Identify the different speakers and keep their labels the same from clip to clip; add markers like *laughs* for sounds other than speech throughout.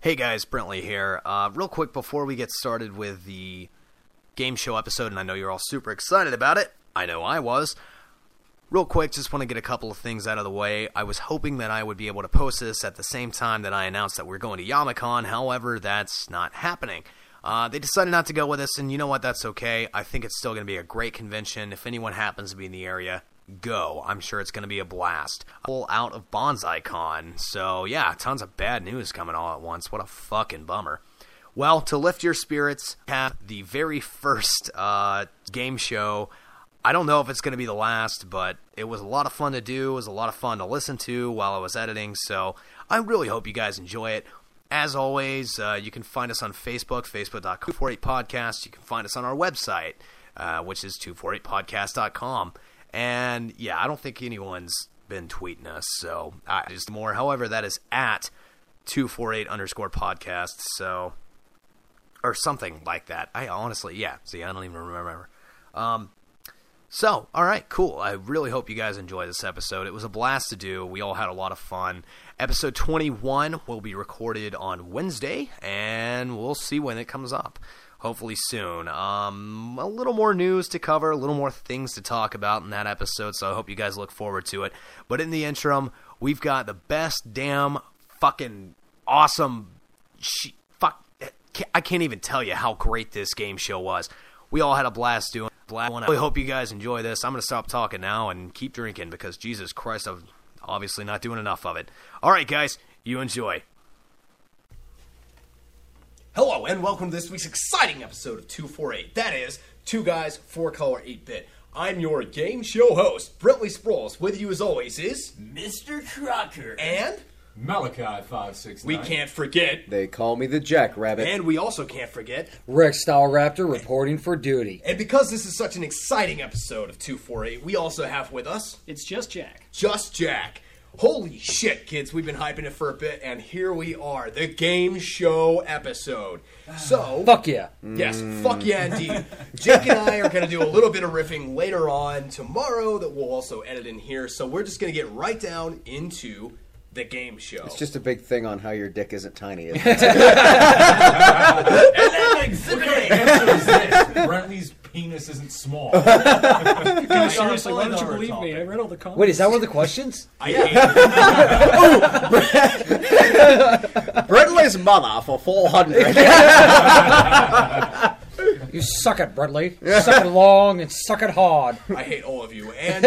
Speaker 1: Hey guys, Brentley here. Uh, real quick before we get started with the game show episode, and I know you're all super excited about it. I know I was. Real quick, just want to get a couple of things out of the way. I was hoping that I would be able to post this at the same time that I announced that we're going to Yamacon. However, that's not happening. Uh, they decided not to go with us, and you know what? That's okay. I think it's still going to be a great convention. If anyone happens to be in the area, go. I'm sure it's going to be a blast. Full out of Bonsai Con. So, yeah, tons of bad news coming all at once. What a fucking bummer. Well, to lift your spirits, have the very first uh, game show. I don't know if it's going to be the last, but it was a lot of fun to do. It was a lot of fun to listen to while I was editing. So I really hope you guys enjoy it. As always, uh, you can find us on Facebook, facebook.com, 248 Podcast. You can find us on our website, uh, which is 248podcast.com. And yeah, I don't think anyone's been tweeting us, so I just more. However, that is at 248 underscore podcast. So or something like that. I honestly, yeah. See, I don't even remember. Um, so, all right, cool. I really hope you guys enjoy this episode. It was a blast to do. We all had a lot of fun. Episode 21 will be recorded on Wednesday, and we'll see when it comes up. Hopefully soon. Um, a little more news to cover, a little more things to talk about in that episode, so I hope you guys look forward to it. But in the interim, we've got the best damn fucking awesome she, fuck, I can't even tell you how great this game show was. We all had a blast doing. Blast. I really hope you guys enjoy this. I'm gonna stop talking now and keep drinking because Jesus Christ, I'm obviously not doing enough of it. All right, guys, you enjoy. Hello and welcome to this week's exciting episode of 248. That is Two Guys, Four Color, Eight Bit. I'm your game show host, Brentley Sprouls. With you as always is
Speaker 2: Mr. Trucker.
Speaker 1: and
Speaker 3: Malachi five six.
Speaker 1: we can't forget,
Speaker 4: They call me the Jackrabbit.
Speaker 1: and we also can't forget
Speaker 5: Rex Style Raptor reporting for duty.
Speaker 1: And because this is such an exciting episode of 248, we also have with us
Speaker 6: It's just Jack.
Speaker 1: Just Jack. Holy shit, kids, we've been hyping it for a bit, and here we are, the game show episode. So,
Speaker 5: Fuck yeah.
Speaker 1: yes, fuck yeah, indeed. Jake and I are going to do a little bit of riffing later on tomorrow that we'll also edit in here, so we're just going to get right down into the game show.
Speaker 4: It's just a big thing on how your dick isn't tiny.
Speaker 1: *laughs*
Speaker 4: Isn't it?
Speaker 2: And then Exhibit A.
Speaker 3: answer is this: Brentley's penis isn't small.
Speaker 6: Seriously, why don't you
Speaker 2: Another
Speaker 6: believe me?
Speaker 2: topic.
Speaker 6: I read all the comments.
Speaker 5: Wait, is that one of the questions?
Speaker 1: I hate
Speaker 4: Brentley's mother for 400.
Speaker 5: *laughs* You suck it, Bradley. suck it long and suck it hard.
Speaker 1: I hate all of you, and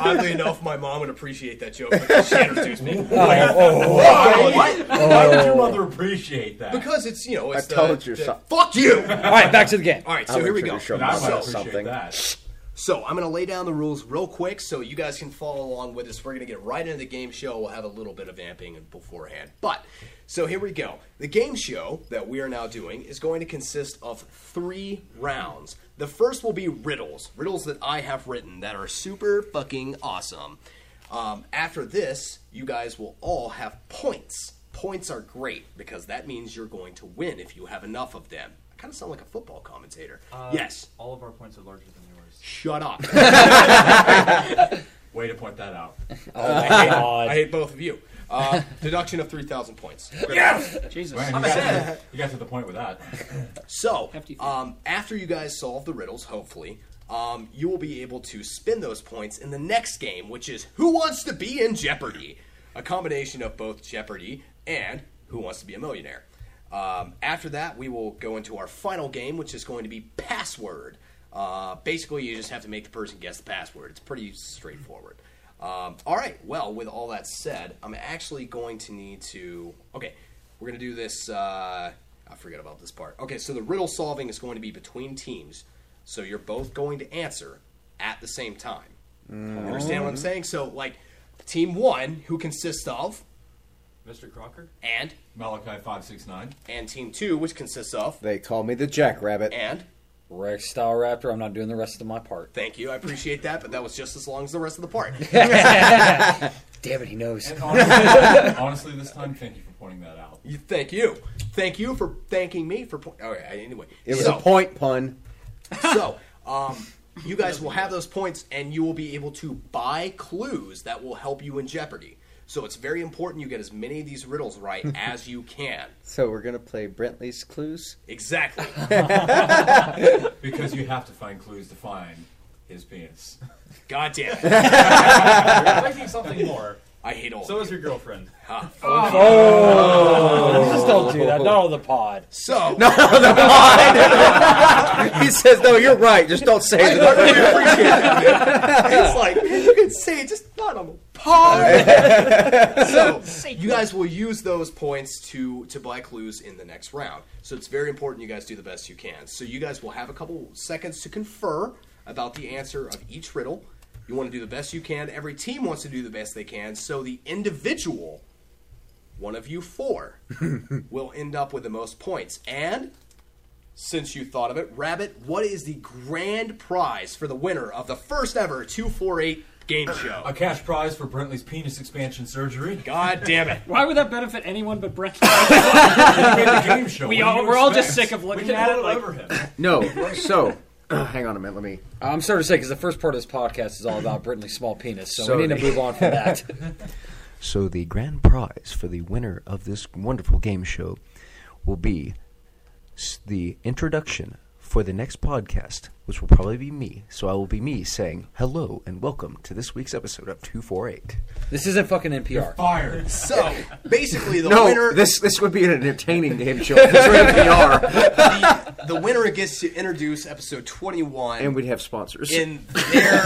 Speaker 1: oddly enough, my mom would appreciate that joke because she introduced
Speaker 3: *laughs*
Speaker 1: me.
Speaker 3: Why? Why would your mother appreciate that?
Speaker 1: Because it's you know it's the,
Speaker 4: Oh. told you
Speaker 1: the-
Speaker 4: so.
Speaker 1: Fuck you.
Speaker 5: All right, back to the game.
Speaker 1: All right, so
Speaker 4: I'll
Speaker 1: here we go.
Speaker 4: introduce your
Speaker 3: And I might
Speaker 4: mother
Speaker 3: appreciate
Speaker 4: to something.
Speaker 3: that.
Speaker 1: So I'm gonna lay down the rules real quick so you guys can follow along with us. We're gonna get right into the game show. We'll have a little bit of amping beforehand, but so here we go. The game show that we are now doing is going to consist of three rounds. The first will be riddles, riddles that I have written that are super fucking awesome. Um, after this, you guys will all have points. Points are great because that means you're going to win if you have enough of them. I kind of sound like a football commentator. yes.
Speaker 2: All of our points are larger than yours.
Speaker 1: Shut *laughs* up.
Speaker 3: Way to point that out.
Speaker 1: I, hate, I hate both of you. Uh, deduction of 3,000 points. Yes!
Speaker 6: Jesus.
Speaker 3: Man, you, got to, you got to the point with that.
Speaker 1: So,
Speaker 6: Hefty fee.
Speaker 1: um, after you guys solve the riddles, hopefully, um, you will be able to spin those points in the next game, which is Who Wants to Be in Jeopardy? A combination of both Jeopardy and Who Wants to Be a Millionaire. Um, after that, we will go into our final game, which is going to be Password. Uh, basically, you just have to make the person guess the password. It's pretty straightforward. Um, all right. Well, with all that said, I'm actually going to need to. Okay, we're gonna do this. Uh, I forgot about this part. Okay, so the riddle solving is going to be between teams, so you're both going to answer at the same time. Understand
Speaker 4: Mm-hmm.
Speaker 1: what I'm saying? So, like, team one, who consists of
Speaker 2: Mr. Crocker?
Speaker 1: and
Speaker 3: Malachi five six nine.
Speaker 1: and team two, which consists of
Speaker 4: They call me the Jackrabbit.
Speaker 1: and.
Speaker 5: Rex Style Raptor, I'm not doing the rest of my part.
Speaker 1: Thank you. I appreciate that, but that was just as long as the rest of
Speaker 4: *laughs*
Speaker 1: the part.
Speaker 5: Damn it, he knows.
Speaker 3: *laughs* Honestly, honestly, this time, thank you for pointing that out.
Speaker 1: You- Thank you. Thank you for thanking me for point. All right. Anyway,
Speaker 4: It was
Speaker 1: so,
Speaker 4: a point pun.
Speaker 7: *laughs*
Speaker 1: so um, you guys will have those points and you will be able to buy clues that will help you in jeopardy So it's very important you get as many of these riddles
Speaker 7: *laughs*
Speaker 1: right as you can.
Speaker 7: So we're gonna play Brentley's Clues. *laughs*
Speaker 1: Exactly.
Speaker 3: Because you have to find clues to find his penis.
Speaker 1: God damn
Speaker 7: *laughs*
Speaker 1: it.
Speaker 8: You're expecting something more.
Speaker 1: I hate all.
Speaker 8: So
Speaker 1: of
Speaker 8: is your girlfriend.
Speaker 5: *laughs* Just don't do that. Not on the pod.
Speaker 1: you. so *laughs*
Speaker 7: he says, "No, *laughs* you're right. Just don't say
Speaker 1: I
Speaker 7: it."
Speaker 1: really appreciate that,
Speaker 7: *laughs*
Speaker 1: man. It's like, man, you can say it, just not on the pod. so, *laughs* you guys will use those points to, to buy clues in the next round. So, it's very important you guys do the best you can. So, you guys will have a couple seconds to confer about the answer of each riddle. You want to do the best you can. Every team wants to do the best they can. So, the individual, one of you four, will end up with the most points. And since you thought of it, Rabbit, what is the grand prize for the winner of the first ever 248 game show?
Speaker 3: *laughs* A cash prize for Brentley's penis expansion surgery. *laughs*
Speaker 1: God damn it.
Speaker 9: Why would that benefit anyone but Brent?
Speaker 3: We made the game show.
Speaker 9: We
Speaker 3: What do
Speaker 9: all-
Speaker 3: you
Speaker 9: we're all
Speaker 3: expect?
Speaker 9: just sick of looking
Speaker 3: we can
Speaker 9: at
Speaker 3: roll
Speaker 9: it, like-
Speaker 3: over him.
Speaker 7: No. So, *clears throat* hang on a minute. Let me.
Speaker 5: I'm sorry to say, because the first part of this podcast is all about Britney's small penis, so,
Speaker 7: So
Speaker 5: we need to
Speaker 7: the-
Speaker 5: move on from that.
Speaker 10: So the grand prize for the winner of this wonderful game show will be s- the introduction for the next podcast, which will probably be me. So I will be me saying hello and welcome to this week's episode of 248.
Speaker 5: this isn't fucking NPR.
Speaker 3: Fired.
Speaker 1: So, basically, the
Speaker 7: No,
Speaker 1: winner
Speaker 7: this this would be an entertaining game show. This would be PR,
Speaker 1: *laughs* the, the winner gets to introduce episode 21
Speaker 7: and we'd have sponsors. *laughs*
Speaker 1: in their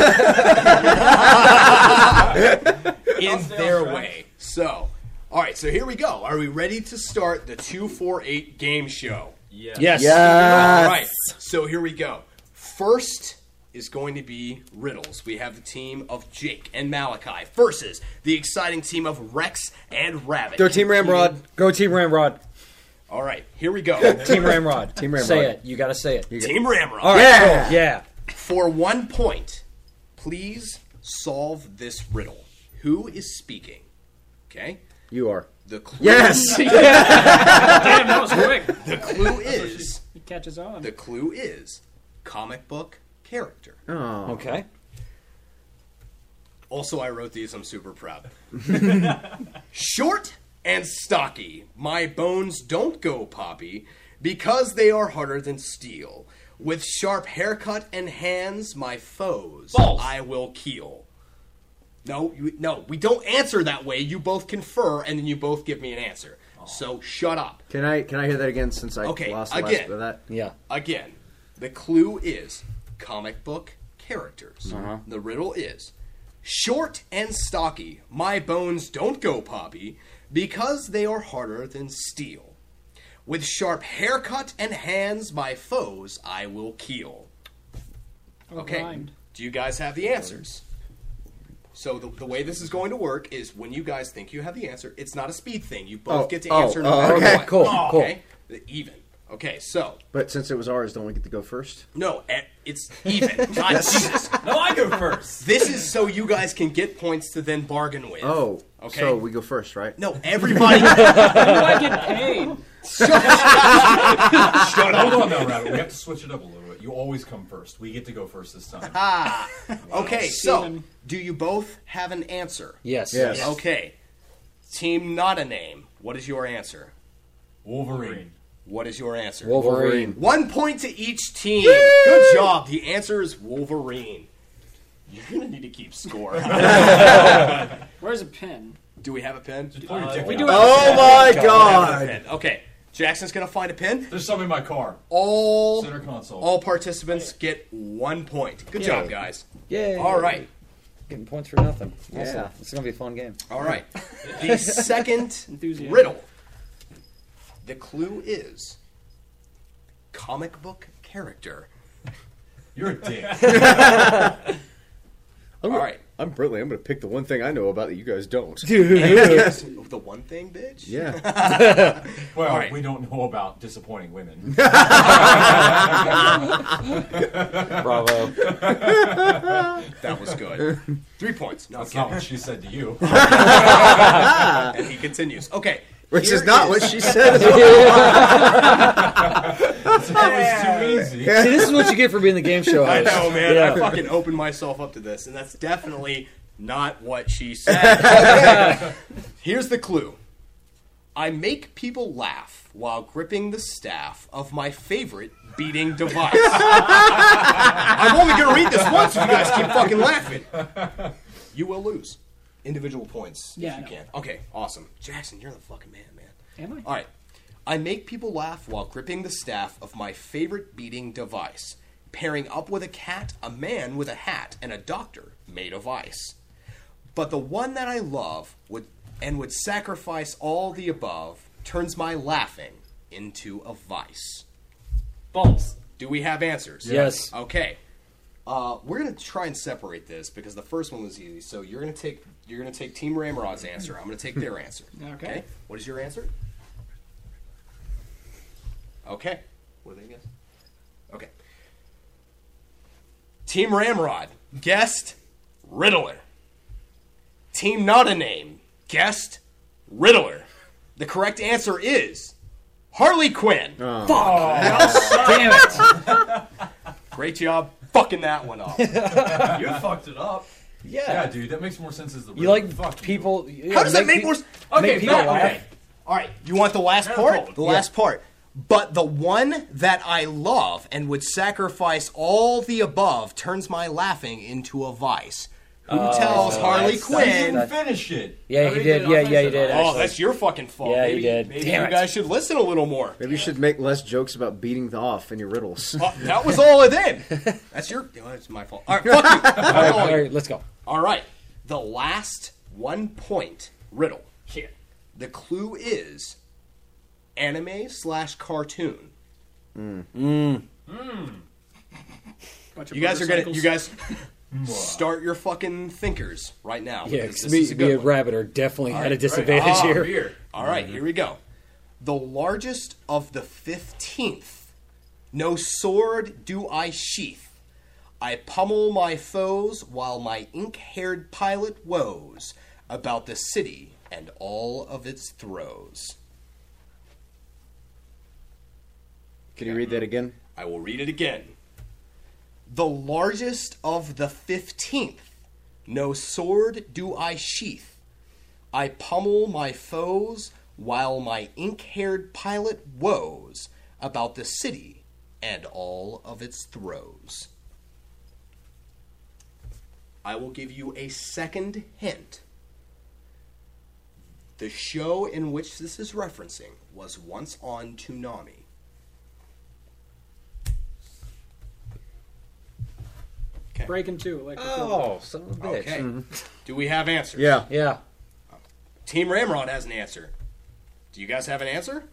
Speaker 1: in their way. So, all right, so here we go. Are we ready to start the 248 game show?
Speaker 5: Yes.
Speaker 1: All right. So here we go. First is going to be riddles. We have the team of Jake and Malachi versus the exciting team of Rex and Rabbit.
Speaker 7: Go Team Ramrod.
Speaker 5: Go Team Ramrod.
Speaker 1: All right. Here we
Speaker 7: *laughs*
Speaker 1: go.
Speaker 5: Team Ramrod. Team
Speaker 7: Ramrod.
Speaker 5: Say it. You gotta say it.
Speaker 1: team Ramrod.
Speaker 5: All right,
Speaker 7: Yeah.
Speaker 5: cool. Yeah.
Speaker 1: For one point, please solve this riddle. Who is speaking? Okay.
Speaker 7: You are.
Speaker 1: The clue.
Speaker 7: Yes.
Speaker 9: Damn, that was quick.
Speaker 1: The *laughs* clue is.
Speaker 9: He catches on.
Speaker 1: The clue is comic book character.
Speaker 7: Oh.
Speaker 5: Oh. Okay.
Speaker 1: Also, I wrote these. I'm super proud. *laughs* Short and stocky, my bones don't go poppy because they are harder than steel. With sharp haircut and hands, my foes I will keel. No, you, no, we don't answer that way. You both confer, and then you both give me an answer. So shut up.
Speaker 7: Can I can I hear that again? Since I
Speaker 1: Okay,
Speaker 7: lost the last
Speaker 1: again.
Speaker 7: bit of that.
Speaker 5: Yeah.
Speaker 1: Again, the clue is comic book characters. The riddle is short and stocky. My bones don't go poppy because they are harder than steel. With sharp haircut and hands, my foes I will keel. Okay.
Speaker 9: Rhymed.
Speaker 1: Do you guys have the answers? So the, the way this is going to work is when you guys think you have the answer, it's not a speed thing. You both
Speaker 7: Oh,
Speaker 1: get to
Speaker 7: oh,
Speaker 1: answer
Speaker 7: oh,
Speaker 1: no matter
Speaker 7: okay,
Speaker 1: what.
Speaker 5: cool, cool.
Speaker 1: Okay. Even. Okay, so
Speaker 7: But since it was ours, don't we get to go first?
Speaker 1: no, eh, it's
Speaker 7: *laughs*
Speaker 1: even. God, Jesus.
Speaker 3: No, I go first.
Speaker 1: This is so you guys can get points to then bargain with.
Speaker 7: Oh.
Speaker 1: Okay.
Speaker 7: So we go first, right?
Speaker 1: No,
Speaker 7: *laughs*
Speaker 1: everybody.
Speaker 9: Do I get paid?
Speaker 3: Shut up. Hold on, *laughs* now, Rabbit. We have to switch it up a little bit. You always come first. We get to go first this time.
Speaker 1: okay, so do you both have an answer?
Speaker 5: Yes.
Speaker 7: Yes.
Speaker 1: Okay. Team not a name. What is your answer?
Speaker 3: Wolverine.
Speaker 1: What is your answer?
Speaker 5: Wolverine.
Speaker 1: One point to each team. Good job. The answer is Wolverine. You're gonna need to keep score.
Speaker 9: Where's a pen?
Speaker 1: do we have a pen? Do
Speaker 3: Pull your dick
Speaker 9: We
Speaker 3: out.
Speaker 9: do have
Speaker 7: Oh my
Speaker 1: we have a
Speaker 7: God!
Speaker 1: pen? Okay. Jackson's gonna find a pen.
Speaker 3: There's some in my car.
Speaker 1: All
Speaker 3: Center console.
Speaker 1: all participants get one point. Good job, guys.
Speaker 5: Yay.
Speaker 1: All right.
Speaker 5: Getting points for nothing. Awesome.
Speaker 7: Yeah.
Speaker 5: It's gonna be a fun game.
Speaker 1: All right. The second
Speaker 9: Enthusiasm.
Speaker 1: riddle. The clue is comic book character.
Speaker 3: You're a dick.
Speaker 7: All
Speaker 1: right.
Speaker 7: I'm Brintley. I'm going to pick the one thing I know about that you guys don't.
Speaker 1: the one thing, bitch.
Speaker 7: Yeah.
Speaker 3: Well,
Speaker 1: All right.
Speaker 3: we don't know about disappointing women.
Speaker 5: Bravo.
Speaker 1: That was good. Three points. No, I'm
Speaker 3: That's not
Speaker 1: kidding.
Speaker 3: what she said to you. *laughs*
Speaker 1: And he continues. Okay.
Speaker 7: Which
Speaker 1: here
Speaker 7: is not what she said.
Speaker 3: That was too *laughs* easy.
Speaker 5: See, this is what you get for being the game show
Speaker 1: I
Speaker 5: host.
Speaker 1: know, man.
Speaker 5: Yeah.
Speaker 1: I fucking opened myself up to this, and that's definitely Not what she said. Here's the clue. I make people laugh while gripping the staff of my favorite beating device. I'm only going to read this once if you guys keep fucking laughing. You will lose individual points
Speaker 9: Yeah,
Speaker 1: if
Speaker 9: I
Speaker 1: you
Speaker 9: know.
Speaker 1: can. Okay, awesome. Jackson, you're the fucking man, man.
Speaker 9: Am I?
Speaker 1: All right. I make people laugh while gripping the staff of my favorite beating device, pairing up with a cat, a man with a hat, and a doctor made of ice. But the one that I love would and would sacrifice all the above turns my laughing into a vice.
Speaker 9: Balls.
Speaker 1: Do we have answers?
Speaker 11: Yes.
Speaker 1: Okay. Uh, we're gonna try and separate this because the first one was easy. So you're gonna take you're gonna take Team Ramrod's answer. I'm gonna take
Speaker 11: *laughs*
Speaker 1: their answer.
Speaker 9: Okay.
Speaker 1: What is your answer? Okay. What do they guess? Okay. Team Ramrod guessed Riddler. Team Not a Name guessed Riddler. The correct answer is Harley Quinn.
Speaker 11: Ah. Damn it.
Speaker 1: Great job fucking that one up.
Speaker 2: You fucked it up. Yeah, dude, that makes more sense as the
Speaker 11: You like
Speaker 2: Fuck you.
Speaker 3: *laughs*
Speaker 11: people.
Speaker 1: How does that make more? s-
Speaker 2: Okay,
Speaker 11: make people
Speaker 2: Matt,
Speaker 11: laugh.
Speaker 2: okay.
Speaker 1: All right, you want the last part? The last part. But the one that I love and would sacrifice all the above turns my laughing into a vice. Who tells Harley Quinn?
Speaker 2: Didn't finish it.
Speaker 11: Yeah,
Speaker 2: I
Speaker 11: he
Speaker 2: mean,
Speaker 11: did.
Speaker 2: I'll
Speaker 11: Yeah,
Speaker 2: finish
Speaker 11: yeah, he
Speaker 2: it.
Speaker 11: did.
Speaker 1: oh, that's your fucking fault.
Speaker 11: Yeah, you
Speaker 1: maybe,
Speaker 11: did.
Speaker 1: Maybe
Speaker 11: Damn
Speaker 1: you
Speaker 11: it.
Speaker 1: guys should listen a little more.
Speaker 12: Maybe you should make less jokes about beating the off in your riddles.
Speaker 1: Uh, that was all I
Speaker 12: *laughs*
Speaker 1: did. That's your. Oh, that's my fault. All right, fuck you. That's
Speaker 11: All right,
Speaker 1: all
Speaker 11: all
Speaker 1: you.
Speaker 11: right, let's go.
Speaker 1: All right. The last one point riddle. Here. The clue is anime slash cartoon.
Speaker 9: Hmm. Bunch of
Speaker 1: You guys are gonna. You
Speaker 9: motorcycles.
Speaker 1: guys *laughs* start your fucking thinkers right now.
Speaker 11: Yeah,
Speaker 1: because this
Speaker 11: me,
Speaker 1: is a
Speaker 11: me
Speaker 1: good
Speaker 11: and
Speaker 1: one.
Speaker 11: Rabbit are definitely at a disadvantage
Speaker 1: Ah,
Speaker 11: here.
Speaker 1: beer. All
Speaker 12: Mm-hmm.
Speaker 1: right, here we go. The largest of the fifteenth. No sword do I sheath. I pummel my foes while my ink-haired pilot woes about the city and all of its throes.
Speaker 12: Can you read that again?
Speaker 1: I will read it again. The largest of the fifteenth, no sword do I sheath. I pummel my foes while my ink haired pilot woes about the city and all of its throes. I will give you a second hint. The show in which this is referencing was once on Toonami.
Speaker 9: breaking two. Electric
Speaker 12: Oh, son of a bitch.
Speaker 1: Okay. Do we have answers?
Speaker 12: Yeah.
Speaker 11: Yeah.
Speaker 1: Team Ramrod has an answer. Do you guys have an answer?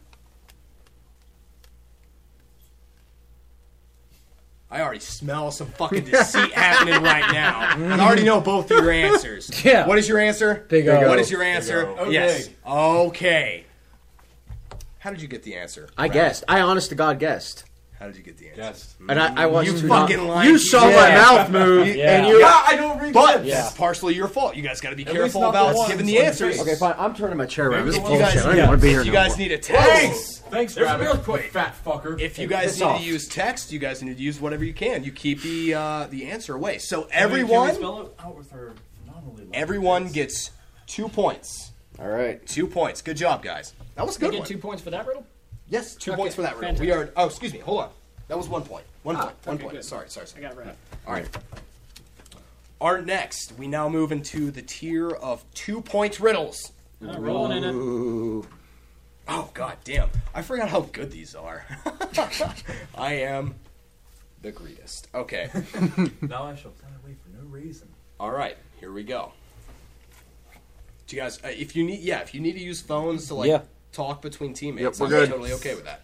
Speaker 1: I already smell some fucking deceit
Speaker 12: *laughs*
Speaker 1: happening right now. I already know both of your
Speaker 12: *laughs*
Speaker 1: answers.
Speaker 11: Yeah.
Speaker 1: What is your answer?
Speaker 11: Big O.
Speaker 1: What is your answer?
Speaker 2: O.
Speaker 1: Yes. Okay. How did you get the answer?
Speaker 12: I guessed. I honest to God guessed.
Speaker 1: How did you get the answer?
Speaker 2: Yes.
Speaker 12: And I, I watched
Speaker 1: You
Speaker 12: Toonami.
Speaker 1: fucking lied.
Speaker 12: You saw my
Speaker 11: Yeah.
Speaker 12: mouth move, and you. *laughs*
Speaker 2: Ah, I don't read
Speaker 1: But
Speaker 2: lips.
Speaker 11: Yeah.
Speaker 1: it's partially your fault. You guys got to be
Speaker 2: least
Speaker 1: careful
Speaker 2: not the
Speaker 1: about
Speaker 2: ones
Speaker 1: giving
Speaker 2: on
Speaker 1: the
Speaker 2: the
Speaker 1: answers.
Speaker 2: face.
Speaker 12: Okay, fine. I'm turning my chair around. This is
Speaker 2: Maybe the ones-
Speaker 12: bullshit. I don't even want to be here
Speaker 1: If you
Speaker 12: no
Speaker 1: guys
Speaker 12: more.
Speaker 1: need a text.
Speaker 2: Thanks,
Speaker 1: There's
Speaker 2: Rabbit.
Speaker 1: real quick.
Speaker 2: Fat fucker.
Speaker 1: If you guys
Speaker 12: piss
Speaker 1: need
Speaker 12: off.
Speaker 1: to use text, you guys need to use whatever you can. You keep the uh, the answer away. So
Speaker 2: Can we- can we
Speaker 1: everyone,
Speaker 2: spell it out with our phenomenally long
Speaker 1: everyone
Speaker 2: names?
Speaker 1: gets two points.
Speaker 12: All right.
Speaker 1: Two points. Good job, guys. That was a
Speaker 9: You
Speaker 1: good
Speaker 9: get
Speaker 1: one.
Speaker 9: two points for that riddle.
Speaker 1: Yes, two
Speaker 9: Okay, Ah,
Speaker 1: points for that. round. We are. Oh, excuse me. Hold on. That was one point. One point. One
Speaker 9: okay,
Speaker 1: point.
Speaker 9: good.
Speaker 1: Sorry. Sorry.
Speaker 9: I
Speaker 1: sorry.
Speaker 9: got it right.
Speaker 1: All right. Our next, we now move into the tier of two point riddles.
Speaker 9: Not rolling in it.
Speaker 1: Oh god damn. I forgot how good these are. *laughs* I am the greatest. Okay.
Speaker 2: Now I shall fly away for no reason.
Speaker 1: All right, here we go. Do you guys, uh, if you need, yeah, if you need to use phones to like
Speaker 11: Yeah.
Speaker 1: talk between teammates,
Speaker 12: Yep,
Speaker 1: I'm
Speaker 12: we're good.
Speaker 1: totally okay with that.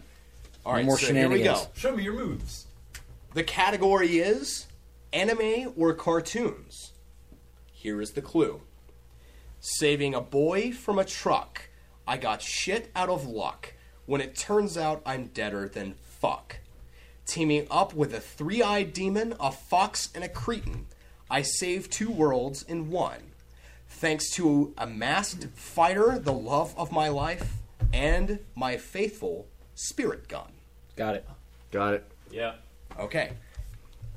Speaker 1: All right,
Speaker 11: more
Speaker 1: so here we go.
Speaker 11: shenanigans.
Speaker 2: Show me your moves.
Speaker 1: The category is anime or cartoons. Here is the clue. Saving a boy from a truck. I got shit out of luck when it turns out I'm deader than fuck. Teaming up with a three eyed demon, a fox, and a cretin, I save two worlds in one. Thanks to a masked fighter, the love of my life, and my faithful spirit gun.
Speaker 11: Got it.
Speaker 12: Got it.
Speaker 1: Okay.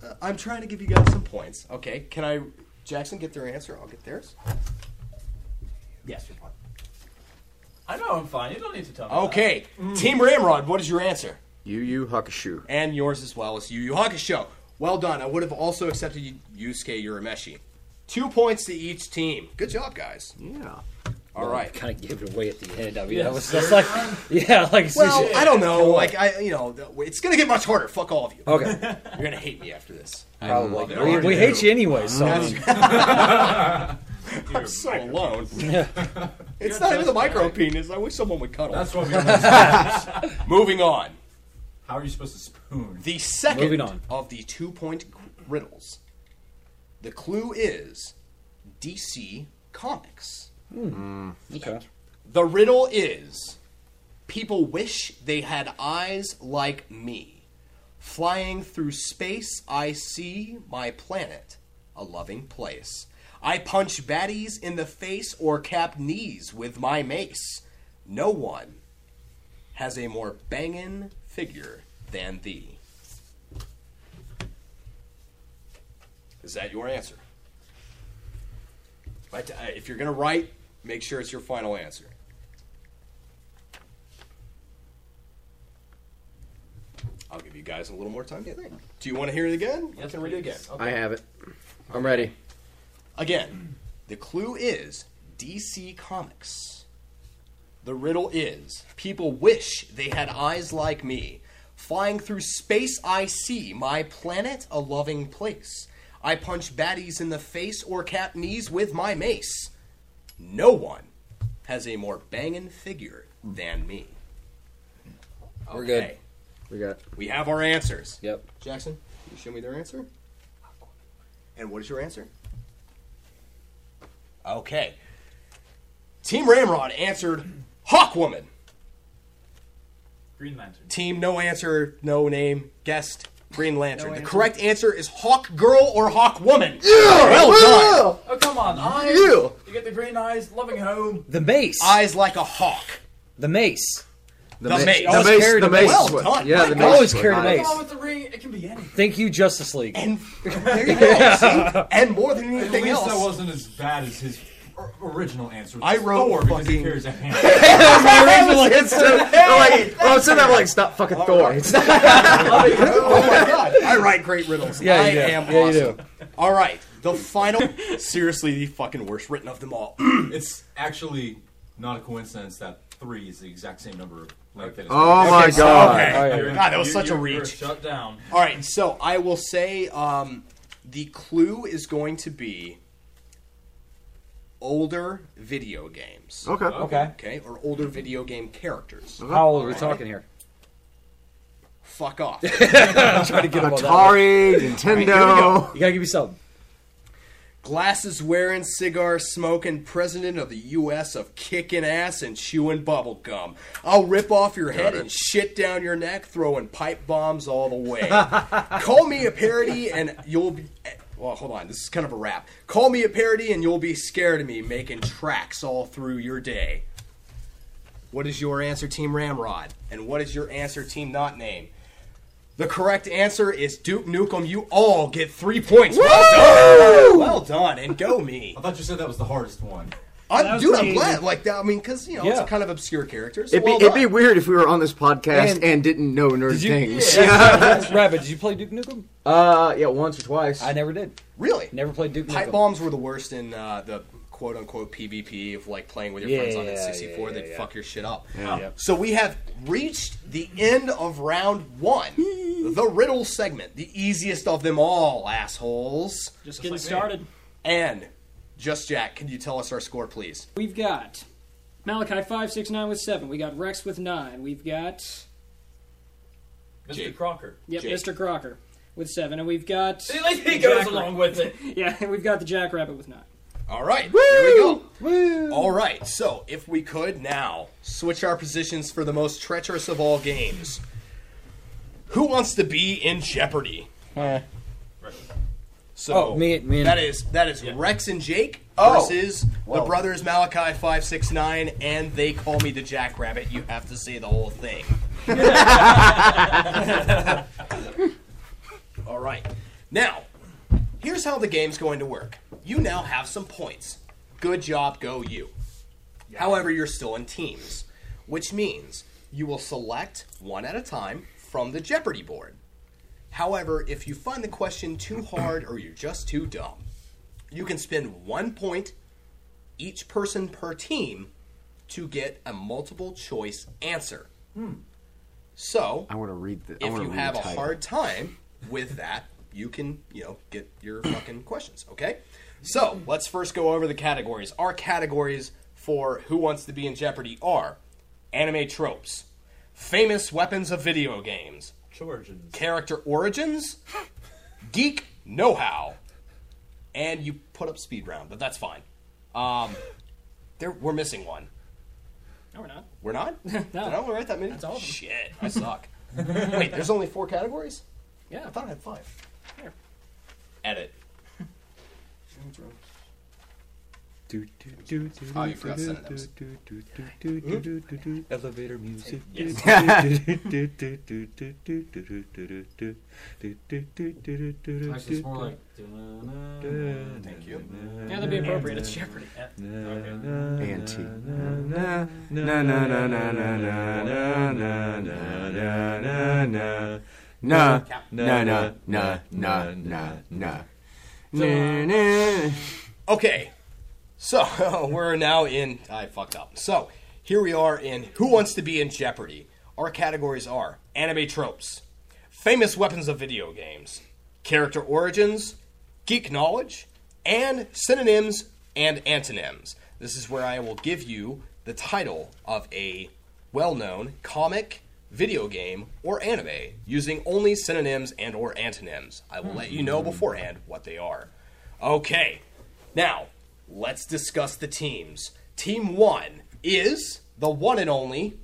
Speaker 1: Uh, I'm trying to give you guys some points. Okay. Can I Jackson, get their answer. I'll get theirs. Yes, you're fine.
Speaker 13: I know I'm fine. You don't need to
Speaker 1: Oh.
Speaker 13: tell me.
Speaker 1: Okay, Team Ramrod, what is your answer?
Speaker 10: Yu Yu Hakusho.
Speaker 1: And yours as well as Yu Yu Hakusho. Well done. I would have also accepted you- Yusuke Urameshi. Two points to each team. Good job, guys.
Speaker 10: Yeah.
Speaker 1: All right.
Speaker 10: Kind of gave it away at the end. I mean, that was
Speaker 1: *laughs*
Speaker 5: That's like, yeah, like
Speaker 1: Well, I don't know. Like I, you know, th- it's gonna get much harder. Fuck all of you.
Speaker 5: okay.
Speaker 1: You're gonna hate me after this.
Speaker 10: probably.
Speaker 5: We, we hate you anyway, so
Speaker 1: *laughs* I'm so alone. it's not even the micro penis. I wish someone would cuddle.
Speaker 3: That's what we How
Speaker 1: Moving on.
Speaker 3: are you supposed to spoon?
Speaker 1: The second
Speaker 5: Moving on.
Speaker 1: of the two point riddles. The clue is DC Comics.
Speaker 5: Hmm. okay.
Speaker 1: The riddle is people wish they had eyes like me. Flying through space, I see my planet, a loving place. I punch baddies in the face or cap knees with my mace. No one has a more bangin' figure than thee. Is that your answer? If I t- If you're going to write, make sure it's your final answer. I'll give you guys a little more time to think. Do you want to hear it again? I can read it again.
Speaker 10: I have it. I'm ready.
Speaker 1: Again, the clue is DC Comics. The riddle is people wish they had eyes like me. Flying through space, I see my planet a loving place. I punch baddies in the face or cap knees with my mace. No one has a more bangin' figure than me.
Speaker 10: We're
Speaker 1: Okay,
Speaker 10: We got.
Speaker 1: we have our answers.
Speaker 10: Yep.
Speaker 1: Jackson, can you show me their answer? And what is your answer? Okay. Team Ramrod answered Hawkwoman.
Speaker 13: Green Lantern.
Speaker 1: Team No Answer, No Name, Guest, Green Lantern. the
Speaker 13: answer.
Speaker 1: correct answer is Hawk Girl or Hawk Woman. well done.
Speaker 13: Oh come on! Eyes.
Speaker 1: You.
Speaker 13: You get the green eyes. Loving home.
Speaker 5: The mace,
Speaker 1: Eyes like a hawk.
Speaker 5: the mace.
Speaker 1: The,
Speaker 10: mace.
Speaker 1: mace.
Speaker 5: Always
Speaker 10: mace-
Speaker 5: carried
Speaker 10: the
Speaker 5: a
Speaker 10: mace
Speaker 5: mace.
Speaker 10: is
Speaker 1: Well
Speaker 10: what-
Speaker 1: done.
Speaker 10: yeah, the
Speaker 1: I
Speaker 10: mace
Speaker 5: always
Speaker 10: is what
Speaker 5: carried a
Speaker 10: got *laughs* it.
Speaker 5: mace.
Speaker 13: Come on with the ring. It can be anything.
Speaker 5: Thank you, Justice League.
Speaker 1: And *laughs* there you go. see? And more than
Speaker 3: At
Speaker 1: anything
Speaker 3: least
Speaker 1: else.
Speaker 3: that wasn't as bad as his or- original answer.
Speaker 1: I wrote
Speaker 3: Thor because he
Speaker 1: fucking-
Speaker 3: carries a hammer.
Speaker 1: *laughs*
Speaker 10: It's so, I'm like, well, I'm sitting there like, stop fucking Thor. It's not
Speaker 1: Oh my god! I write great riddles.
Speaker 5: Yeah, you
Speaker 1: I
Speaker 5: do.
Speaker 1: am
Speaker 5: Yeah, you
Speaker 1: awesome. All right, the final. Seriously, the fucking worst written of them all.
Speaker 3: it's actually not a coincidence that three is the exact same number of length. that is-
Speaker 10: Oh my god.
Speaker 1: God, that was
Speaker 3: You-
Speaker 1: such a
Speaker 3: you're- you're
Speaker 1: reach.
Speaker 3: Shut down.
Speaker 1: All right, so I will say um, the clue is going to be older video games.
Speaker 10: Okay.
Speaker 5: Okay,
Speaker 1: Okay, or older video game characters.
Speaker 5: how old are we talking here?
Speaker 1: Fuck off.
Speaker 5: Try to get him on that one.
Speaker 10: Atari, Nintendo.
Speaker 5: You gotta give me something.
Speaker 1: Glasses wearing, cigar smoking, president of the U.S. of kicking ass and chewing bubble gum. I'll rip off your head and shit down your neck, throwing pipe bombs all the way. *laughs* Call me a parody and you'll be. Well, hold on. This is kind of a rap. Call me a parody and you'll be scared of me making tracks all through your day. What is your answer, Team Ramrod? And what is your answer, Team Not Name? The correct answer is Duke Nukem. You all get three points. Well done. Well done, and go me.
Speaker 3: I thought you said that was the hardest one.
Speaker 1: I'm,
Speaker 9: was
Speaker 1: dude, I'm
Speaker 9: pretty
Speaker 1: glad.
Speaker 9: easy.
Speaker 1: Like that. I mean, because you know it's
Speaker 5: Yeah.
Speaker 1: a kind of obscure character. So
Speaker 10: It'd be,
Speaker 1: well
Speaker 10: it'd be
Speaker 1: done.
Speaker 10: weird if we were on this podcast and,
Speaker 5: And-
Speaker 10: didn't know
Speaker 5: Did
Speaker 10: nerd
Speaker 5: you,
Speaker 10: things.
Speaker 5: *laughs* Rabbit, did you play Duke Nukem?
Speaker 10: Uh, yeah, once or twice.
Speaker 5: I never did.
Speaker 1: really.
Speaker 5: Never played Duke
Speaker 1: Pipe
Speaker 5: Nukem.
Speaker 1: bombs were the worst in uh, the quote unquote PvP of like playing with your
Speaker 5: Yeah,
Speaker 1: friends on
Speaker 5: yeah,
Speaker 1: N64.
Speaker 5: yeah,
Speaker 1: They'd
Speaker 5: yeah.
Speaker 1: fuck your shit up. Um,
Speaker 10: Yeah.
Speaker 1: So we have reached the end of round one, the riddle segment, the easiest of them all, assholes.
Speaker 9: Just getting started.
Speaker 1: And just Jack, can you tell us our score, please?
Speaker 9: We've got Malachi five six nine with seven. We got Rex with nine. We've got
Speaker 13: Mr.
Speaker 1: Jake.
Speaker 13: Crocker.
Speaker 9: yep
Speaker 1: Jake.
Speaker 9: Mr. Crocker with seven, and we've got
Speaker 13: See, like he
Speaker 9: the
Speaker 13: goes
Speaker 9: Jackrabbit.
Speaker 13: along with it.
Speaker 9: *laughs* Yeah, and we've got the Jackrabbit with nine.
Speaker 1: All right, here we go. All right, so if we could now switch our positions for the most treacherous of all games. Who wants to be in Jeopardy? So
Speaker 5: Oh, me- me and-
Speaker 1: that is that is Rex and Jake
Speaker 10: Oh.
Speaker 1: versus the brothers Malachi five six nine, and they call me the Jackrabbit. You have to say the whole
Speaker 5: *laughs*
Speaker 1: thing. All right, now here's how the game's going to work. you now have some points. Good job, go you. However, you're still in teams, which means you will select one at a time from the Jeopardy board. However, if you find the question too hard or you're just too dumb, you can spend one point each person per team to get a multiple choice answer. So,
Speaker 10: I want to read the. I
Speaker 1: if
Speaker 10: wanna
Speaker 1: you
Speaker 10: read the
Speaker 1: have a
Speaker 10: title.
Speaker 1: hard time with that, you can, you know, get your fucking questions, okay? So, let's first go over the categories. Our categories for Who Wants to Be in Jeopardy are anime tropes, famous weapons of video games,
Speaker 14: Georgians.
Speaker 1: character origins, geek know how, and you put up speed round, but that's fine. Um, there, we're missing one.
Speaker 9: No, we're not.
Speaker 1: We're
Speaker 9: *laughs*
Speaker 1: not? no. Did I only write that many? That's
Speaker 9: all of them.
Speaker 1: Shit, I suck. *laughs* Wait, there's only four categories?
Speaker 9: Yeah.
Speaker 1: I thought I had five.
Speaker 9: Here.
Speaker 1: Edit.
Speaker 10: Do, do, do, do,
Speaker 1: Oh, you forgot
Speaker 10: do,
Speaker 1: synonyms.
Speaker 10: do, do, do, do, do, do, do, do, Elevator music.
Speaker 1: Yes.
Speaker 14: Actually, it's more like.
Speaker 1: Thank you.
Speaker 9: Yeah, that'd be appropriate. It's Jeopardy.
Speaker 10: Auntie.
Speaker 1: Okay. So, *laughs* we're now in. I fucked up. So, here we are in Who Wants to Be in Jeopardy? Our categories are anime tropes, famous weapons of video games, character origins, geek knowledge, and synonyms and antonyms. This is where I will give you the title of a well known comic, video game, or anime using only synonyms and or antonyms. I will let you know beforehand what they are. Okay. Now, let's discuss the teams. Team 1 is the one and only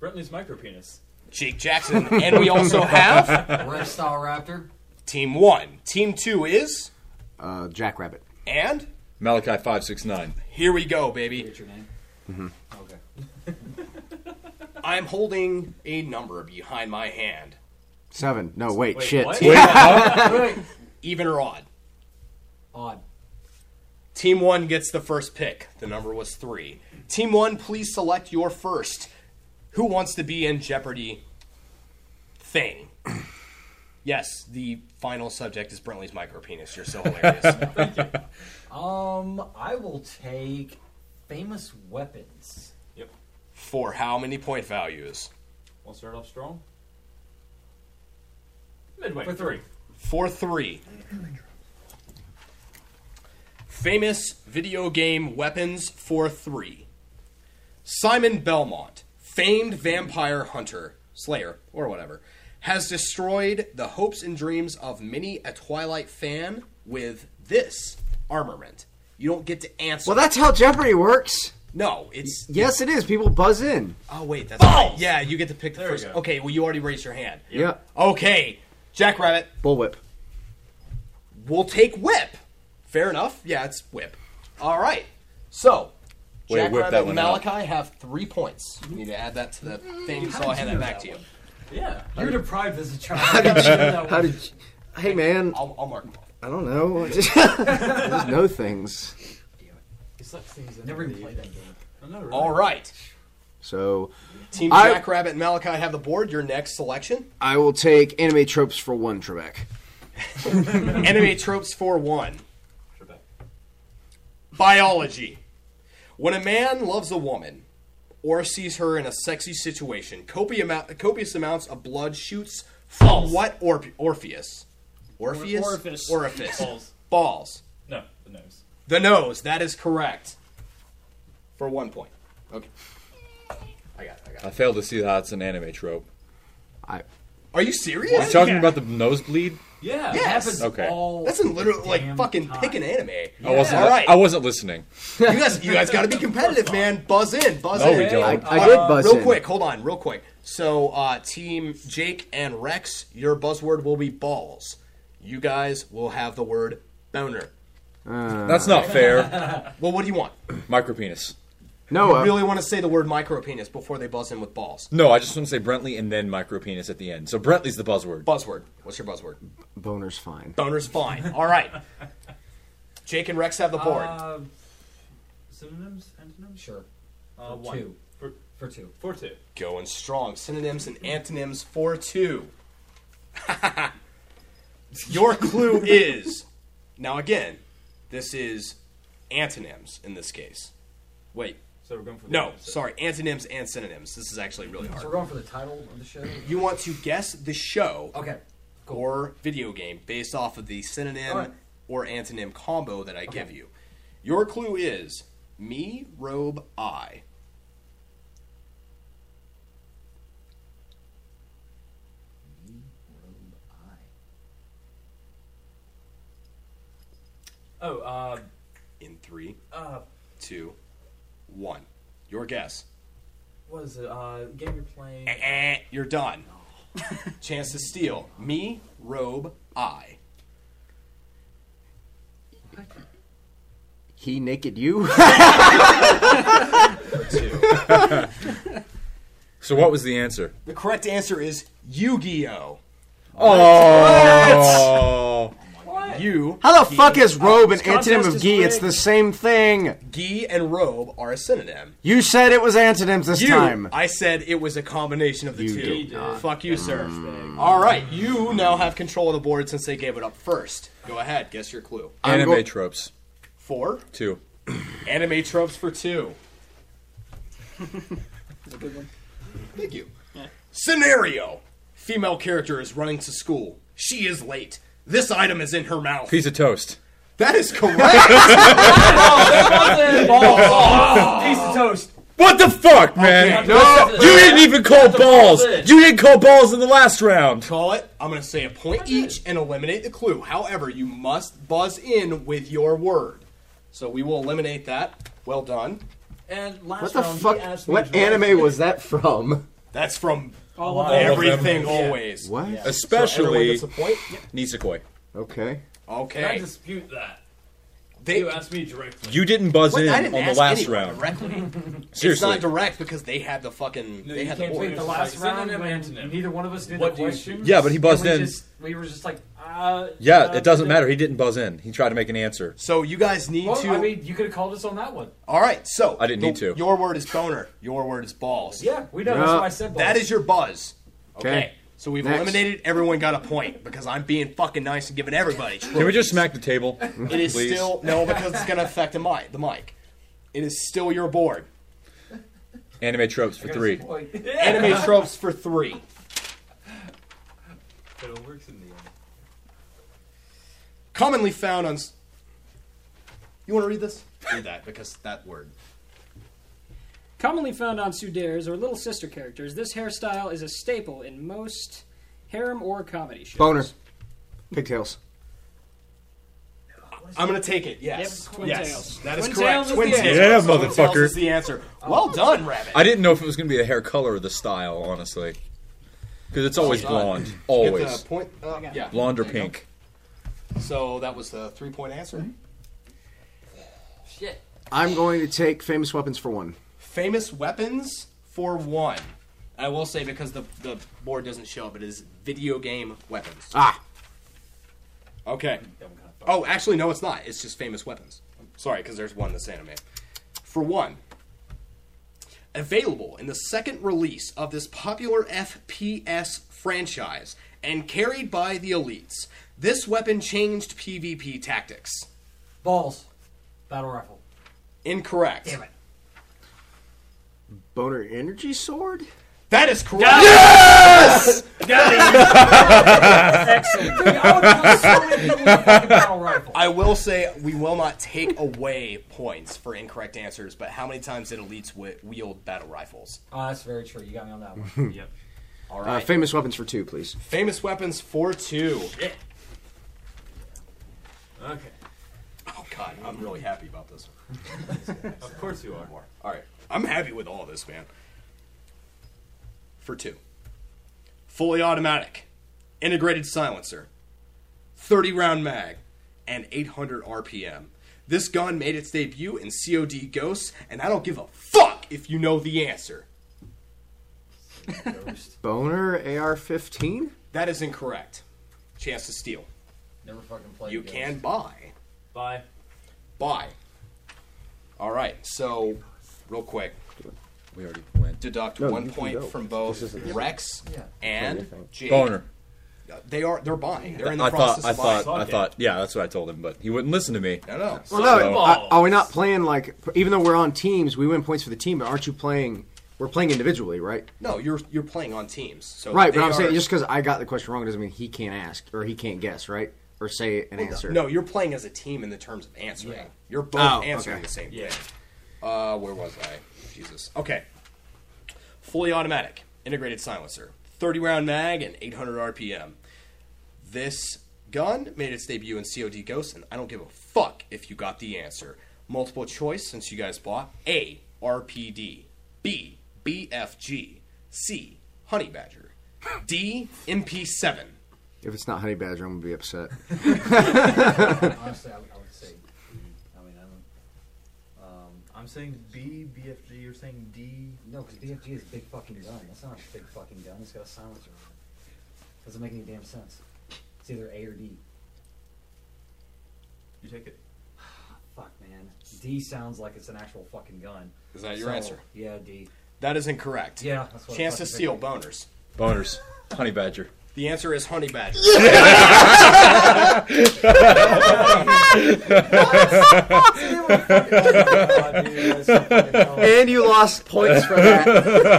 Speaker 14: Brentley's micro penis.
Speaker 1: Jake Jackson, and we also have
Speaker 15: Rex style raptor.
Speaker 1: Team 1. Team 2 is
Speaker 10: Uh, Jackrabbit.
Speaker 1: and
Speaker 2: Malachi five six nine.
Speaker 1: here we go, baby.
Speaker 15: What's your name? Okay.
Speaker 1: I'm holding a number behind my hand.
Speaker 10: Seven. No, wait, shit.
Speaker 14: what?
Speaker 1: Even or odd?
Speaker 15: Odd.
Speaker 1: Team 1 gets the first pick. The number was 3. Team 1, please select your first. Who wants to be in Jeopardy thing? *clears throat* Yes, the final subject is Brentley's micro penis. You're so hilarious.
Speaker 15: Um, I will take famous weapons.
Speaker 14: Yep.
Speaker 1: For how many point values?
Speaker 14: We'll start off strong. Midway.
Speaker 15: For three.
Speaker 1: For three. Famous video game weapons for three. Simon Belmont, famed vampire hunter, slayer, or whatever, has destroyed the hopes and dreams of many a Twilight fan with this armament. You don't get to answer.
Speaker 12: Well, that's how Jeopardy works.
Speaker 1: no, it's
Speaker 12: Yes, it is. People buzz in.
Speaker 1: Oh wait, that's right. yeah. You get to pick the
Speaker 14: There we
Speaker 1: first.
Speaker 14: go.
Speaker 1: Okay, well you already raised your hand.
Speaker 12: Yeah.
Speaker 1: Okay, Jackrabbit.
Speaker 12: Bullwhip.
Speaker 1: we'll take whip. Fair enough. Yeah, it's whip. All right. So,
Speaker 2: Way to
Speaker 1: Jack
Speaker 2: whip that
Speaker 1: Rabbit and
Speaker 2: one
Speaker 1: Malachi have three points. You need to add that to the thing, so I'll hand that back to you.
Speaker 15: Yeah. You were deprived as a child.
Speaker 3: *laughs*
Speaker 15: How
Speaker 12: How did? You... Hey, man.
Speaker 1: I'll, I'll mark them off.
Speaker 12: I don't know.
Speaker 10: *laughs*
Speaker 12: I just I just know things.
Speaker 15: He sucks things in. Never even played that game.
Speaker 1: All right.
Speaker 12: So
Speaker 1: Team
Speaker 12: I-
Speaker 1: Jack Rabbit and Malachi have the board. Your next selection.
Speaker 12: I will take anime tropes for one, Trebek.
Speaker 1: Anime tropes for one. Biology. When a man loves a woman or sees her in a sexy situation, copious, amount, copious amounts of blood shoots from what or- Orpheus? Orpheus?
Speaker 9: orifice.
Speaker 1: Orifice.
Speaker 14: Balls.
Speaker 1: Balls.
Speaker 14: No, the nose.
Speaker 1: The nose. That is correct. For one point. Okay. I got it. I got it.
Speaker 2: I fail to see that it's an anime trope.
Speaker 12: I
Speaker 1: Are you serious?
Speaker 2: You talking about the nosebleed?
Speaker 15: Yeah. It
Speaker 1: Yes.
Speaker 15: happens
Speaker 2: Okay.
Speaker 15: all
Speaker 1: That's in literal like
Speaker 15: damn
Speaker 1: fucking
Speaker 15: time.
Speaker 1: pick an anime.
Speaker 2: I wasn't.
Speaker 1: All right.
Speaker 2: I wasn't listening.
Speaker 1: You guys, you guys got to be competitive, man. Buzz in, buzz
Speaker 2: No,
Speaker 1: in.
Speaker 2: we don't.
Speaker 12: I, I did buzz
Speaker 1: real
Speaker 12: in.
Speaker 1: quick, hold on, real quick. So, uh, team Jake and Rex, your buzzword will be balls. You guys will have the word boner.
Speaker 2: That's not fair.
Speaker 1: *laughs* Well, what do you want?
Speaker 2: Micro penis.
Speaker 12: No,
Speaker 1: I
Speaker 12: uh,
Speaker 1: really want to say the word micropenis before they buzz in with balls.
Speaker 2: No, I just want to say Brentley and then micro penis at the end. So Brentley's the buzzword.
Speaker 1: Buzzword. What's your buzzword?
Speaker 12: boner's fine.
Speaker 1: Boner's fine. All right. Jake and Rex have the board.
Speaker 15: Uh, synonyms? Antonyms? Sure.
Speaker 14: Uh,
Speaker 15: For
Speaker 14: one.
Speaker 15: two.
Speaker 14: For-
Speaker 15: For two.
Speaker 14: Four two.
Speaker 1: Going strong. Synonyms and antonyms for two. *laughs* Your clue is now again. This is antonyms in this case. Wait,
Speaker 14: So we're going for the
Speaker 1: no,
Speaker 14: opposite.
Speaker 1: sorry, antonyms and synonyms. This is actually really
Speaker 15: So
Speaker 1: hard.
Speaker 15: we're going for the title of the *clears throat* show?
Speaker 1: You want to guess the show
Speaker 15: Okay.
Speaker 1: or video game based off of the synonym
Speaker 15: Alright.
Speaker 1: or antonym combo that I give you. Your clue is me, robe, I.
Speaker 14: Oh, uh,
Speaker 1: In three,
Speaker 14: uh,
Speaker 1: two, one. Your guess.
Speaker 14: what is it? Uh, game you're playing.
Speaker 1: Eh, eh, You're
Speaker 14: *laughs*
Speaker 1: done. Chance to steal. Me, robe, I.
Speaker 12: He naked *laughs* you.
Speaker 3: So what was the answer?
Speaker 1: The correct answer is Yu-Gi-Oh.
Speaker 3: Oh,
Speaker 1: You,
Speaker 12: How the fuck is robe an
Speaker 9: contest
Speaker 12: antonym of
Speaker 9: is
Speaker 12: gi? It's
Speaker 9: rigged.
Speaker 12: the same thing.
Speaker 1: gi, and robe are a synonym.
Speaker 12: You said it was antonyms this
Speaker 1: You,
Speaker 12: time.
Speaker 1: I said it was a combination of the
Speaker 12: You Mm.
Speaker 1: two.
Speaker 12: did
Speaker 1: Fuck you, sir. All right, you now have control of the board since they gave it up first. Go ahead, guess your clue.
Speaker 12: I'm
Speaker 3: anime
Speaker 12: go-
Speaker 3: tropes.
Speaker 1: Four
Speaker 3: Two.
Speaker 1: anime tropes for two.
Speaker 9: That's *laughs* a good one.
Speaker 1: Thank you. Scenario: Female character is running to school. She is late. This item is in her mouth.
Speaker 3: Piece of toast.
Speaker 1: That is correct. Oh,
Speaker 15: Piece of toast.
Speaker 3: What the fuck, man?
Speaker 15: No,
Speaker 3: You didn't even call balls. You didn't call balls in the last round.
Speaker 1: Call it. I'm going to say a point each and eliminate the clue. However, you must buzz in with your word. So we will eliminate that. Well done.
Speaker 15: And last
Speaker 12: what the
Speaker 15: round,
Speaker 12: fuck?
Speaker 15: He asked me
Speaker 12: What
Speaker 15: to direct-
Speaker 12: anime was that from?
Speaker 1: That's from
Speaker 9: All of
Speaker 15: Wow.
Speaker 9: them.
Speaker 1: everything always.
Speaker 12: What?
Speaker 1: So everyone
Speaker 3: Especially
Speaker 1: gets a point.
Speaker 3: Nisekoi.
Speaker 12: Okay.
Speaker 14: I
Speaker 1: Okay.
Speaker 14: dispute that.
Speaker 1: They,
Speaker 14: You asked me directly.
Speaker 3: You didn't buzz
Speaker 1: Wait,
Speaker 3: in
Speaker 1: I
Speaker 3: on
Speaker 1: didn't
Speaker 3: the
Speaker 1: ask
Speaker 3: last
Speaker 1: anyone
Speaker 3: round.
Speaker 1: Directly. it's
Speaker 3: Seriously.
Speaker 1: not direct because they had the fucking.
Speaker 14: No,
Speaker 1: they
Speaker 14: you
Speaker 1: had the
Speaker 14: can't
Speaker 1: board.
Speaker 14: do
Speaker 15: The last
Speaker 14: Like,
Speaker 15: round,
Speaker 14: synonym,
Speaker 15: when
Speaker 14: antonym.
Speaker 15: neither one of us did
Speaker 14: What
Speaker 15: the
Speaker 14: do you
Speaker 15: questions.
Speaker 3: Yeah, but he
Speaker 15: and
Speaker 3: buzzed
Speaker 15: *clears throat* we
Speaker 3: in.
Speaker 15: just- we were just like, uh,
Speaker 3: yeah,
Speaker 15: uh,
Speaker 3: it doesn't
Speaker 15: synonym.
Speaker 3: matter. He didn't buzz in. He tried to make an answer.
Speaker 1: So you guys need
Speaker 15: Well,
Speaker 1: to.
Speaker 15: I mean, you could have called us on that one.
Speaker 1: all right. So
Speaker 3: I didn't
Speaker 1: the-
Speaker 3: need to.
Speaker 1: Your word is boner. Your word is balls.
Speaker 15: Yeah, we know. That's
Speaker 12: Yeah.
Speaker 15: why I said
Speaker 1: That is your buzz. Okay.
Speaker 12: Okay.
Speaker 1: So we've
Speaker 12: Next.
Speaker 1: eliminated everyone got a point because I'm being fucking nice and giving *laughs* everybody.
Speaker 3: Can we just smack the table?
Speaker 1: *laughs* It is
Speaker 3: please?
Speaker 1: still no because it's gonna affect the mic. The mic. It is still your *laughs* board.
Speaker 3: Anime tropes for three.
Speaker 1: Anime tropes for three.
Speaker 14: It all works in the end.
Speaker 1: Commonly found on. s- You want to read this? Read that because that word.
Speaker 9: Commonly found on Sudares or Little Sister characters, this hairstyle is a staple in most harem or comedy shows.
Speaker 12: Boner. Pigtails.
Speaker 1: I'm gonna take it. Yes.
Speaker 9: Yes, Twin
Speaker 1: yes.
Speaker 9: Tails.
Speaker 1: That is
Speaker 9: Twin
Speaker 1: correct.
Speaker 9: Tails is
Speaker 1: twin
Speaker 9: the
Speaker 1: tails.
Speaker 3: answer. Yeah,
Speaker 1: Twin Tails
Speaker 3: motherfucker.
Speaker 1: is the answer. Well done, Rabbit.
Speaker 3: I didn't know if it was going to be the hair color or the style, honestly. Because it's always blonde.
Speaker 1: Get the
Speaker 3: Always.
Speaker 1: point. uh, yeah.
Speaker 3: Blonde or pink.
Speaker 1: So that was the three-point answer.
Speaker 12: I'm going to take famous weapons for one.
Speaker 1: Famous weapons for one. I will say because the the board doesn't show up, it is video game weapons.
Speaker 12: Ah.
Speaker 1: Okay. Oh, actually, no, it's not. It's just famous weapons. Sorry, because there's one that's anime. For one, available in the second release of this popular FPS franchise and carried by the elites, this weapon changed PvP tactics.
Speaker 15: balls. Battle rifle.
Speaker 1: Incorrect.
Speaker 15: Damn it.
Speaker 12: Boner energy sword?
Speaker 1: That is correct.
Speaker 15: Dude, I would have so many people with a fucking battle rifle.
Speaker 1: I will say we will not take away points for incorrect answers, but how many times did elites wi- wield battle rifles?
Speaker 15: Ah, that's very true. You got me on
Speaker 1: *laughs*
Speaker 15: that one.
Speaker 14: Yep.
Speaker 1: All
Speaker 12: Uh,
Speaker 1: right.
Speaker 12: famous weapons for two, please.
Speaker 1: famous weapons for two.
Speaker 14: Okay.
Speaker 1: Oh God, I'm really happy about this.
Speaker 14: *laughs* Of course you are.
Speaker 1: One. All right, I'm happy with all this, man. For two, fully automatic, integrated silencer, 30 round mag, and 800 RPM. This gun made its debut in COD Ghosts, and I don't give a fuck if you know the answer.
Speaker 12: Boner AR 15?
Speaker 1: That is incorrect. Chance to steal.
Speaker 15: Never fucking played.
Speaker 1: You
Speaker 15: games.
Speaker 1: can buy
Speaker 14: Bye.
Speaker 1: by. All right, so real quick,
Speaker 3: we already went.
Speaker 1: Deduct
Speaker 3: No,
Speaker 1: one
Speaker 3: you can
Speaker 1: point
Speaker 3: go.
Speaker 1: from both
Speaker 3: This isn't-
Speaker 1: Rex
Speaker 3: Yeah.
Speaker 1: and
Speaker 3: Anything.
Speaker 1: Jake.
Speaker 3: Boner.
Speaker 1: Uh, They are they're buying. They're in the
Speaker 3: I
Speaker 1: process
Speaker 3: thought, I
Speaker 1: of buying.
Speaker 3: thought, I thought, yeah, that's what I told him, but he wouldn't listen to me.
Speaker 1: No, no.
Speaker 12: Well, no, I- uh, are we not playing like even though we're on teams, we win points for the team, but aren't you playing? We're playing individually, right?
Speaker 1: No, you're you're playing on teams. So
Speaker 12: right,
Speaker 1: they
Speaker 12: but I'm
Speaker 1: are-
Speaker 12: saying just because I got the question wrong doesn't mean he can't ask or he can't guess, right? Or say an
Speaker 1: Well,
Speaker 12: answer.
Speaker 1: No, you're playing as a team in the terms of answering.
Speaker 12: Yeah.
Speaker 1: You're both
Speaker 12: Oh,
Speaker 1: answering
Speaker 12: okay.
Speaker 1: the same thing. Uh, where was I? Jesus. Okay. Fully automatic, integrated silencer, 30 round mag, and 800 RPM. This gun made its debut in COD Ghost, and I don't give a fuck if you got the answer. Multiple choice since you guys bought A. RPD, B. BFG, C. Honey Badger, D. MP7.
Speaker 12: If it's not Honey Badger, I'm gonna be upset.
Speaker 14: Honestly, I would, I would say. B. I mean, I don't. Um, I'm saying B, BFG. You're saying D.
Speaker 5: No, because BFG is big fucking gun. That's not a big fucking gun. It's got a silencer on it. Doesn't make any damn sense. It's either A or D.
Speaker 14: You take it.
Speaker 5: Fuck, man. D sounds like it's an actual fucking gun.
Speaker 1: Is that your
Speaker 5: So,
Speaker 1: answer?
Speaker 5: Yeah, D.
Speaker 1: That is incorrect.
Speaker 5: Yeah, that's what I
Speaker 1: Chance to
Speaker 5: fucking
Speaker 1: steal
Speaker 5: figured.
Speaker 1: boners.
Speaker 3: Boners. Honey badger.
Speaker 1: The answer is honey badger.
Speaker 12: *laughs* And you lost points for that.
Speaker 1: You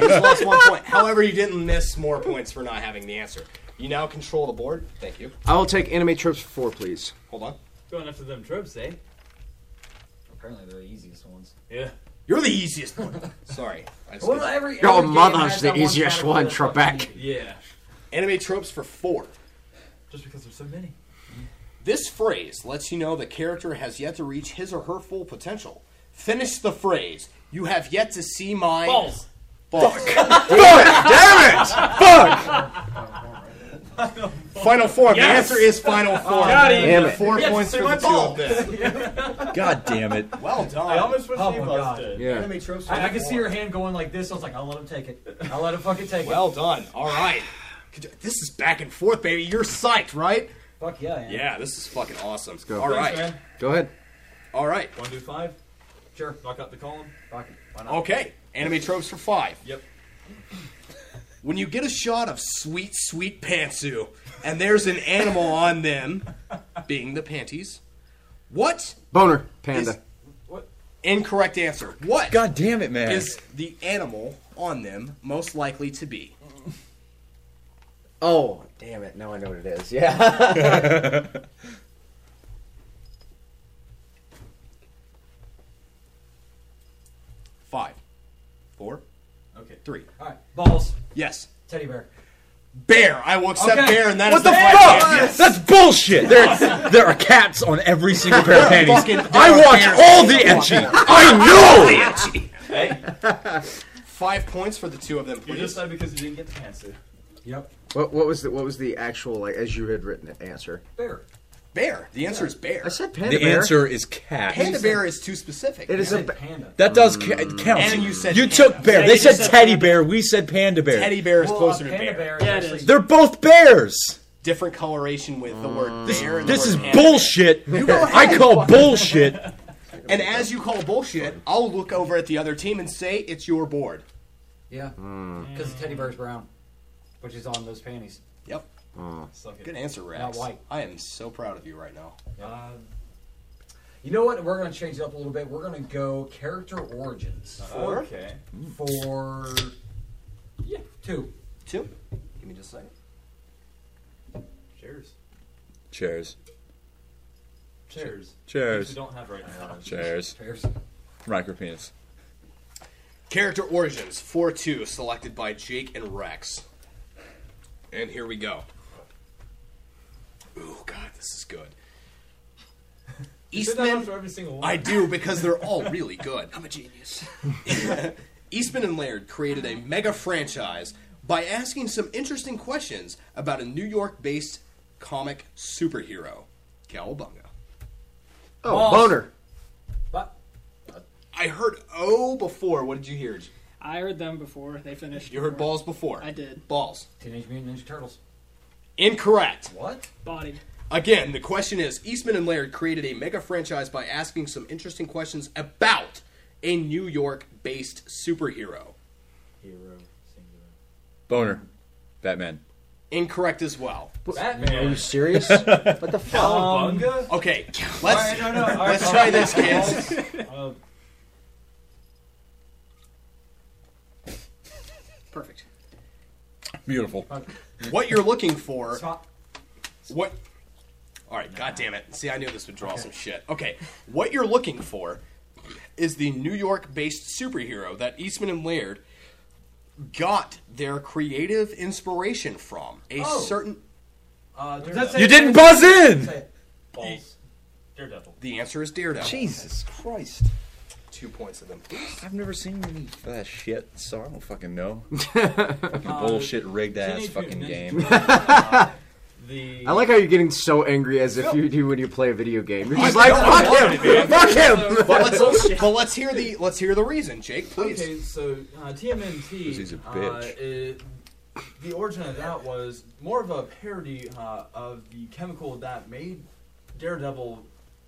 Speaker 1: just lost one point. However, you didn't miss more points for not having the answer. You now control the board. Thank you.
Speaker 12: I will take anime tropes for four, please.
Speaker 1: Hold on.
Speaker 7: Going after them tropes, eh?
Speaker 5: Apparently they're the easiest ones.
Speaker 7: Yeah.
Speaker 1: You're the easiest one. Sorry. I just-
Speaker 5: Well, every-
Speaker 12: Your every game mother's has the that one easiest category one, that's fucking Trebek.
Speaker 7: Yeah.
Speaker 1: Anime tropes for four.
Speaker 14: Just because there's so many.
Speaker 1: This phrase lets you know the character has yet to reach his or her full potential. Finish the phrase. You have yet to see my balls. Balls. *laughs* Fuck.
Speaker 15: Damn it!
Speaker 1: Final form.
Speaker 15: Yes.
Speaker 1: The answer is final
Speaker 15: Oh,
Speaker 1: form.
Speaker 15: got him. Damn it.
Speaker 1: Four
Speaker 15: Yes,
Speaker 1: points
Speaker 15: see
Speaker 1: for
Speaker 15: my
Speaker 1: the two of
Speaker 15: balls.
Speaker 1: them.
Speaker 3: God
Speaker 1: *laughs*
Speaker 3: damn it.
Speaker 1: Well done.
Speaker 7: I almost wish
Speaker 5: Oh
Speaker 7: they
Speaker 5: my
Speaker 7: both
Speaker 5: god.
Speaker 7: did.
Speaker 5: Anime tropes
Speaker 7: I- I
Speaker 5: could see her hand going like this. I was like, I'll let him take it. I'll let him fucking take
Speaker 1: Well
Speaker 5: it.
Speaker 1: done. All right. Could you- This is back and forth, baby. You're psyched, right?
Speaker 5: Fuck yeah, I am.
Speaker 1: Yeah, this is fucking awesome. Let's
Speaker 12: go.
Speaker 1: All right.
Speaker 7: Thanks, man.
Speaker 12: Go ahead.
Speaker 1: All right.
Speaker 7: One, two, five. Sure. Knock out the column.
Speaker 5: Fuck it. Why
Speaker 12: Oh.
Speaker 7: not?
Speaker 1: Okay. Anime tropes for five.
Speaker 7: Yep.
Speaker 1: When you get a shot of sweet, sweet pantsu, and there's an animal on them, being the panties, what?
Speaker 12: Boner panda.
Speaker 1: What? Incorrect answer. What?
Speaker 3: God damn it, man.
Speaker 1: Is the animal on them most likely to be?
Speaker 12: Oh, damn it! Now I know what it is. *laughs* Yeah.
Speaker 1: Five, four,
Speaker 7: okay,
Speaker 1: three.
Speaker 5: All right. Balls.
Speaker 1: Yes.
Speaker 5: Teddy bear.
Speaker 1: Bear. I will accept
Speaker 5: Okay.
Speaker 1: bear, and that is
Speaker 5: What
Speaker 1: the,
Speaker 5: the
Speaker 1: right
Speaker 5: fuck?
Speaker 1: answer.
Speaker 3: That's bullshit. There, there are cats on every single pair of panties.
Speaker 1: *laughs* Fucking-
Speaker 3: I
Speaker 1: there are
Speaker 3: watch
Speaker 1: bears.
Speaker 3: all the etchy. I know.
Speaker 1: Five points for the two of them,
Speaker 7: You
Speaker 1: please.
Speaker 7: just said because you didn't get the pantsuit.
Speaker 5: Yep.
Speaker 12: What, what was the what was the actual like as you had written it answer?
Speaker 5: Bear.
Speaker 1: Bear. The answer is bear. I
Speaker 12: said
Speaker 3: The answer is cat.
Speaker 1: Panda bear is too specific.
Speaker 12: It is
Speaker 1: You
Speaker 12: a
Speaker 1: said
Speaker 12: ba-
Speaker 5: panda.
Speaker 3: That does ca- it counts.
Speaker 1: And you said
Speaker 3: you
Speaker 1: panda.
Speaker 3: took bear.
Speaker 1: Yeah,
Speaker 3: they
Speaker 1: you
Speaker 3: said
Speaker 1: said
Speaker 3: teddy bear. We said panda bear.
Speaker 1: Teddy bear is
Speaker 5: Well,
Speaker 1: closer
Speaker 5: a
Speaker 1: to
Speaker 5: panda
Speaker 1: bear.
Speaker 5: bear is Yeah, it actually- is.
Speaker 3: They're both bears.
Speaker 1: Different coloration with the
Speaker 12: Mm.
Speaker 1: word bear. And
Speaker 3: This
Speaker 1: the
Speaker 3: is
Speaker 1: word panda.
Speaker 3: bullshit.
Speaker 1: You go ahead.
Speaker 3: I call bullshit.
Speaker 1: And as you call bullshit, I'll look over at the other team and say it's your board.
Speaker 5: Yeah.
Speaker 12: Hmm.
Speaker 5: Because the teddy bear's brown, which is on those panties.
Speaker 1: Yep. Good answer, Rex.
Speaker 5: Not white.
Speaker 1: I am so proud of you right now.
Speaker 7: Uh,
Speaker 5: Um, you know what? We're going to change it up a little bit. We're going to go character origins.
Speaker 7: Uh, okay.
Speaker 5: For yeah, two.
Speaker 1: Two. Give me just a second.
Speaker 7: Cheers.
Speaker 3: *laughs* Chairs.
Speaker 7: Cheers.
Speaker 3: Cheers.
Speaker 7: Which we don't have right now.
Speaker 3: Chairs.
Speaker 5: Chairs.
Speaker 3: Micro penis.
Speaker 1: Character origins 4 2, selected by Jake and Rex. And here we go. Ooh, God, this is good.
Speaker 7: You said that
Speaker 1: Eastman.
Speaker 7: after every single one.
Speaker 1: I do because they're all really good. I'm a genius. *laughs* Eastman and Laird created a mega franchise by asking some interesting questions about a New York based comic superhero, Cowabunga.
Speaker 12: Oh, boner.
Speaker 1: I heard O before. What did you hear?
Speaker 9: I heard them before they finished.
Speaker 1: You heard balls before.
Speaker 9: I did.
Speaker 1: Balls.
Speaker 5: Teenage Mutant Ninja Turtles.
Speaker 1: Incorrect.
Speaker 5: What?
Speaker 9: Bodied.
Speaker 1: Again, the question is Eastman and Laird created a mega franchise by asking some interesting questions about a New York based superhero.
Speaker 7: Hero, singular.
Speaker 3: Boner. Batman.
Speaker 1: Incorrect as well.
Speaker 7: Batman? Are you
Speaker 10: serious? what the
Speaker 7: fuck? Cowabunga?
Speaker 1: okay, let's,
Speaker 7: All right, no, no, all right,
Speaker 1: let's
Speaker 7: all
Speaker 1: try
Speaker 7: right.
Speaker 1: this, kids.
Speaker 7: Uh,
Speaker 9: Perfect.
Speaker 3: Beautiful.
Speaker 1: What you're looking for. What? All right, god damn it. See, I knew this would draw some shit. Okay, what you're looking for is the New York-based superhero that Eastman and Laird got their creative inspiration from. A
Speaker 7: Oh.
Speaker 1: certain.
Speaker 7: uh,
Speaker 1: That's
Speaker 7: Daredevil.
Speaker 1: it. You didn't buzz in!
Speaker 7: Say it. Balls. Daredevil.
Speaker 1: The answer is Daredevil.
Speaker 3: Jesus Christ.
Speaker 1: Two points of them.
Speaker 3: I've never seen any of that shit, so I don't fucking *laughs* know.
Speaker 1: Uh,
Speaker 3: bullshit rigged ass
Speaker 1: Teenage
Speaker 3: fucking
Speaker 1: Mutant
Speaker 3: game.
Speaker 1: Ninja
Speaker 12: I like how you're getting so angry as if you do when you play a video game. You're just like,
Speaker 1: No, I
Speaker 12: fuck
Speaker 1: wanted
Speaker 12: him!
Speaker 1: it, man.
Speaker 12: Fuck him!
Speaker 1: But let's, but let's hear the let's hear the reason, Jake. Please.
Speaker 7: Okay, so uh, TMNT.
Speaker 1: He's a
Speaker 7: Uh, it, the origin of that was more of a parody uh, of the chemical that made Daredevil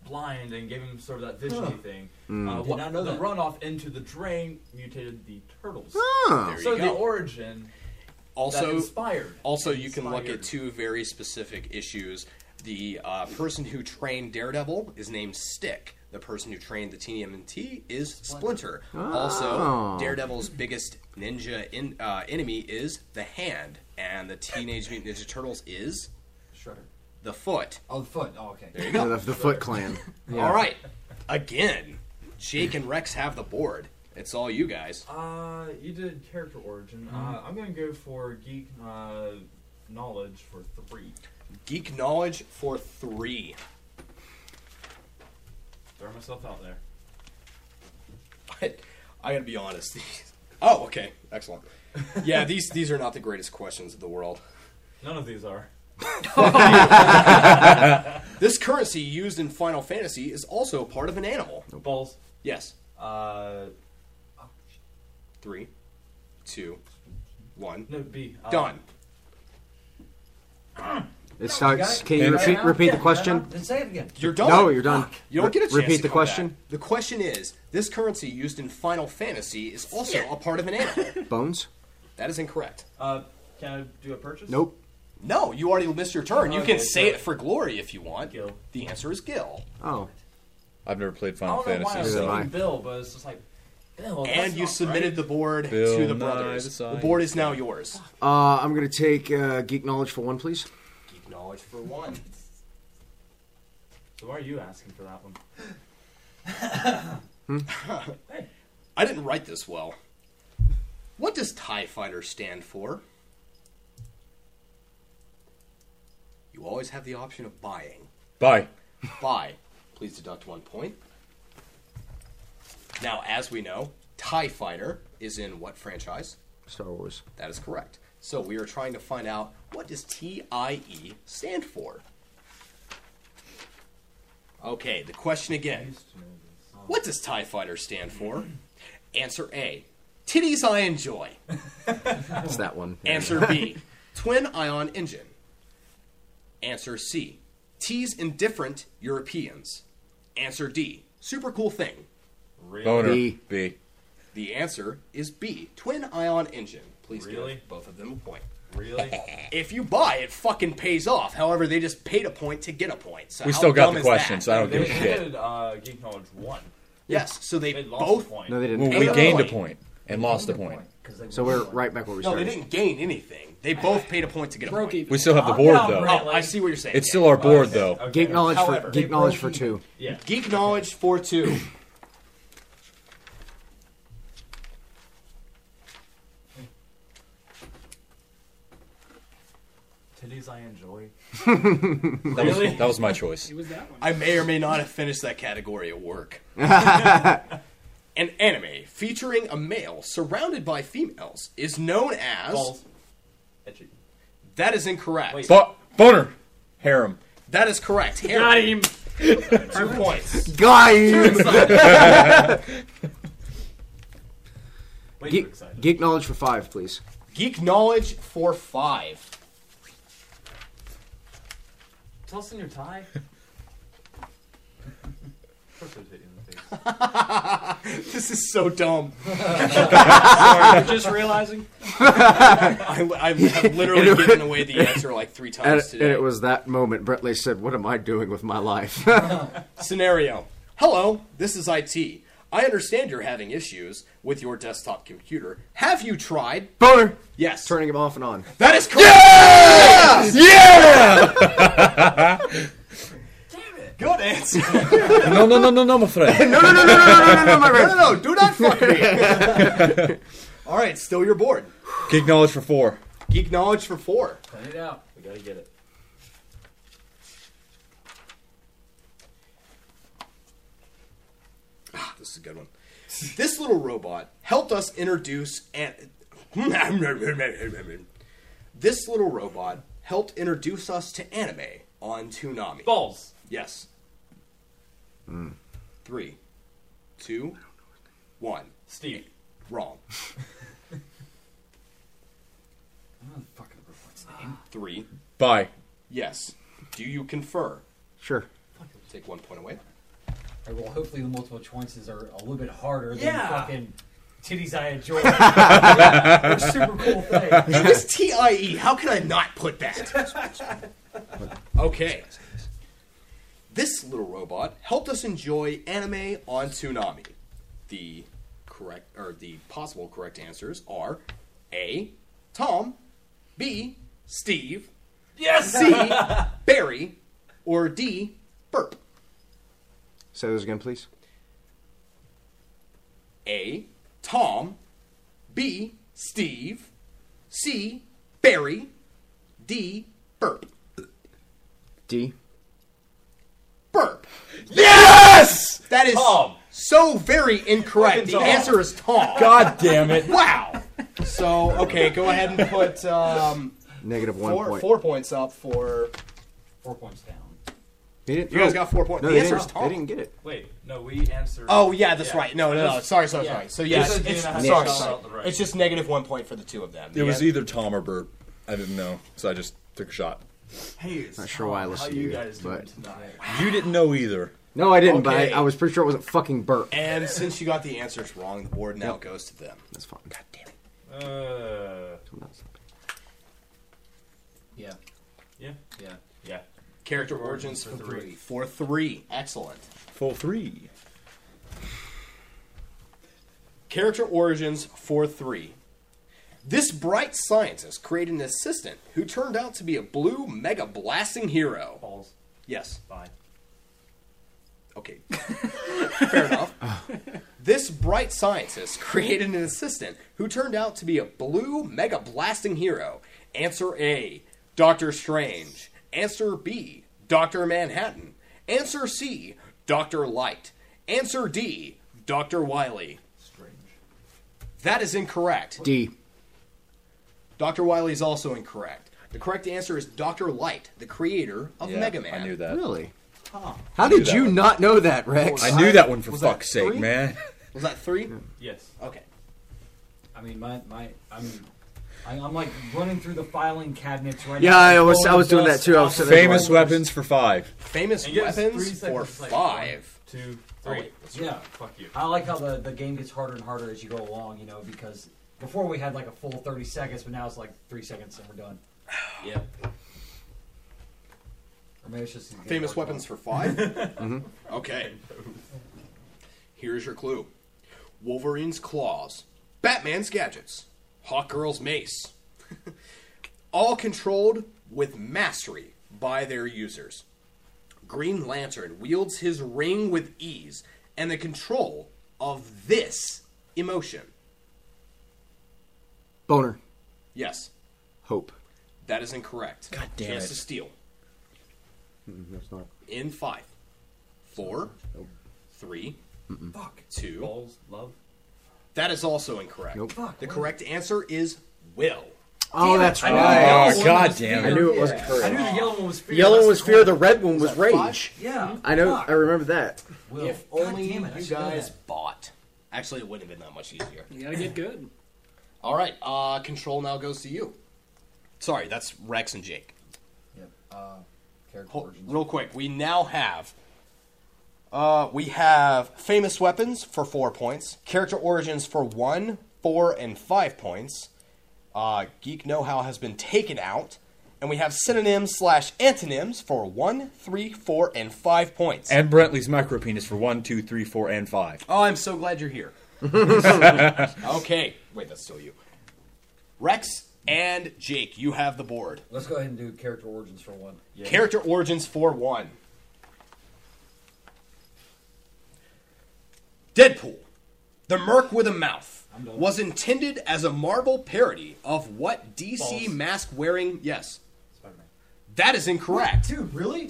Speaker 7: blind and gave him sort of that vision
Speaker 2: Huh.
Speaker 7: thing.
Speaker 2: Mm.
Speaker 7: Uh,
Speaker 2: Did
Speaker 7: what,
Speaker 2: not know
Speaker 7: the
Speaker 2: that.
Speaker 7: runoff into the drain mutated the turtles.
Speaker 1: Ah. There you
Speaker 7: So the
Speaker 1: go.
Speaker 7: origin
Speaker 1: also
Speaker 7: that inspired.
Speaker 1: Also, you can look
Speaker 7: Inspired.
Speaker 1: at two very specific issues. The uh, person who trained Daredevil is named Stick. The person who trained the TMNT is Splinter.
Speaker 12: Oh.
Speaker 1: Also, Daredevil's biggest ninja in, uh, enemy is the Hand, and the Teenage Mutant Ninja Turtles is
Speaker 5: Shredder.
Speaker 1: the Foot.
Speaker 5: Oh, the foot. Oh, okay.
Speaker 1: There you go.
Speaker 12: The, the Foot Clan. Yeah.
Speaker 1: All right, again, Jake and Rex have the board. It's all you guys.
Speaker 7: Uh, you did character origin. Uh, I'm gonna go for geek uh, knowledge for three.
Speaker 1: Geek knowledge for three.
Speaker 7: Throw myself out there.
Speaker 1: I, I gotta be honest. *laughs* oh, okay, excellent. Yeah, these these are not the greatest questions of the world.
Speaker 7: None of these are.
Speaker 1: this currency used in Final Fantasy is also part of an animal.
Speaker 7: Balls.
Speaker 1: Yes.
Speaker 7: Uh,
Speaker 1: Three, two, one.
Speaker 7: No, B. Uh,
Speaker 1: Done.
Speaker 12: It starts.
Speaker 1: got it.
Speaker 12: Can you
Speaker 1: And-
Speaker 12: repeat, repeat the
Speaker 1: Yeah,
Speaker 12: question?
Speaker 5: Then say it again.
Speaker 1: You're done.
Speaker 12: No, you're done.
Speaker 1: Fuck. You don't
Speaker 12: Re-
Speaker 1: get a chance.
Speaker 12: repeat
Speaker 1: to
Speaker 12: the
Speaker 1: come
Speaker 12: question.
Speaker 1: back. The question is: This currency used in Final Fantasy is also a part of an animal.
Speaker 12: Bones?
Speaker 1: that is incorrect.
Speaker 7: Uh, can I do a purchase?
Speaker 12: Nope.
Speaker 1: No, you already missed your turn. You
Speaker 7: Okay,
Speaker 1: can say
Speaker 7: so-
Speaker 1: it for glory if you want. The answer is Gil.
Speaker 12: Oh.
Speaker 3: *laughs* I've never played
Speaker 7: I
Speaker 3: Final
Speaker 7: don't know why I
Speaker 3: Fantasy.
Speaker 7: was
Speaker 3: so-
Speaker 7: thinking Bill, but it's just like Bill.
Speaker 1: and
Speaker 7: that's
Speaker 1: you
Speaker 7: not
Speaker 1: submitted
Speaker 7: right.
Speaker 1: the board
Speaker 3: Bill
Speaker 1: to the
Speaker 3: Nye
Speaker 1: brothers.
Speaker 3: decides.
Speaker 1: the board is now yours.
Speaker 12: Uh, I'm going to take uh, Geek Knowledge for one, please.
Speaker 1: Geek knowledge for one.
Speaker 7: So why are you asking for that one?
Speaker 1: *laughs* I didn't write this well. What does TIE Fighter stand for? You always have the option of buying.
Speaker 3: Bye.
Speaker 1: Buy. Please deduct one point. Now, as we know, TIE Fighter is in what franchise?
Speaker 12: Star Wars.
Speaker 1: That is correct. So we are trying to find out what does TIE stand for? Okay, the question again. What does TIE Fighter stand for? Answer A. Titties I enjoy.
Speaker 12: *laughs* It's that one.
Speaker 1: Answer B. Twin ion engine. Answer C. Tease indifferent Europeans. Answer D. Super cool thing.
Speaker 3: Boner.
Speaker 12: B.
Speaker 3: B.
Speaker 1: The answer is B. Twin ion engine. Please
Speaker 7: Really?
Speaker 1: give both of them a point.
Speaker 7: Really?
Speaker 1: If you buy, it fucking pays off. However, they just paid a point to get a point. So
Speaker 3: We
Speaker 1: how
Speaker 3: still got
Speaker 1: dumb
Speaker 3: the
Speaker 1: is that?
Speaker 3: question, so I don't
Speaker 7: they
Speaker 3: give a shit.
Speaker 7: did uh, geek knowledge one.
Speaker 1: Yes, so they,
Speaker 7: lost
Speaker 1: both.
Speaker 7: a point.
Speaker 12: No, they didn't.
Speaker 3: Well, we gained a point and lost a point.
Speaker 12: So we're right back where we
Speaker 1: No, they
Speaker 12: started.
Speaker 1: didn't gain anything. They both paid a point to get a
Speaker 9: Broke
Speaker 1: point.
Speaker 9: even.
Speaker 3: We still have the
Speaker 7: Oh,
Speaker 3: board
Speaker 7: no,
Speaker 3: though.
Speaker 1: Oh, I see what you're saying.
Speaker 3: It's
Speaker 1: Yeah.
Speaker 3: still our board though.
Speaker 12: Geek Knowledge
Speaker 1: However,
Speaker 12: for Geek Knowledge for two.
Speaker 7: Yeah.
Speaker 1: Geek knowledge for two.
Speaker 7: Titties I enjoy.
Speaker 3: That was, that was my choice.
Speaker 9: It was that one.
Speaker 1: I may or may not have finished that category at *laughs* work. An anime featuring a male surrounded by females is known as.
Speaker 7: Balls. Etchy.
Speaker 1: That is incorrect.
Speaker 3: Bo- Oh, boner. Harem.
Speaker 1: That is correct. Harem.
Speaker 9: Got him.
Speaker 1: Two points.
Speaker 12: Guys!
Speaker 7: Way too
Speaker 12: Geek,
Speaker 7: excited.
Speaker 12: Geek Knowledge for five, please.
Speaker 1: Geek knowledge for five.
Speaker 7: Toss in your tie. Of course I was hit you in the face.
Speaker 1: this is so dumb.
Speaker 7: Sorry, just realizing.
Speaker 1: I, I've, I've *laughs* literally
Speaker 12: And it-
Speaker 1: given away the answer like *laughs* three
Speaker 12: and,
Speaker 1: times
Speaker 12: and
Speaker 1: today.
Speaker 12: it was that moment Brett Lee said, "What am I doing with my life?"
Speaker 1: Scenario Hello, this is IT. I understand you're having issues with your desktop computer. Have you tried?
Speaker 12: Boner.
Speaker 1: Yes.
Speaker 12: Turning him off and on.
Speaker 1: That is correct! Good answer.
Speaker 12: no, no, no, no, no,
Speaker 3: *laughs*
Speaker 12: my friend. no, no, no, no, no, no, no, no, my
Speaker 1: *laughs*
Speaker 12: friend.
Speaker 1: No, no, no, do not fuck *laughs* me. All right, still your board.
Speaker 3: Geek knowledge for four.
Speaker 1: Geek knowledge for four.
Speaker 5: Clean it out.
Speaker 7: We gotta get it.
Speaker 1: Ah, this is a good one. This little robot helped us introduce and *laughs* this little robot helped introduce us to anime on Toonami.
Speaker 7: Balls.
Speaker 1: Yes. Three, two, one.
Speaker 7: Steve.
Speaker 1: Wrong.
Speaker 5: I don't fucking remember what's name.
Speaker 1: Three.
Speaker 3: Bye.
Speaker 1: Yes. Do you confer?
Speaker 12: Sure.
Speaker 1: Take one point away.
Speaker 5: All right, well, hopefully the multiple choices are a little bit harder
Speaker 1: Yeah.
Speaker 5: than fucking titties I *laughs* enjoy. They're super cool thing.
Speaker 1: It was TIE. How could I not put that? Okay. This little robot helped us enjoy anime on Toonami. The correct or the possible correct answers are A. Tom, B. Steve,
Speaker 7: Yes!
Speaker 1: C. Barry, or D. Burp.
Speaker 12: Say those again, please.
Speaker 1: A. Tom, B. Steve, C. Barry, D. Burp.
Speaker 12: D.
Speaker 1: Burp. Yes! That is
Speaker 12: Tom.
Speaker 1: so very incorrect. The
Speaker 12: Tom.
Speaker 1: answer is Tom.
Speaker 12: God damn it.
Speaker 1: Wow. So, okay, go ahead and put um,
Speaker 12: Negative one
Speaker 1: four,
Speaker 12: point.
Speaker 1: four points up for.
Speaker 5: Four points down.
Speaker 12: They didn't-
Speaker 1: You guys
Speaker 12: no.
Speaker 1: got four points.
Speaker 12: No,
Speaker 1: the
Speaker 12: they
Speaker 1: answer is
Speaker 12: didn't.
Speaker 1: Tom.
Speaker 12: They didn't get it.
Speaker 7: Wait, no, we answered.
Speaker 1: Oh, yeah, that's right. No, no, no.
Speaker 7: Just-
Speaker 1: Sorry, sorry,
Speaker 7: yeah.
Speaker 1: sorry. So, yes,
Speaker 7: Just a
Speaker 1: it's,
Speaker 7: game and a half
Speaker 1: sorry,
Speaker 7: shot
Speaker 1: sorry.
Speaker 7: out the right.
Speaker 1: It's just negative one point for the two of them.
Speaker 3: It was
Speaker 1: Yeah.
Speaker 3: either Tom or Bert. I didn't know, so I just took a shot.
Speaker 7: Hey, it's
Speaker 12: Not sure why I
Speaker 7: Tom.
Speaker 12: listened
Speaker 7: How you
Speaker 12: to you,
Speaker 7: guys
Speaker 12: but-
Speaker 7: doing tonight?
Speaker 3: You didn't know either.
Speaker 12: No, I didn't.
Speaker 1: Okay.
Speaker 12: But I, I was pretty sure it wasn't fucking burp.
Speaker 1: And since you got the answers wrong, the board now goes to them.
Speaker 12: That's fine. God damn it.
Speaker 7: Uh,
Speaker 5: yeah.
Speaker 7: Yeah.
Speaker 5: Yeah.
Speaker 7: Yeah.
Speaker 1: Character origins for three. For three. Excellent.
Speaker 3: Full three.
Speaker 1: Character origins for three. This bright scientist created an assistant who turned out to be a blue mega blasting hero.
Speaker 7: Balls.
Speaker 1: Yes.
Speaker 7: Fine.
Speaker 1: Okay. *laughs* Fair enough. This bright scientist created an assistant who turned out to be a blue mega blasting hero. Answer A, Doctor Strange. Answer B, Doctor Manhattan. Answer C, Doctor Light. Answer D, Doctor Wiley. That is incorrect.
Speaker 12: D.
Speaker 1: Dr. Wiley is also incorrect. The correct answer is Dr. Light, the creator of
Speaker 3: Yeah,
Speaker 1: Mega Man.
Speaker 3: I knew that.
Speaker 12: Really?
Speaker 1: Huh.
Speaker 12: How did you not know that, Rex?
Speaker 3: I knew that one for fuck's sake,
Speaker 1: three?
Speaker 3: man.
Speaker 1: Was that three?
Speaker 7: Yes.
Speaker 1: Okay.
Speaker 5: I mean, my, my, I'm, I, I'm like running through the filing cabinets right
Speaker 12: Yeah,
Speaker 5: now.
Speaker 12: I was-
Speaker 5: Blowing
Speaker 12: I was doing
Speaker 5: dust
Speaker 12: that too. I
Speaker 5: off
Speaker 12: was
Speaker 5: of
Speaker 12: sitting there
Speaker 5: my
Speaker 3: *laughs* Famous weapons for five.
Speaker 1: Famous
Speaker 7: And give us three
Speaker 1: weapons for
Speaker 7: seconds to play.
Speaker 1: five.
Speaker 7: One, two,
Speaker 5: Oh,
Speaker 7: three.
Speaker 5: wait, that's right. Yeah.
Speaker 7: Fuck you.
Speaker 5: I like how the, the game gets harder and harder as you go along, you know, because before we had like a full 30 seconds, but now it's like three seconds and we're done.
Speaker 7: Yeah.
Speaker 5: Or maybe it's just these
Speaker 1: Famous
Speaker 5: games work
Speaker 1: weapons for
Speaker 5: well.
Speaker 1: five? *laughs* Mm-hmm. Okay. Here's your clue Wolverine's claws, Batman's gadgets, Hawkgirl's mace. *laughs* All controlled with mastery by their users. Green Lantern wields his ring with ease and the control of this emotion.
Speaker 12: Boner.
Speaker 1: Yes,
Speaker 12: Hope.
Speaker 1: that is incorrect. God
Speaker 12: damn
Speaker 1: Chance
Speaker 12: it.
Speaker 1: to steal.
Speaker 12: Mm, That's not.
Speaker 1: In five, four, three,
Speaker 7: Fuck.
Speaker 1: two.
Speaker 7: Balls. Love.
Speaker 1: That is also incorrect.
Speaker 12: Nope.
Speaker 1: the correct answer is will.
Speaker 12: Oh,
Speaker 1: Damn it.
Speaker 12: that's
Speaker 1: I
Speaker 12: right.
Speaker 1: knew the yellow one was fear.
Speaker 12: I knew it was
Speaker 1: Yeah.
Speaker 12: courage.
Speaker 1: I knew the yellow one was fear.
Speaker 12: Yellow Hmm?
Speaker 1: That's
Speaker 12: one was
Speaker 1: the
Speaker 12: fear. The red one was
Speaker 1: that five?
Speaker 12: rage.
Speaker 1: Yeah.
Speaker 12: I know.
Speaker 1: Fuck.
Speaker 12: I remember that.
Speaker 1: If
Speaker 5: God
Speaker 1: only
Speaker 5: damn it, I
Speaker 1: you
Speaker 5: should know
Speaker 1: guys
Speaker 5: that.
Speaker 1: bought. Actually, it wouldn't have been that much easier.
Speaker 9: You gotta get good.
Speaker 1: All right, uh, control now goes to you. Sorry, that's Rex and Jake.
Speaker 5: Yep. Uh, character
Speaker 1: Hol-
Speaker 5: origins.
Speaker 1: real quick, we now have. Uh, we have famous weapons for four points, character origins for one, four, and five points. Uh, Geek know how has been taken out, and we have synonyms slash antonyms for one, three, four, and five points.
Speaker 16: And Brentley's micro penis for one, two, three, four, and five.
Speaker 1: Oh, I'm so glad you're here. okay, wait, that's still you. Rex and Jake, you have the board.
Speaker 5: Let's go ahead and do character origins for one.
Speaker 1: Character origins for one. Deadpool, the Merc with a Mouth, was intended as a Marvel parody of what DC mask wearing? Yes. That is incorrect. dude, really?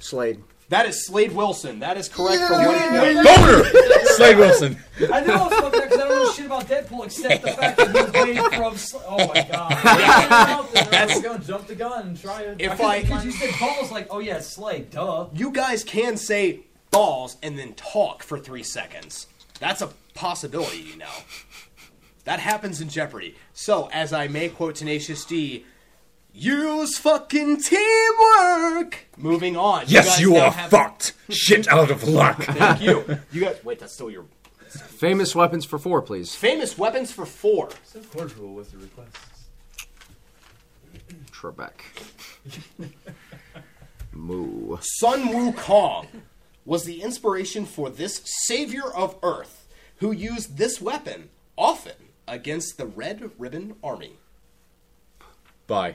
Speaker 12: Slade.
Speaker 1: That is Slade Wilson. That is correct for
Speaker 15: Yeah.
Speaker 1: one.
Speaker 15: Yeah. *laughs*
Speaker 16: Slade
Speaker 3: *laughs*
Speaker 16: Wilson.
Speaker 15: I know I fucked up because I don't know shit about Deadpool except the fact that he's made from. Sl- oh my
Speaker 1: *laughs*
Speaker 15: god!
Speaker 1: That's-
Speaker 15: I was gonna jump the gun and try it.
Speaker 1: If I-
Speaker 15: because you said balls, like oh yeah, Slade, duh.
Speaker 1: You guys can say balls and then talk for three seconds. That's a possibility, you know. That happens in Jeopardy. So, as I may quote Tenacious D, use fucking teamwork! Moving on.
Speaker 16: Yes,
Speaker 1: guys
Speaker 16: you,
Speaker 1: now
Speaker 16: are
Speaker 1: have-
Speaker 16: fucked. Shit out of luck.
Speaker 1: *laughs* Thank you. You guys. Wait, that's still your.
Speaker 12: Famous weapons for four, please.
Speaker 1: Famous weapons for four.
Speaker 7: So cordial with the requests.
Speaker 12: Trebek. Moo.
Speaker 1: Sun Wukong was the inspiration for this savior of Earth, who used this weapon often against the Red Ribbon Army.
Speaker 3: Bye.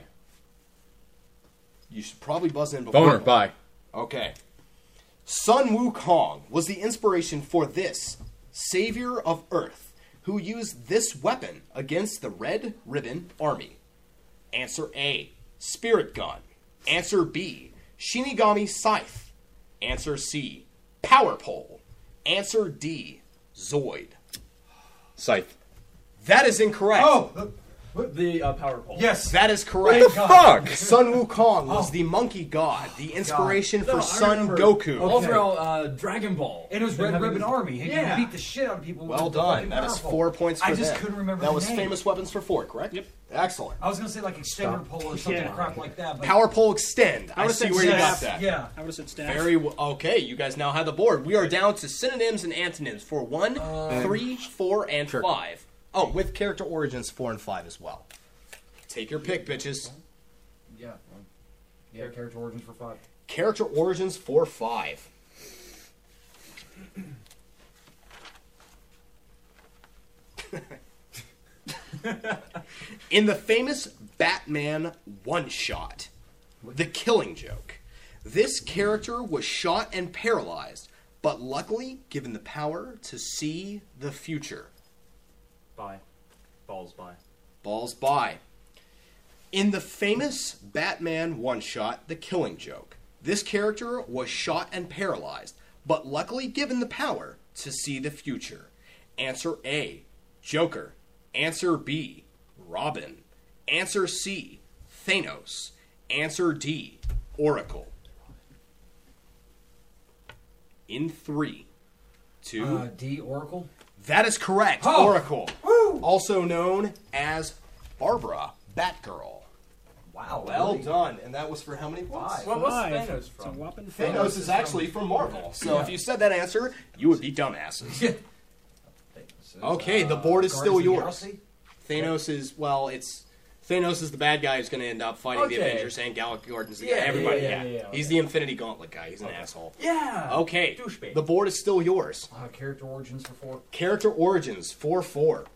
Speaker 1: You should probably buzz in before.
Speaker 3: Boner, bye.
Speaker 1: Okay. Sun Wukong was the inspiration for this savior of Earth, who used this weapon against the Red Ribbon Army. Answer A Spirit Gun. Answer B Shinigami Scythe. Answer C Power Pole. Answer D Zoid.
Speaker 3: Scythe.
Speaker 1: That is incorrect.
Speaker 7: Oh, the, the uh, power pole.
Speaker 1: Yes, that is correct.
Speaker 7: Thank God.
Speaker 1: Sun Wukong was the monkey god, the inspiration
Speaker 7: Oh. God.
Speaker 1: for
Speaker 7: No, I
Speaker 1: Son
Speaker 7: remember.
Speaker 1: Goku.
Speaker 7: Okay. Overall, uh, Dragon Ball.
Speaker 5: It was
Speaker 7: Them
Speaker 5: Red
Speaker 7: having
Speaker 5: Ribbon
Speaker 7: this-
Speaker 5: Army. He
Speaker 7: Yeah.
Speaker 5: beat the shit out of people.
Speaker 1: Well
Speaker 5: with the
Speaker 1: done.
Speaker 5: fucking
Speaker 1: That is
Speaker 5: power pole.
Speaker 1: four points for
Speaker 5: I just
Speaker 1: them.
Speaker 5: couldn't remember.
Speaker 1: That
Speaker 5: the
Speaker 1: was
Speaker 5: name.
Speaker 1: famous weapons for four, correct? Yep. Excellent.
Speaker 5: I was gonna say like extender pole or something
Speaker 1: Yeah.
Speaker 5: crap like that. But
Speaker 1: Power pole extend. I,
Speaker 5: would've
Speaker 1: see
Speaker 5: said
Speaker 1: where you got that.
Speaker 5: staff. Yeah, I would have said staff.
Speaker 1: Very well. Okay, you guys now have the board. We are down to synonyms and antonyms for one,
Speaker 5: Uh,
Speaker 1: three, four, and five. Oh, with character origins four and five as well. Take your pick, bitches.
Speaker 5: Yeah. Yeah, character origins for five.
Speaker 1: Character origins four five. *laughs* In the famous Batman one shot, The Killing Joke, this character was shot and paralyzed, but luckily given the power to see the future.
Speaker 7: Bye. Balls bye.
Speaker 1: Balls by. In the famous Batman one shot, The Killing Joke, this character was shot and paralyzed, but luckily given the power to see the future. Answer A Joker. Answer B Robin. Answer C Thanos. Answer D Oracle. In three, two,
Speaker 5: Uh, D Oracle.
Speaker 1: that is correct.
Speaker 5: Oh.
Speaker 1: Oracle. Also known as Barbara Batgirl. Wow. Well
Speaker 5: really?
Speaker 1: done. And that was for how many points?
Speaker 5: Five. What was Five. Thanos from?
Speaker 9: It's a whopping
Speaker 1: Thanos,
Speaker 5: Thanos
Speaker 1: is
Speaker 5: is
Speaker 1: actually
Speaker 5: from-
Speaker 1: from Marvel. So
Speaker 5: Yeah.
Speaker 1: if you said that answer, you would be *laughs* dumbasses. okay, the board is
Speaker 5: Uh, Guardians
Speaker 1: Oh, still
Speaker 5: of the
Speaker 1: yours.
Speaker 5: Galaxy?
Speaker 1: Thanos is, well, it's. Thanos is the bad guy who's going to end up fighting the
Speaker 5: Okay.
Speaker 1: Avengers and Galaxy Guardians. the
Speaker 5: Yeah,
Speaker 1: guy.
Speaker 5: yeah,
Speaker 1: Everybody,
Speaker 5: yeah,
Speaker 1: yeah.
Speaker 5: yeah, yeah,
Speaker 1: He's the Infinity Gauntlet guy. He's an asshole.
Speaker 5: Yeah.
Speaker 1: Okay.
Speaker 5: Douchebag.
Speaker 1: The board is still yours.
Speaker 5: Uh, character origins for four.
Speaker 1: Character Origins 4 4.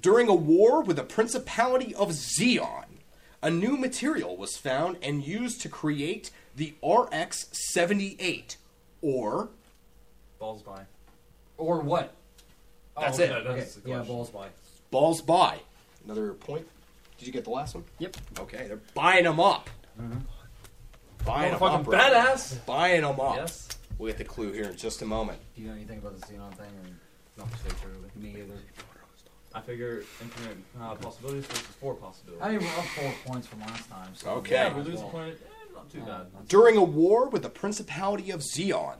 Speaker 1: During a war with the Principality of Zeon, a new material was found and used to create the RX 78, or.
Speaker 7: Balls by.
Speaker 5: Or what?
Speaker 1: That's
Speaker 5: Oh,
Speaker 1: it.
Speaker 5: okay, okay. Yeah, balls by.
Speaker 1: Balls by. Another point. Did you get the last one? Yep. Okay, they're buying them up. Buying them
Speaker 5: Mm-hmm. Motherfucking
Speaker 1: up. right now.
Speaker 5: badass.
Speaker 1: Buying them up. We'll get the clue here in just a moment.
Speaker 5: Do you know anything about the Xenon thing? Or not so true with me either.
Speaker 7: I figure infinite uh, possibilities versus four possibilities.
Speaker 5: I mean, we're up four points from last time. So
Speaker 1: Okay.
Speaker 7: Yeah, Ah, we lose a point. Eh, not too bad.
Speaker 1: During a war with the Principality of Zeon,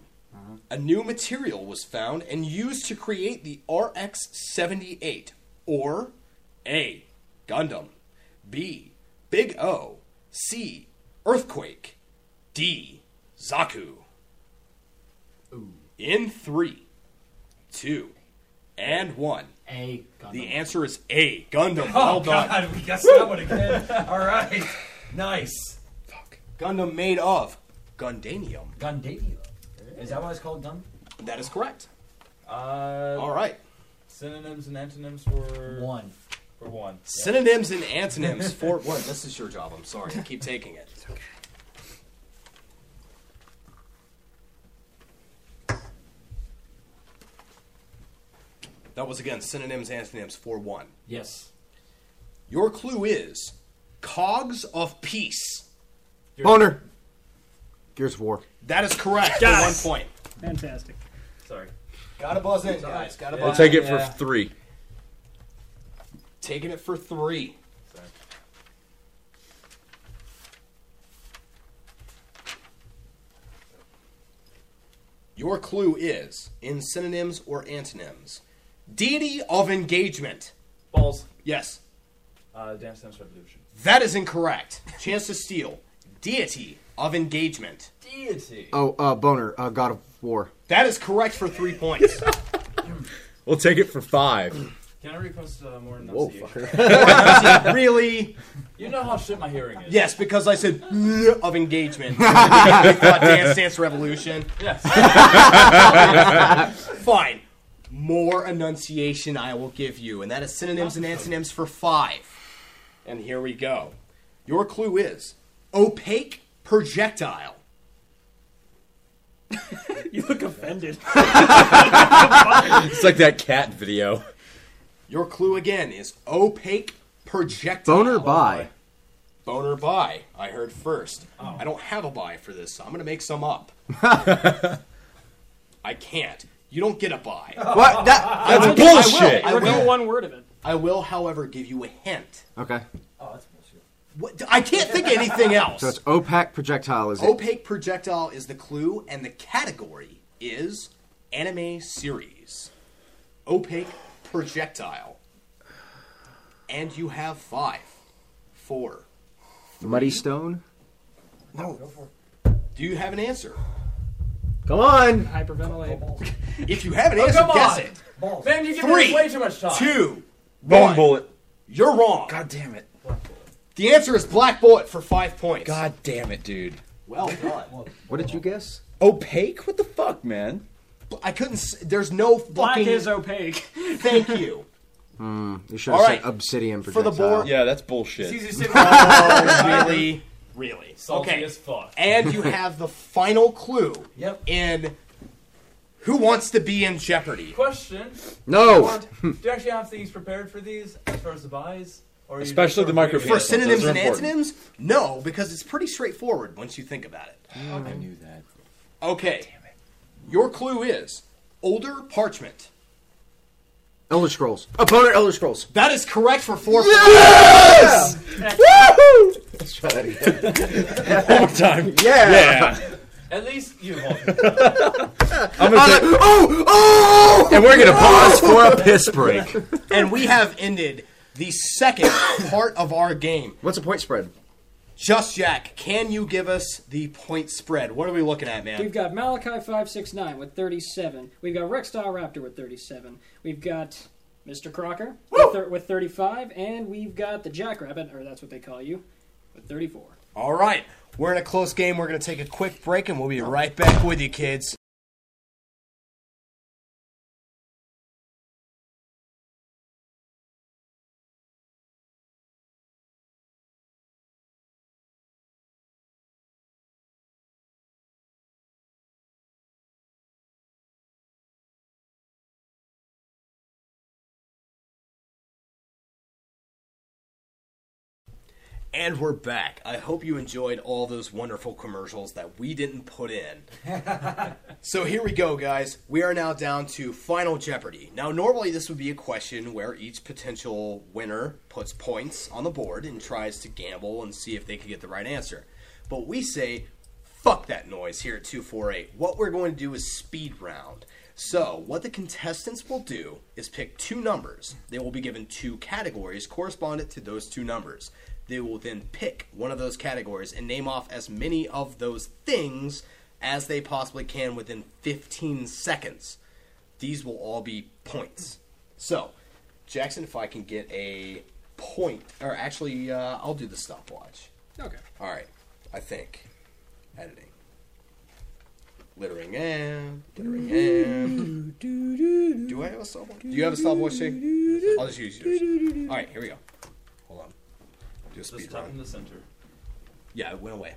Speaker 1: a new material was found and used to create the RX 78, or A. Gundam, B. Big O, C. Earthquake. D. Zaku. In three, two, and one.
Speaker 5: A.
Speaker 1: The answer is A. Gundam.
Speaker 2: Oh,
Speaker 1: well done.
Speaker 2: God, we got that one again.
Speaker 5: *laughs*
Speaker 2: All right.
Speaker 1: Nice. Fuck. Gundam made of Gundanium.
Speaker 5: Gundanium. Is that why it's called Gundam?
Speaker 1: That is correct.
Speaker 7: Uh,
Speaker 1: All right.
Speaker 7: Synonyms and antonyms for
Speaker 5: one.
Speaker 7: For one.
Speaker 1: Synonyms and antonyms for one. This is your job. I'm sorry. I keep taking it. That was again synonyms, antonyms for one.
Speaker 5: Yes.
Speaker 1: Your clue is cogs of peace.
Speaker 12: Boner. Gears of War.
Speaker 1: That is correct
Speaker 9: Got it.
Speaker 1: for one point.
Speaker 9: Fantastic.
Speaker 7: Sorry.
Speaker 1: Gotta buzz in, guys. Gotta
Speaker 3: I'll
Speaker 1: buzz
Speaker 3: take
Speaker 1: in.
Speaker 3: it
Speaker 1: Yeah.
Speaker 3: for three.
Speaker 1: Taking it for three. Your clue is in synonyms or antonyms. Deity of engagement.
Speaker 7: Balls.
Speaker 1: Yes.
Speaker 7: Uh, Dance Dance Revolution.
Speaker 1: That is incorrect. Chance to steal. Deity of engagement.
Speaker 7: Deity.
Speaker 12: Oh, uh, Boner. Uh, God of War.
Speaker 1: That is correct for three points.
Speaker 3: We'll take it for five.
Speaker 7: Can I request uh, more
Speaker 3: Whoa,
Speaker 7: enunciation?
Speaker 3: fucker.
Speaker 1: really?
Speaker 7: *laughs* You know how shit my hearing is.
Speaker 1: Yes, because I said of engagement. You thought Dance Dance Revolution.
Speaker 7: Yes.
Speaker 1: *laughs* Fine. More enunciation I will give you, and that is synonyms and antonyms for five. And here we go. Your clue is opaque projectile.
Speaker 9: you
Speaker 1: *laughs*
Speaker 9: look offended.
Speaker 3: it's like that cat video.
Speaker 1: Your clue again is opaque projectile. Oh,
Speaker 12: Boner by.
Speaker 1: Boner buy. I heard first. I don't have a buy for this, so I'm going to make some
Speaker 12: *laughs*
Speaker 1: up. I can't. You don't get a buy.
Speaker 12: *laughs* What? That-
Speaker 1: I
Speaker 12: that's
Speaker 1: will- I will.
Speaker 12: bullshit.
Speaker 1: I will,
Speaker 12: Remove
Speaker 9: one word of it.
Speaker 1: I will, however, give you a hint.
Speaker 12: Okay.
Speaker 5: Oh, that's bullshit.
Speaker 1: What? I can't think of anything else.
Speaker 12: *laughs* So it's opaque projectile, is it?
Speaker 1: Opaque projectile is the clue, and the category is anime series. Opaque projectile. And you have five, four.
Speaker 12: Muddy Stone.
Speaker 1: No. Do you have an answer?
Speaker 12: Come on.
Speaker 9: Hyperventilate.
Speaker 1: If you have an
Speaker 7: Oh,
Speaker 1: answer,
Speaker 7: come
Speaker 1: guess
Speaker 7: on.
Speaker 1: it.
Speaker 7: Balls. Man, you're giving
Speaker 1: Three,
Speaker 7: us way too much time.
Speaker 1: Two.
Speaker 16: Wrong
Speaker 1: one.
Speaker 16: bullet.
Speaker 1: You're wrong.
Speaker 16: God damn it.
Speaker 1: The answer is black bullet for five points.
Speaker 16: God damn it, dude.
Speaker 1: Well done.
Speaker 12: What did you guess?
Speaker 16: Opaque? What the fuck, man?
Speaker 1: I couldn't. s- There's no fucking.
Speaker 9: Black is opaque.
Speaker 1: Thank you.
Speaker 12: Mm, you should have
Speaker 1: All
Speaker 12: said
Speaker 1: right.
Speaker 12: obsidian
Speaker 1: For the
Speaker 12: projectile.
Speaker 1: board-
Speaker 3: Yeah, that's bullshit.
Speaker 16: *laughs*
Speaker 3: *laughs*
Speaker 1: Oh, really? Really?
Speaker 7: Salty
Speaker 1: okay.
Speaker 7: as fuck.
Speaker 1: And you have the final clue
Speaker 7: Yep.
Speaker 1: in Who Wants to Be in Jeopardy?
Speaker 7: Question.
Speaker 3: Oh.
Speaker 12: No.
Speaker 3: *laughs*
Speaker 7: Do you actually have things prepared for these as far as the buys? Or are you just
Speaker 3: Especially
Speaker 7: sort
Speaker 3: the
Speaker 7: of
Speaker 3: microphone.
Speaker 7: reading
Speaker 1: For
Speaker 7: it?
Speaker 1: synonyms and antonyms? No, because it's pretty straightforward once you think about it.
Speaker 16: I knew that.
Speaker 1: Okay. Your clue is older parchment.
Speaker 12: Elder Scrolls. Opponent Elder Scrolls.
Speaker 1: That is correct for four
Speaker 12: Yes! Woohoo! Let's try that again.
Speaker 16: One more time.
Speaker 12: Yeah.
Speaker 7: At least you have
Speaker 16: *laughs* I'm gonna
Speaker 12: I'm
Speaker 16: take-
Speaker 12: like, oh, oh!
Speaker 16: And we're gonna pause
Speaker 12: no!
Speaker 16: for a piss
Speaker 12: *laughs*
Speaker 16: break.
Speaker 1: *laughs* and we have ended the second *coughs* part of our game.
Speaker 12: What's a point spread?
Speaker 1: Just Jack, can you give us the point spread? What are we looking at, man?
Speaker 9: We've got Malachi five six nine with thirty seven. We've got Rexstar Raptor with thirty seven. We've got Mr. Crocker with, thir- with thirty five, and we've got the Jackrabbit, or that's what they call you, with thirty four.
Speaker 1: All right. We're in a close game. We're going to take a quick break and we'll be right back with you, kids. And we're back. I hope you enjoyed all those wonderful commercials that we didn't put in. so here we go, guys. We are now down to Final Jeopardy. Now, normally this would be a question where each potential winner puts points on the board and tries to gamble and see if they can get the right answer. But we say, fuck that noise here at 248. What we're going to do is speed round. So, what the contestants will do is pick two numbers. They will be given two categories correspondent to those two numbers. They will then pick one of those categories and name off as many of those things as they possibly can within 15 seconds. These will all be points. So, Jackson, if I can get a point, or actually, uh, I'll do the stopwatch.
Speaker 9: Okay.
Speaker 1: All right, I think. Editing. Littering and littering and. Do I have a stopwatch? Do you have a stopwatch, Shane? I'll just use yours. All right, here we go. Hold on. Do a speed
Speaker 7: Just tap
Speaker 1: run.
Speaker 7: in the center.
Speaker 1: Yeah, it went away.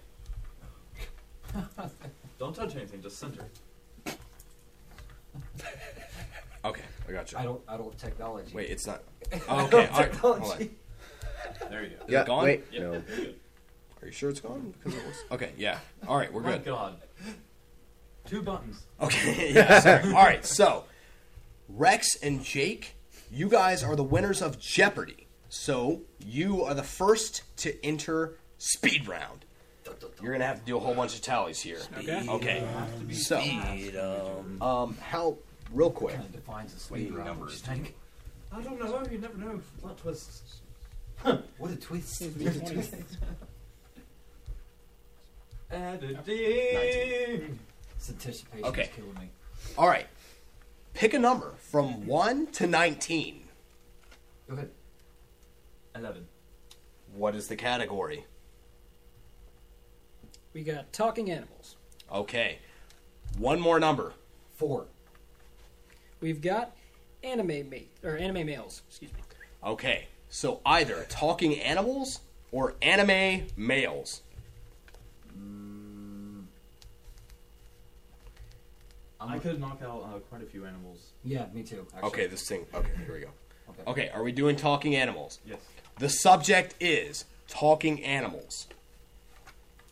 Speaker 7: Don't touch anything. Just center.
Speaker 1: Okay, I got you.
Speaker 5: I don't. I don't technology.
Speaker 1: Wait, it's not.
Speaker 5: I
Speaker 1: *laughs* Oh, okay,
Speaker 5: don't
Speaker 1: all right. Hold on.
Speaker 5: technology.
Speaker 1: There you go. Is
Speaker 5: Yeah,
Speaker 1: it gone?
Speaker 5: wait,
Speaker 1: Yeah.
Speaker 5: no.
Speaker 1: Are you sure it's gone? Because it was. Okay, yeah. All right, we're
Speaker 7: My
Speaker 1: good.
Speaker 7: God. Two buttons.
Speaker 1: Okay, *laughs* yeah, sorry. All right, so Rex and Jake, you guys are the winners of Jeopardy. So you are the first to enter speed round. You're gonna have to do a whole bunch of tallies here.
Speaker 16: Okay.
Speaker 1: Okay. So, um, how real quick? defines speed numbers.
Speaker 7: I don't know. You never know. Plot twists.
Speaker 5: What a twist! *laughs*
Speaker 7: Editing.
Speaker 5: This anticipation
Speaker 1: Okay.
Speaker 5: is killing me.
Speaker 1: All right. Pick a number from one to nineteen.
Speaker 5: Go ahead.
Speaker 7: Eleven.
Speaker 1: What is the category?
Speaker 9: We got talking animals.
Speaker 1: Okay. One more number.
Speaker 5: Four.
Speaker 9: We've got anime mate or anime males. Excuse me.
Speaker 1: Okay, so either talking animals or anime males.
Speaker 7: I could knock out uh, quite a few animals.
Speaker 5: Yeah, me too. Actually.
Speaker 1: Okay, this thing. Okay, here we go. Okay. are we doing talking animals?
Speaker 7: Yes.
Speaker 1: The subject is talking animals.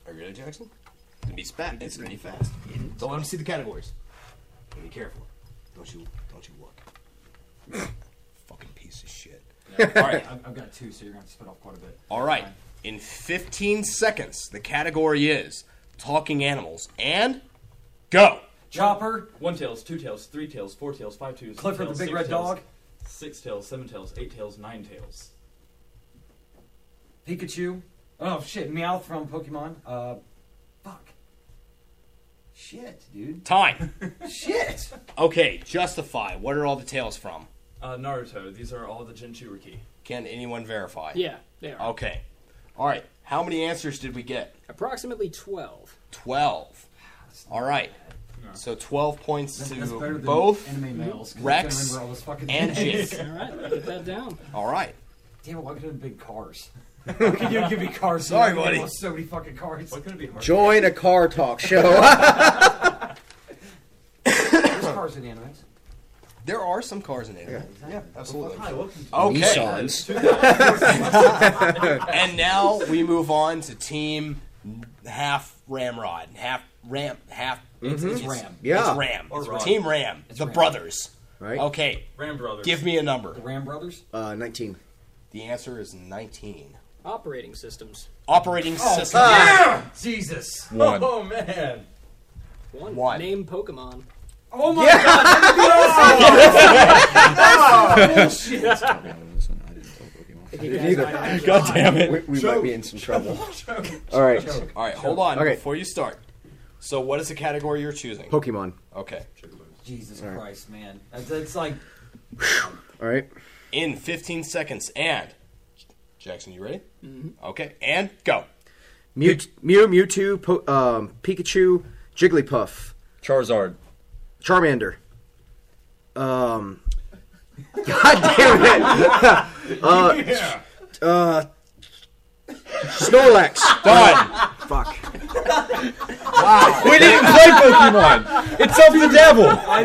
Speaker 1: Are you ready, Jackson? It's gonna be spat. It's gonna be fast. Don't let him see the categories. Be careful. Don't you? Don't you look. *coughs* Fucking piece of shit. All right.
Speaker 5: I've, I've got two, so you're gonna have to spit off quite a bit.
Speaker 1: All right. In 15 seconds, the category is talking animals. And go.
Speaker 5: Chopper.
Speaker 7: One tails, two tails, three tails, four tails, five tails. six
Speaker 5: Clifford the
Speaker 7: tails,
Speaker 5: Big
Speaker 7: six
Speaker 5: Red
Speaker 7: tails,
Speaker 5: Dog.
Speaker 7: Six tails, seven tails, eight tails, nine tails.
Speaker 5: Pikachu. Oh shit, Meowth from Pokemon. Uh, fuck. Shit, dude.
Speaker 1: Time.
Speaker 5: Shit.
Speaker 1: Okay, justify. What are all the tails from?
Speaker 7: Uh, Naruto. These are all the Jinchuriki.
Speaker 1: Can anyone verify?
Speaker 7: Yeah, they are.
Speaker 1: Okay. All right. How many answers did we get?
Speaker 9: Approximately twelve.
Speaker 1: 12. All right. So 12 points
Speaker 5: *laughs* That's-
Speaker 1: to
Speaker 5: that's better than
Speaker 1: both
Speaker 5: anime males, 'cause I can't
Speaker 1: Rex
Speaker 5: remember all those fucking
Speaker 1: and
Speaker 5: names.
Speaker 1: Jake.
Speaker 9: All right, we'll get that down.
Speaker 1: All right.
Speaker 5: *laughs* Damn it! Why couldn't it be
Speaker 1: *laughs*
Speaker 5: big cars? Why couldn't you give me cars?
Speaker 1: Sorry,
Speaker 5: I could
Speaker 1: buddy.
Speaker 5: give you So many fucking cars. Why
Speaker 7: couldn't it be hard?
Speaker 12: Join a car talk show.
Speaker 5: There's cars in anime.
Speaker 1: There are some cars in it. Yeah, absolutely.
Speaker 5: Hi, welcome to-
Speaker 1: okay.
Speaker 5: Nissans.
Speaker 1: and now we move on to team half ramrod, half ram, half. It's,
Speaker 7: Mhm.
Speaker 1: it's-
Speaker 7: Ram.
Speaker 1: it's
Speaker 7: Yeah.
Speaker 1: Ram.
Speaker 7: Or
Speaker 1: It's
Speaker 7: Rod.
Speaker 1: team Ram.
Speaker 7: It's
Speaker 1: the
Speaker 7: Ram.
Speaker 1: brothers.
Speaker 12: Right.
Speaker 1: Okay.
Speaker 7: Ram brothers.
Speaker 1: Give me a number. The
Speaker 5: Ram brothers.
Speaker 3: *laughs*
Speaker 12: Uh, nineteen.
Speaker 1: The answer is nineteen.
Speaker 9: Operating systems.
Speaker 1: Operating
Speaker 9: Oh,
Speaker 1: system.
Speaker 9: yeah!
Speaker 5: Jesus.
Speaker 1: One.
Speaker 9: Oh,
Speaker 7: man.
Speaker 9: One.
Speaker 1: One.
Speaker 9: Name Pokemon.
Speaker 5: Oh
Speaker 9: my
Speaker 5: Yeah.
Speaker 9: god! *laughs*
Speaker 5: That's
Speaker 9: bullshit.
Speaker 12: God damn it. We- we might be in
Speaker 1: *laughs*
Speaker 12: some trouble. All right.
Speaker 1: All right. Hold on.
Speaker 12: Okay.
Speaker 1: Before you start. So, what is the category you're choosing?
Speaker 12: Pokemon.
Speaker 1: Okay.
Speaker 5: Jesus
Speaker 12: All right.
Speaker 5: Christ, man. That's, that's like
Speaker 12: All right.
Speaker 1: In 15 seconds. And Jackson, you ready? Mm-hmm. Okay. And go.
Speaker 12: Mew, Mew, Mewtwo, po- um, Pikachu, Jigglypuff,
Speaker 3: Charizard,
Speaker 12: Charmander. Um, *laughs* God damn it! *laughs* uh,
Speaker 16: Yeah.
Speaker 12: uh, Snorlax. *laughs*
Speaker 3: Done.
Speaker 12: Fuck.
Speaker 3: Wow. We didn't play Pokemon. It's of the
Speaker 5: *laughs*
Speaker 3: devil.
Speaker 7: I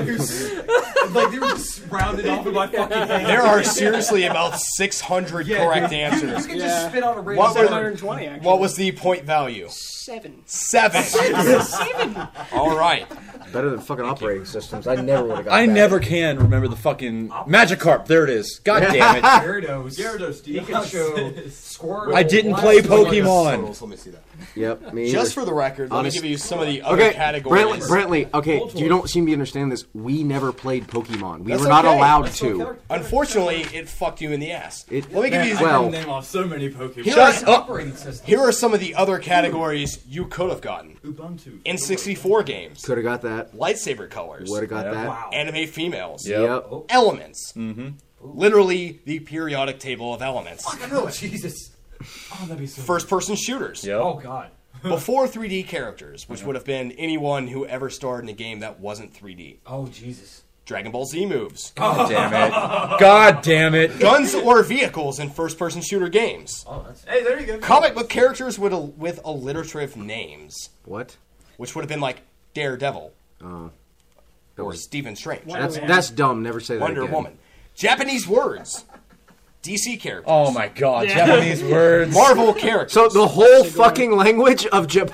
Speaker 7: like they were just rounded off of
Speaker 1: *laughs*
Speaker 7: my fucking thing.
Speaker 1: There are seriously about 600 correct
Speaker 7: you- you-
Speaker 1: answers.
Speaker 7: you can just Yeah. spit out a random
Speaker 1: What were-
Speaker 9: 720 actually.
Speaker 1: What was the point value?
Speaker 9: Seven.
Speaker 1: Seven.
Speaker 9: Seven.
Speaker 1: All right.
Speaker 12: better than fucking operating systems. I never would have got
Speaker 3: I
Speaker 12: that.
Speaker 3: never can remember the fucking Magikarp. There it is. God damn
Speaker 12: *laughs*
Speaker 3: it.
Speaker 5: Gyarados.
Speaker 2: Gyarados,
Speaker 5: Pikachu, Squirtle.
Speaker 3: I didn't play
Speaker 1: Totals,
Speaker 3: Pokemon.
Speaker 1: Let me see that.
Speaker 12: Yep, me
Speaker 1: Just
Speaker 12: either.
Speaker 1: for the record, let me
Speaker 12: Honest-
Speaker 1: give you some of the other
Speaker 12: okay,
Speaker 1: categories.
Speaker 12: Brantley, Brantley, okay,
Speaker 1: Multiple.
Speaker 12: you don't seem to understand this. We never played Pokemon. We
Speaker 1: That's
Speaker 12: were not
Speaker 1: okay.
Speaker 12: allowed
Speaker 1: That's
Speaker 12: to.
Speaker 1: okay. Unfortunately, it fucked you in the ass.
Speaker 12: It-
Speaker 1: Let me give
Speaker 12: Man,
Speaker 1: you
Speaker 12: I well- couldn't
Speaker 7: name off so many Pokemon.
Speaker 1: Here
Speaker 7: Shut
Speaker 1: are,
Speaker 7: up.
Speaker 1: here are some of the other categories you could have gotten.
Speaker 7: Ubuntu.
Speaker 1: N64 games.
Speaker 12: Could have got that.
Speaker 1: Lightsaber colors.
Speaker 12: Would've got Yeah. that. Wow.
Speaker 1: Anime females.
Speaker 12: Yep. Oh. Yep.
Speaker 1: Elements.
Speaker 3: Mm-hmm.
Speaker 1: Literally the periodic table of elements.
Speaker 2: Fuck, I know it. Jesus. Oh, that'd be so.
Speaker 1: First person shooters.
Speaker 12: *laughs*
Speaker 3: Yep. Oh,
Speaker 2: God.
Speaker 1: Before 3D characters,
Speaker 12: Mm-hmm.
Speaker 1: which would have been anyone who ever starred in a game that wasn't 3D.
Speaker 5: Oh, Jesus.
Speaker 1: Dragon Ball Z moves.
Speaker 12: Oh.
Speaker 3: God
Speaker 12: *laughs*
Speaker 3: damn it. God damn it.
Speaker 1: Guns or vehicles in first person shooter games.
Speaker 5: Oh, that's.
Speaker 7: Hey, there you go.
Speaker 1: Comic book characters with, al- with alliterative names.
Speaker 12: What?
Speaker 1: Which would have been like Daredevil
Speaker 12: Uh,
Speaker 1: or Stephen Strange.
Speaker 12: that's that's dumb. Never say that
Speaker 1: Wonder
Speaker 12: again.
Speaker 1: Woman. Japanese words. DC characters.
Speaker 3: Oh my god,
Speaker 7: *laughs*
Speaker 3: Japanese words.
Speaker 1: Marvel characters.
Speaker 12: So the whole fucking language of Japan.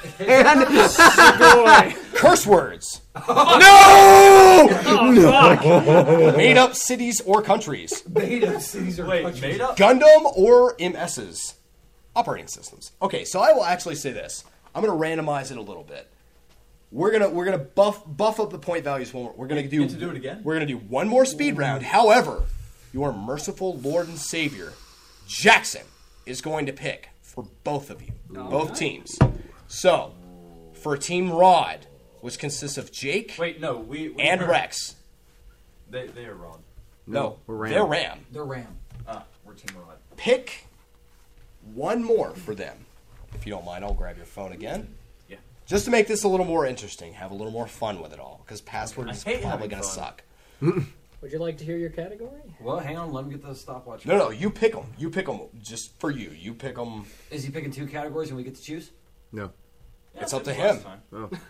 Speaker 1: Curse words. *laughs*
Speaker 12: *laughs* no. *laughs* no.
Speaker 1: Made up cities or countries.
Speaker 5: Made up cities are Wait,
Speaker 7: made up?
Speaker 1: Gundam or MS's operating systems. Okay, so I will actually say this. I'm gonna randomize it a little bit. We're gonna we're gonna buff buff up the point values one more. We're gonna do
Speaker 7: to do it again?
Speaker 1: We're gonna do one more speed round. However, your merciful Lord and Savior, Jackson, is going to pick for both of you, both teams. So, for Team Rod, which consists of Jake,
Speaker 7: Wait, no, we, we
Speaker 1: and
Speaker 7: we're-
Speaker 1: Rex.
Speaker 7: They they are wrong.
Speaker 1: No,
Speaker 12: we're Ram.
Speaker 1: they're Ram.
Speaker 5: They're Ram.
Speaker 7: Ah, we're Team Rod.
Speaker 1: Pick one more for them, if you don't mind. I'll grab your phone again.
Speaker 7: Yeah.
Speaker 1: Just to make this a little more interesting, have a little more fun with it all, because password is probably going to suck.
Speaker 9: Would you like to hear your category?
Speaker 5: Well, hang on. Let me get the stopwatch.
Speaker 1: No, no, you pick them. You pick them just for you. You pick them.
Speaker 5: Is he picking two categories and we get to choose?
Speaker 12: No.
Speaker 1: it's up to
Speaker 5: that's
Speaker 1: him.
Speaker 5: fine.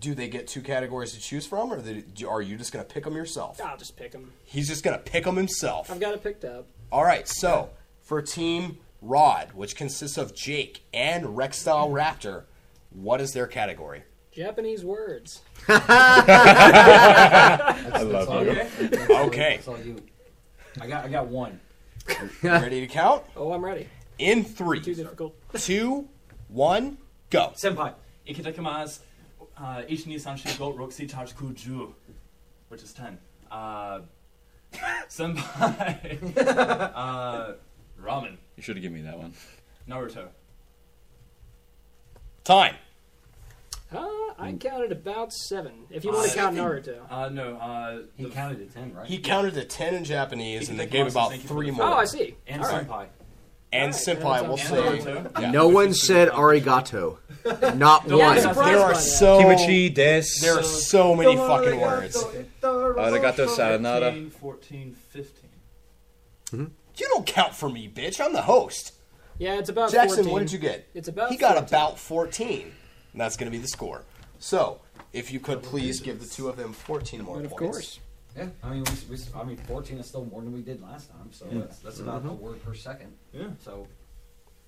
Speaker 1: Do they get two categories to choose from, or they- do- are you just going to pick them yourself?
Speaker 9: I'll just pick them.
Speaker 1: He's just going to pick them himself.
Speaker 9: I've got it picked up.
Speaker 1: All right, so for Team Rod, which consists of Jake and Rexstyle Raptor, what is their category?
Speaker 9: Japanese words.
Speaker 1: I
Speaker 5: That's all That's all-
Speaker 1: Okay.
Speaker 5: That's all you. I got. I got one.
Speaker 1: Ready to count?
Speaker 9: Oh, I'm ready.
Speaker 1: In three,
Speaker 9: Too difficult.
Speaker 1: two, one, go.
Speaker 5: Senpai.
Speaker 7: Ikitakamas, uh, Ichini Sanshi Go Roxy Tachku Ju, which is 10. Uh, *laughs* senpai. *laughs* uh, ramen.
Speaker 3: You should have given me that one.
Speaker 7: Naruto.
Speaker 1: Time.
Speaker 9: Uh, I counted about seven. If you want to count Naruto.
Speaker 7: Uh, no. Uh, he
Speaker 5: counted to 10, right?
Speaker 1: He counted to ten in Japanese, and they
Speaker 7: Ikitakamas
Speaker 1: gave
Speaker 7: is
Speaker 1: about
Speaker 7: thank you for
Speaker 1: three
Speaker 7: the
Speaker 1: more.
Speaker 9: Oh, I see.
Speaker 5: And
Speaker 1: All right.
Speaker 5: Senpai.
Speaker 1: And Senpai will say. Yeah.
Speaker 12: No one said arigato. Not
Speaker 1: Don't
Speaker 12: one.
Speaker 1: be surprised There are by that. so-
Speaker 3: Kimchi des.
Speaker 1: There are so many fucking words. Oh,
Speaker 3: Arigato sayonara.
Speaker 7: 13, 14, 15.
Speaker 1: You don't count for me, bitch. I'm the host.
Speaker 9: Yeah, it's about
Speaker 1: Jackson,
Speaker 9: 14.
Speaker 1: what did you get?
Speaker 9: It's about
Speaker 1: he got about 14. And that's going to be the score. So, if you could please give the two of them 14 more points.
Speaker 5: Yeah. I mean, we, we, I mean, fourteen is still more than we did last time, so
Speaker 1: Yeah.
Speaker 5: that's, that's about a
Speaker 1: Mhm.
Speaker 5: word per second. Yeah. So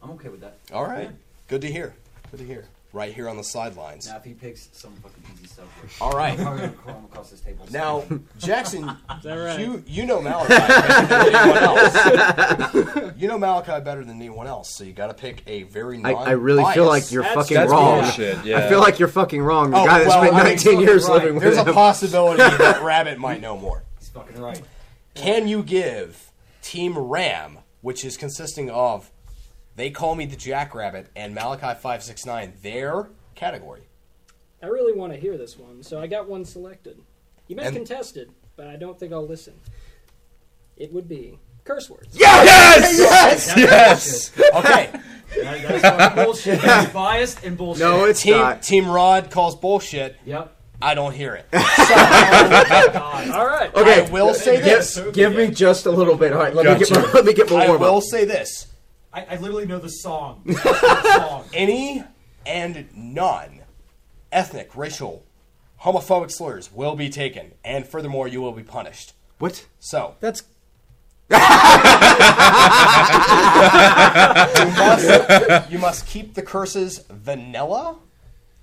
Speaker 5: I'm okay with that.
Speaker 1: All right. Good to hear. Good to hear. Right here on the sidelines.
Speaker 5: Now if he picks some fucking easy stuff.
Speaker 1: *laughs*
Speaker 5: we're-
Speaker 1: All right.
Speaker 5: I'm probably gonna crawl across this table.
Speaker 1: Now, Jackson,
Speaker 5: right?
Speaker 1: you you know Malachi better than anyone else. You know Malachi better than anyone else, so you got to pick a very.
Speaker 12: I, I really feel like
Speaker 1: non-biased-
Speaker 12: you're fucking wrong. I feel like you're fucking wrong. The guy that's
Speaker 1: Oh, well,
Speaker 12: been
Speaker 1: I mean,
Speaker 12: 19
Speaker 1: fucking
Speaker 12: years
Speaker 1: right.
Speaker 12: *laughs* living with
Speaker 1: There's
Speaker 12: him.
Speaker 1: a possibility that Rabbit might know more.
Speaker 5: He's fucking right.
Speaker 1: *laughs* Can you give Team Ram, which is consisting of They Call Me the Jackrabbit and Malachi 569, their category?
Speaker 9: I really want to hear this one, so I got one selected. You meant
Speaker 1: And-
Speaker 9: contested, but I don't think I'll listen. It would be curse words.
Speaker 1: Yes! Yes!
Speaker 12: *laughs*
Speaker 1: Okay.
Speaker 5: That- that's
Speaker 1: *laughs*
Speaker 5: fucking bullshit. That's biased and bullshit.
Speaker 1: No, it's Team, not. Team Rod calls bullshit.
Speaker 5: Yep.
Speaker 1: I don't hear
Speaker 9: *laughs*
Speaker 1: it. um,
Speaker 9: All right.
Speaker 1: I will say this.
Speaker 12: Give, give me just a little bit. All right, let me get my, *laughs* let me get my
Speaker 1: I
Speaker 12: warm
Speaker 1: will
Speaker 12: up.
Speaker 1: say this.
Speaker 5: I, I literally know
Speaker 1: *laughs*
Speaker 5: the song.
Speaker 1: Any and non ethnic, racial, homophobic slurs will be taken, and furthermore, you will be punished.
Speaker 12: What?
Speaker 1: So
Speaker 3: that's.
Speaker 1: you, must, you must keep the curses vanilla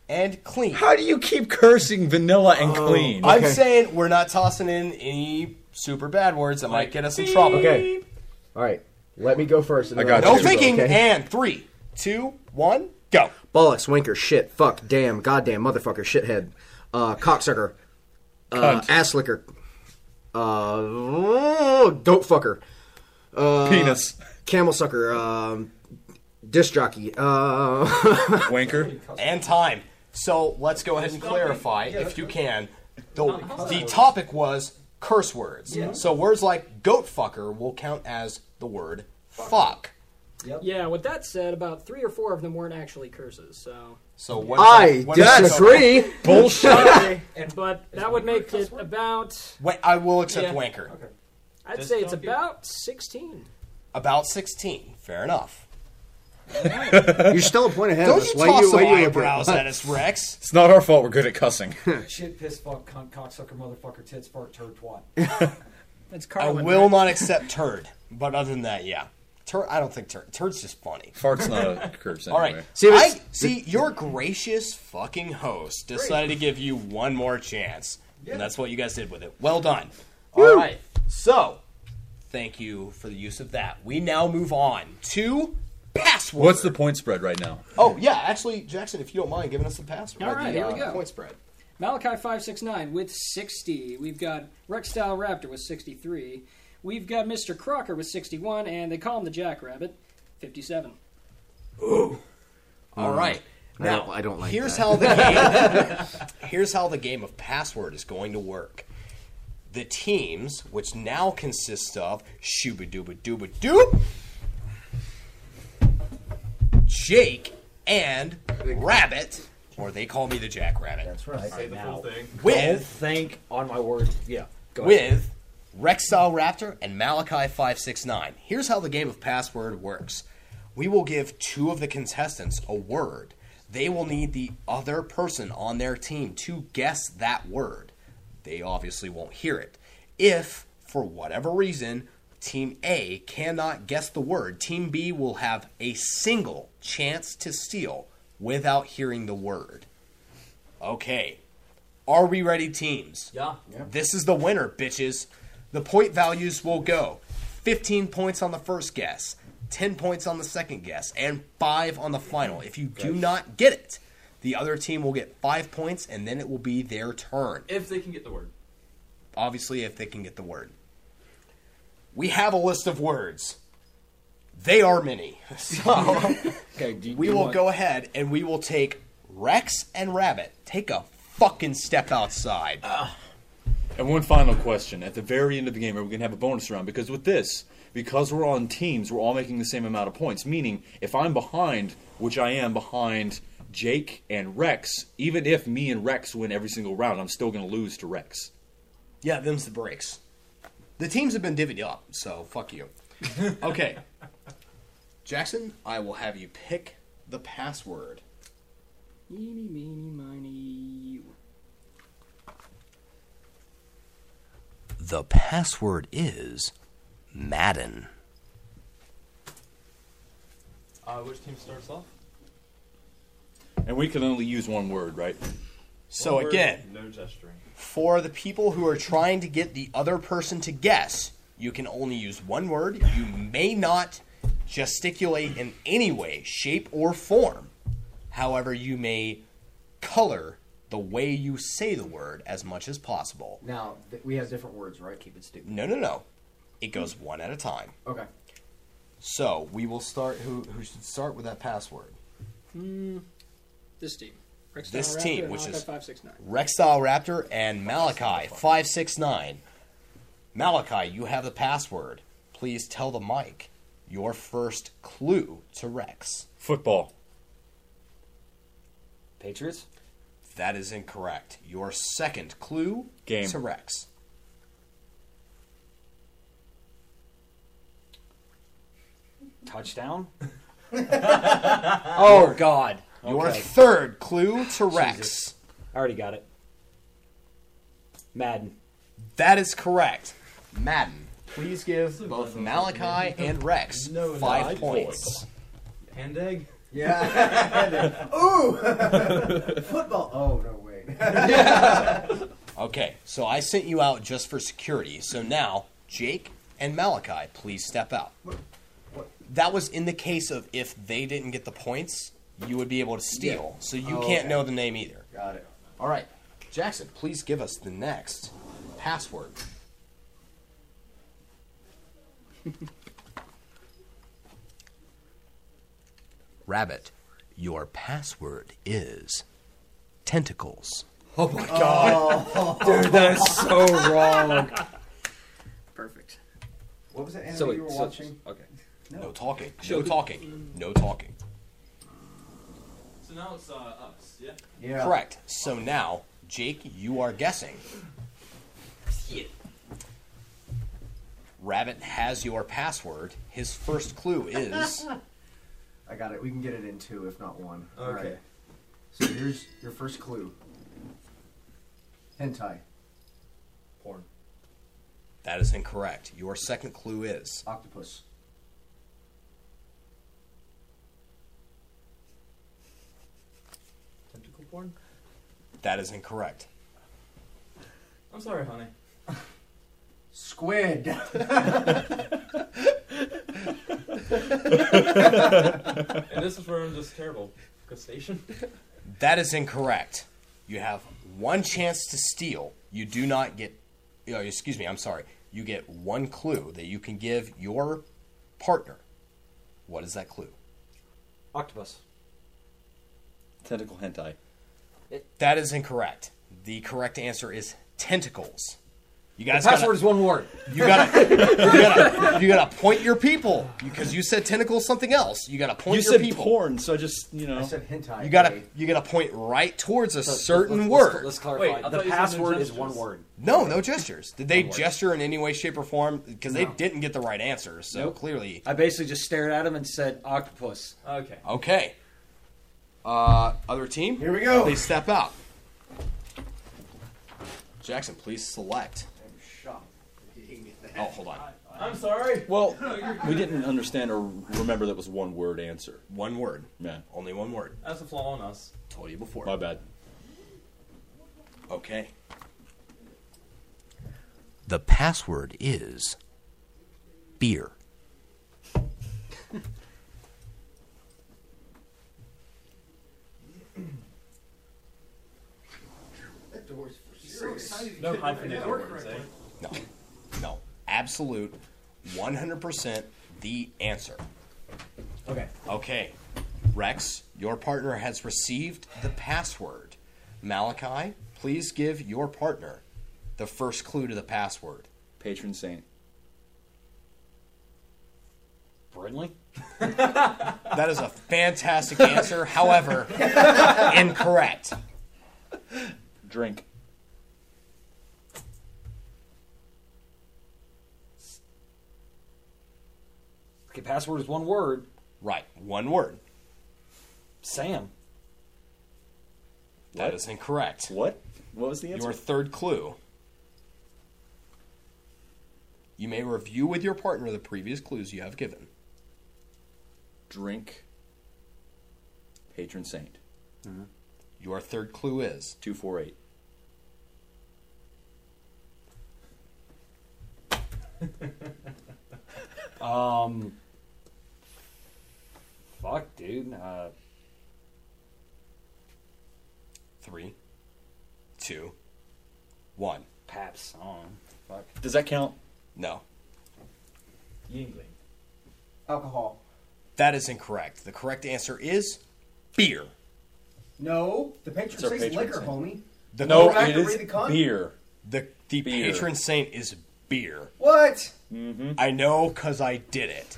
Speaker 1: and clean.
Speaker 3: How do you keep cursing vanilla and
Speaker 1: Uh,
Speaker 3: clean?
Speaker 1: I'm saying we're not tossing in any super bad words that might get us in trouble.
Speaker 12: Okay. All right. Let me go first. and
Speaker 1: I
Speaker 12: then I'll
Speaker 1: got No
Speaker 12: let you go,
Speaker 1: Oh, thinking.
Speaker 12: okay?
Speaker 1: And three, two, one, go.
Speaker 12: Bollocks, winker, shit, fuck, damn, goddamn, motherfucker, shithead, uh, cocksucker, uh,
Speaker 1: Cunt.
Speaker 12: ass licker, uh, goat fucker, uh,
Speaker 3: Penis.
Speaker 12: camel sucker, um, disc jockey, uh, *laughs*
Speaker 3: wanker,
Speaker 1: and time. So let's go ahead and clarify, if you can. The, the topic was curse words.
Speaker 9: Yeah.
Speaker 1: So words like goat fucker will count as the word fuck.
Speaker 9: Yeah, with that said, about three or four of them weren't actually curses, so.
Speaker 1: So what- what-
Speaker 9: Sorry, but that would make it about.
Speaker 1: Wait, I will accept
Speaker 9: Yeah.
Speaker 1: wanker.
Speaker 9: I'd
Speaker 1: Just
Speaker 9: say it's
Speaker 1: don't do-
Speaker 9: about 16.
Speaker 1: About 16. Fair enough.
Speaker 12: You're still a point ahead
Speaker 1: Don't
Speaker 12: of us.
Speaker 1: you
Speaker 12: Why
Speaker 1: toss
Speaker 12: you,
Speaker 1: some
Speaker 12: why you
Speaker 1: eyebrows at us,
Speaker 9: *laughs*
Speaker 1: Rex?
Speaker 3: It's not our fault we're good at cussing.
Speaker 5: Shit, piss, fuck, cunt, cocksucker, motherfucker, tits, fart, turd, twat.
Speaker 11: *laughs*
Speaker 9: That's
Speaker 1: I will not accept turd. But other than that, yeah. Tur- I don't think turd. Turd's just funny.
Speaker 3: Fart's not a curse
Speaker 1: All right.
Speaker 3: anyway.
Speaker 1: See,
Speaker 3: See,
Speaker 1: I,
Speaker 3: it's-
Speaker 1: see, your gracious fucking host decided to give you one more chance. And that's what you guys did with it. Well done. All right. So, thank you for the use of that. We now move on to password.
Speaker 3: What's the point spread right now?
Speaker 1: Oh, yeah. Actually, Jackson, if you don't mind giving us the password.
Speaker 9: All right,
Speaker 1: the,
Speaker 9: here we
Speaker 1: uh,
Speaker 9: go.
Speaker 1: Point spread.
Speaker 9: Malachi 569 with 60. We've got Rextile Raptor with 63. We've got Mr. Crocker with 61, and they call him the Jackrabbit, 57.
Speaker 1: All right.
Speaker 12: I
Speaker 1: Now,
Speaker 12: don't- I don't like
Speaker 1: here's
Speaker 12: that.
Speaker 1: how the
Speaker 12: *laughs*
Speaker 1: game *laughs* Here's how the game of password is going to work. The teams, which now consist of Shooba Dooba Dooba Doop, Jake, and Rabbit, or they call me the Jackrabbit. That's
Speaker 5: right. Say the full thing.
Speaker 1: With
Speaker 5: think on my word. Yeah. Go ahead.
Speaker 1: with Rexile Raptor and Malachi 569. Here's how the game of password works we will give two of the contestants a word. They will need the other person on their team to guess that word. They obviously won't hear it. If, for whatever reason, Team A cannot guess the word, Team B will have a single chance to steal without hearing the word. Okay. Are we ready, teams? Yeah. This is the winner, bitches. The point values will go 15 points on the first guess, 10 points on the second guess, and 5 on the final. If you do not get it, the other team will get 5 points and then it will be their turn.
Speaker 7: If they can get the word.
Speaker 1: Obviously, if they can get the word. We have a list of words. They are many. *laughs* So we
Speaker 16: you
Speaker 1: will
Speaker 16: want-
Speaker 1: go ahead and we will take Rex and Rabbit. Take a fucking step outside.
Speaker 3: And one final question. At the very end of the game, are we going to have a bonus round? Because with this, because we're on teams, we're all making the same amount of points. Meaning, if I'm behind, which I am behind Jake and Rex, even if me and Rex win every single round, I'm still going to lose to Rex.
Speaker 1: Yeah, them's the breaks. The teams have been divvied up, so fuck *laughs* you. Okay. Jackson, I will have you pick the password.
Speaker 9: Eeny, meeny, miny, you.
Speaker 1: The password is Madden.
Speaker 7: Uh, which team starts off?
Speaker 3: And we can only use one word, right?
Speaker 1: So
Speaker 7: One word,
Speaker 1: again,
Speaker 7: no gesturing.
Speaker 1: for the people who are trying to get the other person to guess, you can only use one word. You may not gesticulate in any way, shape, or form. However, you may color the way you say the word as much as possible.
Speaker 5: Now, th- we have different words, right? Keep it stupid.
Speaker 1: No, no, no. It goes one at a time.
Speaker 5: Okay.
Speaker 1: So we will start. Who who should start with that password?
Speaker 9: Hmm. This team. Rextile
Speaker 1: This
Speaker 9: Raptor
Speaker 1: team,
Speaker 9: and
Speaker 1: which
Speaker 9: Malachi
Speaker 1: is
Speaker 9: 569.
Speaker 1: Rexile Raptor and Malachi five six nine. Malachi, you have the password. Please tell the mic your first clue to Rex.
Speaker 3: Football.
Speaker 5: Patriots.
Speaker 1: That is incorrect. Your second clue
Speaker 3: Game.
Speaker 1: to Rex.
Speaker 5: Touchdown.
Speaker 1: *laughs* Oh, God. Your
Speaker 5: Okay.
Speaker 1: third clue to Rex.
Speaker 5: Jesus. I already got it. Madden.
Speaker 1: That is correct. Madden. Please give both Malachi and Rex
Speaker 7: No,
Speaker 1: five
Speaker 7: no, I-
Speaker 1: points.
Speaker 7: Hand egg?
Speaker 5: Yeah. Ooh! Football. Oh, no, wait.
Speaker 1: okay, so I sent you out just for security. So now, Jake and Malachi, please step out. That was in the case of if they didn't get the points, you would be able to steal.
Speaker 5: Yeah.
Speaker 1: So you
Speaker 5: Oh,
Speaker 1: can't
Speaker 5: okay.
Speaker 1: know the name either.
Speaker 5: Got it.
Speaker 1: All right, Jackson, please give us the next
Speaker 5: *laughs*
Speaker 1: password. Rabbit, your password is tentacles. Oh my
Speaker 15: God. Dude, that is so wrong.
Speaker 9: Perfect.
Speaker 5: What was that anime
Speaker 1: So wait,
Speaker 5: you were
Speaker 1: so-
Speaker 5: watching?
Speaker 1: okay.
Speaker 5: No.
Speaker 1: No, talking.
Speaker 5: Show-
Speaker 1: No talking. No talking.
Speaker 7: So now it's uh, us, yeah?
Speaker 1: Correct. So now, Jake, you are guessing. Rabbit has your password. His first clue
Speaker 7: *laughs*
Speaker 1: is
Speaker 12: I got it. We can get it in two, if not one. All
Speaker 5: Okay.
Speaker 12: right. So here's your first clue. Hentai.
Speaker 1: porn. That is incorrect. Your second clue is octopus.
Speaker 7: Tentacle porn?
Speaker 1: That is incorrect.
Speaker 7: I'm sorry, honey.
Speaker 5: Squid.
Speaker 7: and this is where I'm just terrible. Crustacean?
Speaker 1: That is incorrect. You have one chance to steal. You do not get. You know, excuse me. I'm sorry. You get one clue that you can give your partner. What is that clue?
Speaker 14: Octopus.
Speaker 3: Tentacle hentai.
Speaker 1: That is incorrect. The correct answer is tentacles. You
Speaker 11: The
Speaker 1: guys.
Speaker 11: password
Speaker 1: gotta-
Speaker 11: is one word.
Speaker 1: You gotta, you gotta, you gotta point your people because you said tentacles something else. You gotta point
Speaker 3: you
Speaker 1: your
Speaker 3: said
Speaker 1: people.
Speaker 3: porn, so I just you know. I said
Speaker 12: hentai.
Speaker 1: You gotta, you gotta point right towards a
Speaker 3: So, let's-
Speaker 1: certain
Speaker 3: let's-
Speaker 1: word.
Speaker 3: let's clarify. Wait, I The thought you said no password is gestures. one word.
Speaker 1: No, no gestures. Did they
Speaker 3: One word.
Speaker 1: gesture in any way, shape, or form? Because they
Speaker 11: No.
Speaker 1: didn't get the right answer. So
Speaker 11: Nope.
Speaker 1: clearly,
Speaker 11: I basically just stared at him and said octopus.
Speaker 7: Okay.
Speaker 1: okay. Uh, other team. Here we go. They step out. Jackson, please select. Oh, hold on.
Speaker 7: I'm sorry.
Speaker 3: Well, we didn't understand or remember that was one word answer.
Speaker 1: One word.
Speaker 3: Yeah.
Speaker 1: Only one word.
Speaker 7: That's a flaw on us.
Speaker 1: Told you before.
Speaker 3: My bad.
Speaker 1: Okay. The password is beer.
Speaker 5: That door's for
Speaker 7: No hyphenated words, eh?
Speaker 1: No. No. Absolute 100% the answer.
Speaker 5: Okay.
Speaker 1: Okay. Rex, your partner has received the password. Malachi, please give your partner the first clue to the password.
Speaker 3: Patron saint.
Speaker 11: Brinley?
Speaker 1: That is a fantastic answer. However, incorrect.
Speaker 3: Drink.
Speaker 11: Okay, password is one word.
Speaker 1: Right. One word.
Speaker 11: Sam.
Speaker 1: That is incorrect.
Speaker 3: What? What was the answer?
Speaker 1: Your third clue. You may review with your partner the previous clues you have given.
Speaker 3: Drink. Patron saint.
Speaker 1: Your third clue is
Speaker 3: two four eight.
Speaker 11: Um. Fuck, dude. Uh,
Speaker 1: Three, two, one.
Speaker 11: Pap song. Fuck.
Speaker 3: Does that count?
Speaker 1: No.
Speaker 5: Yingling. Alcohol.
Speaker 1: That is incorrect. The correct answer is beer.
Speaker 5: No, the patron
Speaker 1: It's our
Speaker 5: says
Speaker 1: patron
Speaker 5: liquor,
Speaker 1: saint.
Speaker 5: homie.
Speaker 1: The
Speaker 3: Oh,
Speaker 5: No, Go back it and is read the con-
Speaker 3: beer.
Speaker 1: The, the
Speaker 3: Beer.
Speaker 1: patron saint is beer.
Speaker 5: What?
Speaker 1: I know because I did it.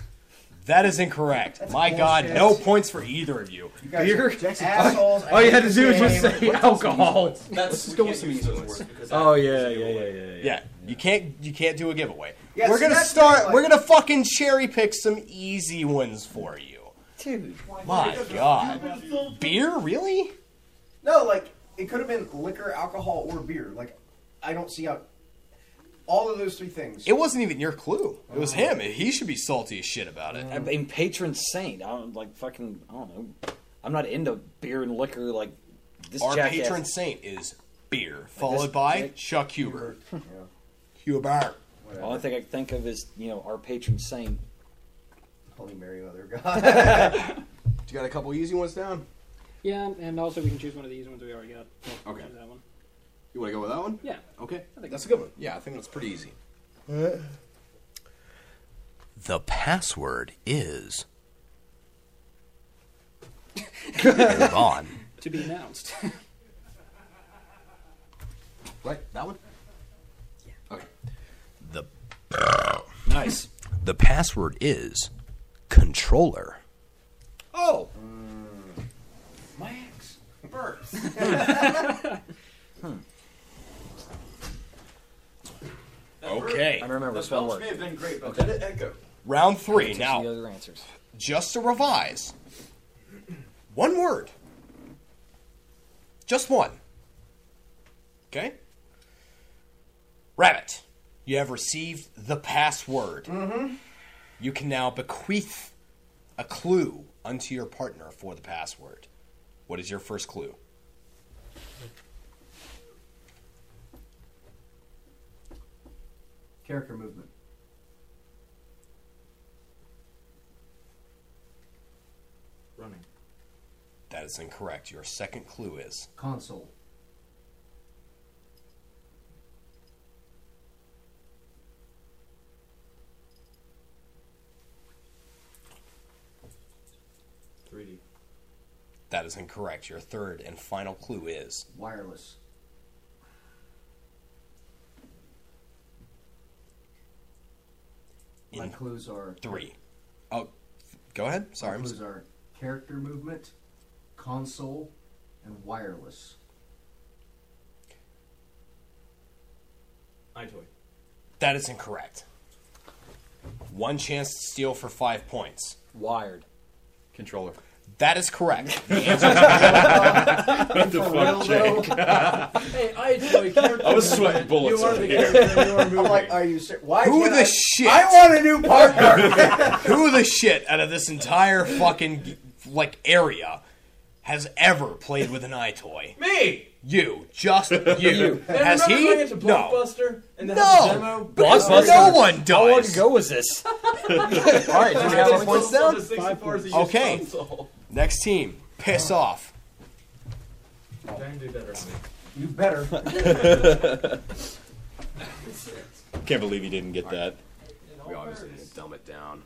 Speaker 1: That is incorrect. My God,
Speaker 5: bullshit.
Speaker 1: no points for either of you.
Speaker 5: guys
Speaker 1: Beer?
Speaker 5: are Jackson, assholes.
Speaker 11: *laughs* All you had to do was just say alcohol.
Speaker 1: Let's just go with some easy ones.
Speaker 11: Oh yeah, yeah, yeah, yeah,
Speaker 1: Yeah, you can't you can't do a giveaway.
Speaker 11: Yeah,
Speaker 1: we're
Speaker 11: see,
Speaker 1: gonna
Speaker 11: that's
Speaker 1: start.
Speaker 11: like-
Speaker 1: we're gonna fucking cherry pick some easy ones for you.
Speaker 11: Dude.
Speaker 1: My God, beer really?
Speaker 5: No, like it could have been liquor, alcohol, or beer. Like I don't see how.
Speaker 17: All of those three things.
Speaker 1: It wasn't even your clue. It was him. He should be salty as shit about it.
Speaker 18: Oh. I mean, patron saint. I'm like fucking. I don't know. I'm not into beer and liquor like this.
Speaker 1: Our
Speaker 18: jackass.
Speaker 1: patron saint is beer,
Speaker 18: this
Speaker 1: followed by
Speaker 18: dick.
Speaker 1: Chuck Huber.
Speaker 18: *laughs*
Speaker 1: Huber.
Speaker 18: The only thing I can think of is you know our patron saint.
Speaker 17: Holy Mary, Mother of
Speaker 1: God. you got a couple easy ones down.
Speaker 9: Yeah, and also we can choose one of these ones we already got.
Speaker 1: Okay.
Speaker 9: Choose That one.
Speaker 1: You want to go with that one?
Speaker 9: Yeah.
Speaker 1: Okay.
Speaker 9: I think
Speaker 1: That's a good one. Yeah, I think that's pretty easy. The password is. Hold on.
Speaker 9: To be announced.
Speaker 1: Right, that one? Okay.
Speaker 10: The
Speaker 1: *laughs*
Speaker 18: nice.
Speaker 10: The password is controller.
Speaker 18: Oh.
Speaker 5: My ex.
Speaker 7: Burps.
Speaker 1: Okay.
Speaker 18: I remember.
Speaker 7: The
Speaker 18: it's spell
Speaker 7: belch
Speaker 18: work.
Speaker 7: may have been great, but
Speaker 18: Okay.
Speaker 7: did it echo?
Speaker 1: Round three.
Speaker 18: Teach
Speaker 1: Now,
Speaker 18: the other answers.
Speaker 1: just to revise, one word. Just one. Okay? Rabbit, you have received the password. Mm-hmm. You can now bequeath a clue unto your partner for the password. What is your first clue?
Speaker 17: Character movement.
Speaker 7: Running.
Speaker 1: That is incorrect. Your second clue is
Speaker 17: Console.
Speaker 7: Three D.
Speaker 1: that is incorrect. Your third and final clue is
Speaker 17: Wireless. My
Speaker 1: In
Speaker 17: clues are
Speaker 1: three. Oh, go ahead. Sorry.
Speaker 17: My
Speaker 1: I'm
Speaker 17: clues are character movement, console, and wireless.
Speaker 7: iToy.
Speaker 1: That is incorrect. One chance to steal for five points.
Speaker 18: Wired.
Speaker 1: Controller. That is correct. The answer is controller.
Speaker 15: What the fuck,
Speaker 18: *laughs*
Speaker 15: Jake?
Speaker 7: Hey, I enjoy character
Speaker 15: I was sweating
Speaker 7: movement.
Speaker 15: bullets
Speaker 7: You are
Speaker 15: over
Speaker 7: the
Speaker 15: here.
Speaker 7: character you are
Speaker 17: I'm like, are you ser- why?
Speaker 1: Who
Speaker 17: can't
Speaker 1: the
Speaker 17: I-
Speaker 1: shit?
Speaker 17: I want a new partner.
Speaker 1: *laughs* Who the shit out of this entire fucking like area has ever played with an eye toy?
Speaker 7: Me.
Speaker 1: You,
Speaker 7: *laughs*
Speaker 1: just you.
Speaker 7: You. Man,
Speaker 1: Has
Speaker 7: remember
Speaker 1: he?
Speaker 7: going into
Speaker 1: No.
Speaker 7: Blockbuster and they had the demo?
Speaker 1: No. Blockbuster. No one
Speaker 18: How long
Speaker 1: does.
Speaker 18: ago was this?
Speaker 1: All right, do we have our points down?
Speaker 7: Five points.
Speaker 1: Okay. Next team, piss
Speaker 7: Oh.
Speaker 1: off.
Speaker 7: Dan, do better. than me.
Speaker 17: *laughs* You better.
Speaker 3: Can't believe you didn't get that.
Speaker 1: We obviously need to dumb it down.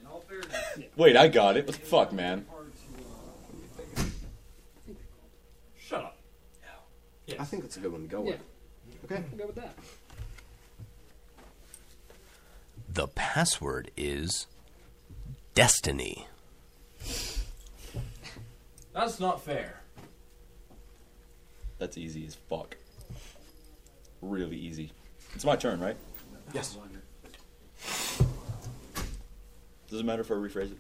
Speaker 3: Wait, I got it. What the fuck, man?
Speaker 7: Shut up.
Speaker 1: I think that's a good one to go with. Okay.
Speaker 9: We'll go with that.
Speaker 10: The password is destiny.
Speaker 7: That's not fair.
Speaker 3: That's easy as fuck. Really easy. It's my turn, right?
Speaker 1: Yes.
Speaker 3: Does it matter if I rephrase it?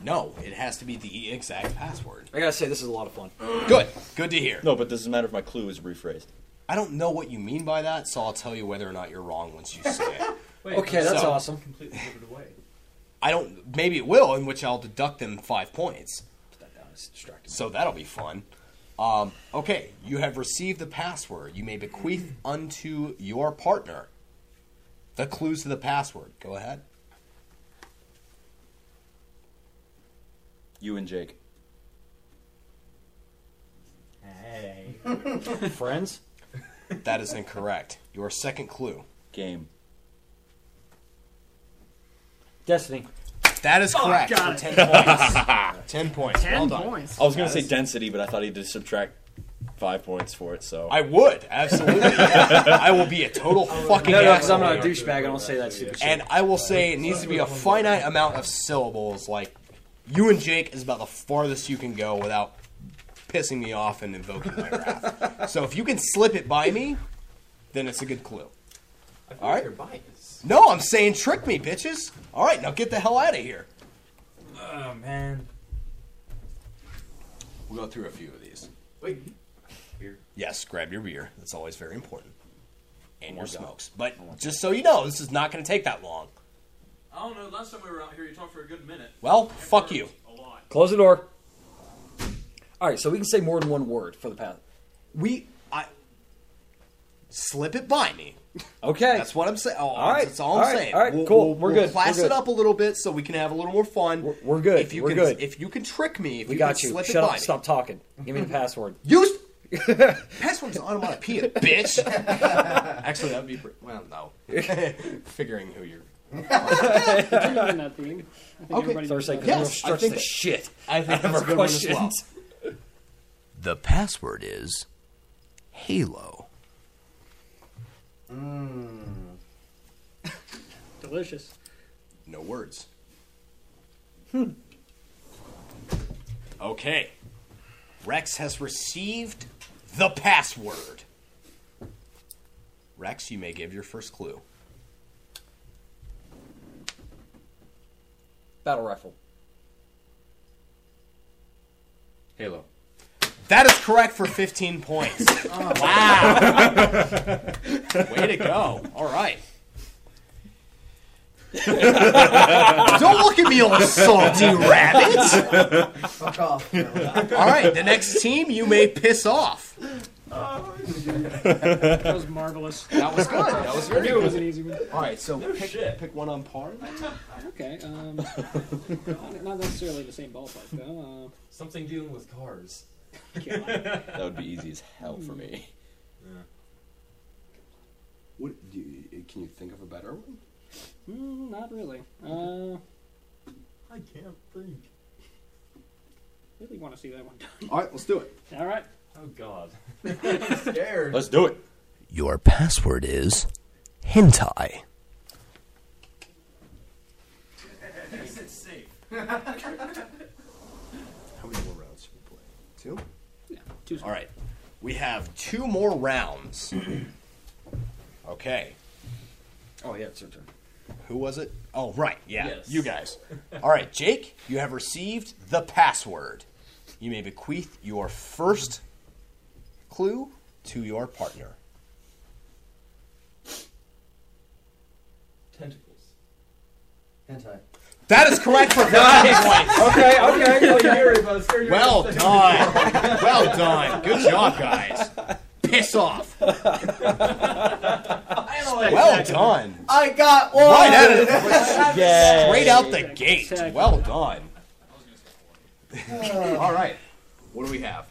Speaker 1: No, it has to be the exact password.
Speaker 18: I gotta say, this is a lot of fun.
Speaker 1: Good. Good to hear.
Speaker 3: No, but does it matter if my clue is rephrased?
Speaker 1: I don't know what you mean by that, so I'll tell you whether or not you're wrong once you say it.
Speaker 18: okay, that's
Speaker 1: So,
Speaker 18: awesome.
Speaker 7: Completely give it away.
Speaker 1: I don't. Maybe it will, in which I'll deduct them five points. So that'll be fun. Um, okay, you have received the password. You may bequeath unto your partner the clues to the password. Go ahead.
Speaker 3: You and Jake.
Speaker 18: Hey.
Speaker 3: Friends?
Speaker 1: That is incorrect. Your second clue.
Speaker 3: Game.
Speaker 18: Destiny.
Speaker 1: That is
Speaker 18: Oh,
Speaker 1: correct.
Speaker 18: got
Speaker 1: for
Speaker 18: it.
Speaker 1: ten points. *laughs* ten points.
Speaker 9: Ten
Speaker 1: well done.
Speaker 9: points.
Speaker 3: I was going to say density, but I thought he'd just subtract five points for it, so.
Speaker 1: I would absolutely. I will be a total fucking.
Speaker 18: No, no, because I'm not a
Speaker 1: asshole.
Speaker 18: douchebag. I don't say that stupid shit.
Speaker 1: And I will say it needs to be a finite amount of syllables. Like you and Jake is about the farthest you can go without pissing me off and invoking my wrath. So if you can slip it by me, then it's a good clue.
Speaker 7: I feel
Speaker 1: All
Speaker 7: like
Speaker 1: right.
Speaker 7: you're biased.
Speaker 1: No, I'm saying trick me, bitches. All right, now get the hell out of here.
Speaker 7: Oh man.
Speaker 1: We'll go through a few of these.
Speaker 7: Wait. Beer.
Speaker 1: Yes, grab your beer. That's always very important. and your smokes. But just so you know, this is not going to take that long.
Speaker 7: I don't know. Last time we were out here, you talked for a good minute.
Speaker 1: Well, fuck you.
Speaker 18: Close the door. All right, so we can say more than one word for the path.
Speaker 1: We, I, slip it by me.
Speaker 18: Okay,
Speaker 1: that's what I'm saying. Oh,
Speaker 18: All right,
Speaker 1: that's all I'm
Speaker 18: all right,
Speaker 1: saying.
Speaker 18: all right,
Speaker 1: We'll-
Speaker 18: cool,
Speaker 1: we'll-
Speaker 18: we're
Speaker 1: we'll
Speaker 18: good,
Speaker 1: Class
Speaker 18: we're good.
Speaker 1: it up a little bit so we can have a little more fun. We're,
Speaker 18: good.
Speaker 1: If you
Speaker 18: we're
Speaker 1: can,
Speaker 18: good.
Speaker 1: If you can trick me, if
Speaker 18: we
Speaker 1: you
Speaker 18: got
Speaker 1: can
Speaker 18: you.
Speaker 1: slip
Speaker 18: Shut
Speaker 1: it
Speaker 18: up.
Speaker 1: by me.
Speaker 18: Stop talking. Give me the password.
Speaker 1: Use
Speaker 18: *laughs*
Speaker 1: password's onomatopoeia, bitch. Actually, that'd be pre- well, no.
Speaker 18: *laughs*
Speaker 1: Figuring who you're.
Speaker 9: that theme. I think everybody knows
Speaker 18: Thursday,
Speaker 9: that.
Speaker 18: 'cause we'll stretch the shit
Speaker 1: *laughs*
Speaker 18: out of
Speaker 1: that's
Speaker 18: our
Speaker 1: a good one as well.
Speaker 18: questions.
Speaker 1: *laughs*
Speaker 19: The password is Halo.
Speaker 9: Delicious.
Speaker 1: No words.
Speaker 18: Hmm.
Speaker 1: Okay. Rex has received the password. Rex, you may give your first clue.
Speaker 18: Battle rifle.
Speaker 3: Halo.
Speaker 1: That is correct for 15
Speaker 18: *laughs*
Speaker 1: points.
Speaker 18: Oh.
Speaker 1: Wow. Way to go. All right. Don't look at me all salty, rabbit.
Speaker 17: Fuck off.
Speaker 1: All right, the next team you may piss off.
Speaker 9: that was marvelous.
Speaker 1: That was good. That was very
Speaker 9: I knew
Speaker 1: good.
Speaker 9: it was an easy one.
Speaker 1: All right, so pick, pick one on par.
Speaker 9: Okay. Um, not not necessarily the same ballpark though. Uh,
Speaker 7: Something dealing with cars.
Speaker 16: That would be easy as hell for me.
Speaker 1: What, do you, eh, can you think of a better one?
Speaker 9: mm, not really. Uh,
Speaker 7: I can't think.
Speaker 9: really want to see that one done.
Speaker 12: All right, let's do it.
Speaker 9: All right.
Speaker 7: Oh God. I'm scared.
Speaker 19: do it. Your password is hentai.
Speaker 7: Is it safe?
Speaker 1: How many more rounds should we play? Two?
Speaker 9: Yeah, two.
Speaker 1: All right. We have two more *clears throat* rounds. okay.
Speaker 18: Oh, yeah, it's your turn.
Speaker 1: Who was it? Oh, right. Yeah.
Speaker 18: Yes.
Speaker 1: You guys. All right, Jake, you have received the password. You may bequeath your first clue to your partner.
Speaker 7: Tentacles.
Speaker 5: Hentai.
Speaker 1: That is correct for *laughs*
Speaker 5: Nice. Okay,
Speaker 1: five
Speaker 5: okay,
Speaker 1: points.
Speaker 5: well, you're- I was scared you were
Speaker 1: Well
Speaker 5: gonna say-
Speaker 1: done. well done. Good job, guys. Piss off. well done.
Speaker 5: I got one.
Speaker 1: Right out of the,
Speaker 5: Yay.
Speaker 1: straight out the gate. Well done. All right. What do we have?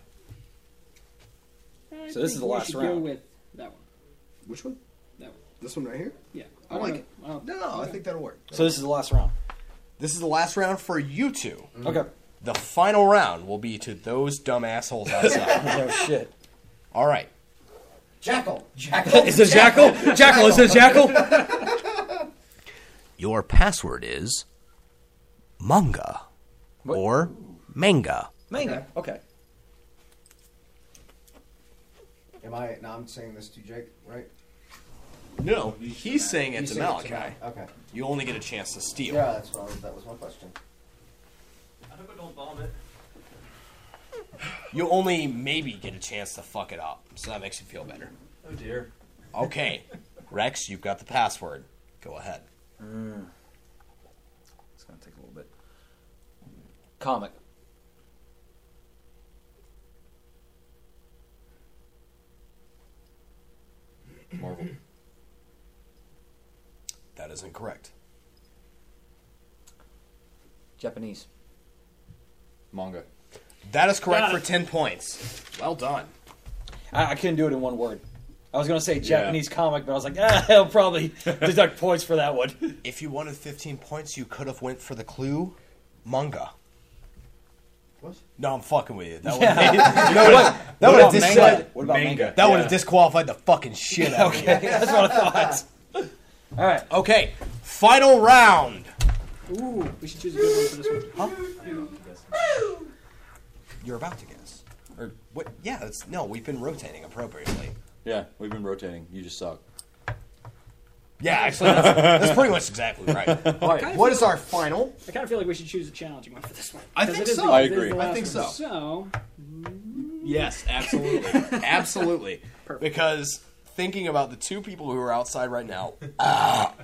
Speaker 9: I
Speaker 1: So this is
Speaker 9: think
Speaker 1: the
Speaker 9: we
Speaker 1: last
Speaker 9: should Go
Speaker 1: round.
Speaker 9: with that one.
Speaker 12: Which one?
Speaker 9: That one.
Speaker 12: This one right here?
Speaker 9: Yeah.
Speaker 1: I like it.
Speaker 9: Oh,
Speaker 1: No, I think that'll work.
Speaker 18: So this is the last round.
Speaker 1: This is the last round for you two.
Speaker 18: Okay.
Speaker 1: The final round will be to those dumb assholes outside.
Speaker 18: no Oh, shit.
Speaker 1: All right.
Speaker 18: *laughs*
Speaker 5: Jackal.
Speaker 18: Jackal. Is it Jackal? Jackal, is it Jackal?
Speaker 19: *laughs* Your password is manga or manga.
Speaker 18: Manga. Okay.
Speaker 12: Am I? No, I'm saying this to Jake, right?
Speaker 1: No, he's saying
Speaker 12: You
Speaker 1: it to
Speaker 12: say it to
Speaker 1: Malachi.
Speaker 12: Mal- okay.
Speaker 1: You only get a chance to steal.
Speaker 12: Yeah, that's what I was, that was my question.
Speaker 7: I hope I don't vomit.
Speaker 1: You only maybe get a chance to fuck it up, so that makes you feel better.
Speaker 7: Oh dear.
Speaker 1: Okay, Rex, you've got the password. Go ahead.
Speaker 18: It's gonna take a little bit. Comic.
Speaker 1: Marvel. That is incorrect.
Speaker 18: Japanese.
Speaker 3: Manga.
Speaker 1: That is correct
Speaker 18: Got
Speaker 1: for
Speaker 18: it.
Speaker 1: 10 points. Well done.
Speaker 18: I, I couldn't do it in one word. I was gonna say
Speaker 1: Yeah.
Speaker 18: Japanese comic, but I was like, ah, he'll *laughs* probably deduct points for that one.
Speaker 12: *laughs*
Speaker 1: If you wanted 15 points, you could have went for the clue manga.
Speaker 12: What?
Speaker 1: No, I'm fucking
Speaker 18: *laughs*
Speaker 1: with *laughs* you. That
Speaker 18: Yeah.
Speaker 1: would
Speaker 18: What about-
Speaker 1: have
Speaker 18: what about manga?
Speaker 1: that would have disqualified.
Speaker 18: What about manga?
Speaker 1: That would have
Speaker 18: Yeah.
Speaker 1: disqualified the fucking shit out
Speaker 18: okay,
Speaker 1: of you.
Speaker 18: that's what I thought.
Speaker 1: All right. Okay. Final round.
Speaker 9: Ooh, we should choose a good one for this one.
Speaker 1: You're about to guess. Or what? Yeah. It's, no, we've been
Speaker 18: *laughs*
Speaker 1: rotating appropriately.
Speaker 3: Yeah, we've been rotating. You just suck.
Speaker 1: Yeah, actually, that's, that's pretty much exactly right. All right. What is our final?
Speaker 9: I kind of feel like we should choose a challenging one for this one.
Speaker 1: I
Speaker 9: 'Cause
Speaker 1: think
Speaker 9: it is
Speaker 1: so.
Speaker 9: the-
Speaker 1: I
Speaker 9: it is
Speaker 1: agree.
Speaker 9: the
Speaker 1: I
Speaker 9: last
Speaker 1: think
Speaker 9: one.
Speaker 1: so.
Speaker 9: So,
Speaker 1: Yes, absolutely, absolutely. thinking about the two people who are outside right now. Ah,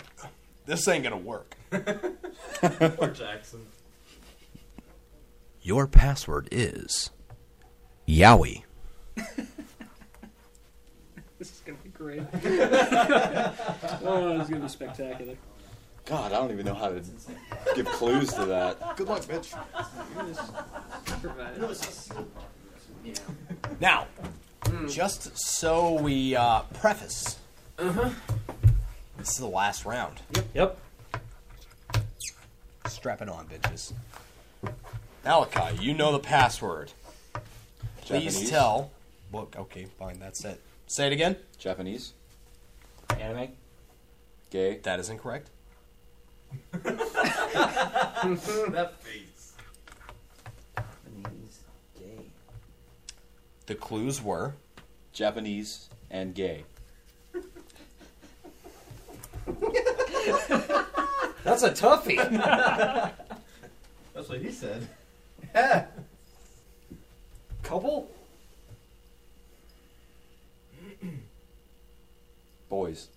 Speaker 1: this ain't gonna work.
Speaker 7: Poor Jackson.
Speaker 19: Your password is Yowie.
Speaker 9: This is gonna
Speaker 5: *laughs*
Speaker 9: be great. *laughs* oh, it's gonna be spectacular.
Speaker 16: God, I don't even know how to give clues to that.
Speaker 1: Good luck, bitch.
Speaker 9: Yeah.
Speaker 1: Now, just so we uh, preface, this is the last round. Yep. Yep. Strap it on, bitches. Malachi, you know the password. Please
Speaker 16: Japanese?
Speaker 1: tell. Look, okay, fine, that's it. Say it again. Japanese. Anime. Gay. That is incorrect.
Speaker 7: that face.
Speaker 18: Japanese gay.
Speaker 1: The clues were Japanese and gay.
Speaker 18: That's a toughie.
Speaker 7: That's what he said.
Speaker 18: Couple?
Speaker 16: Boys.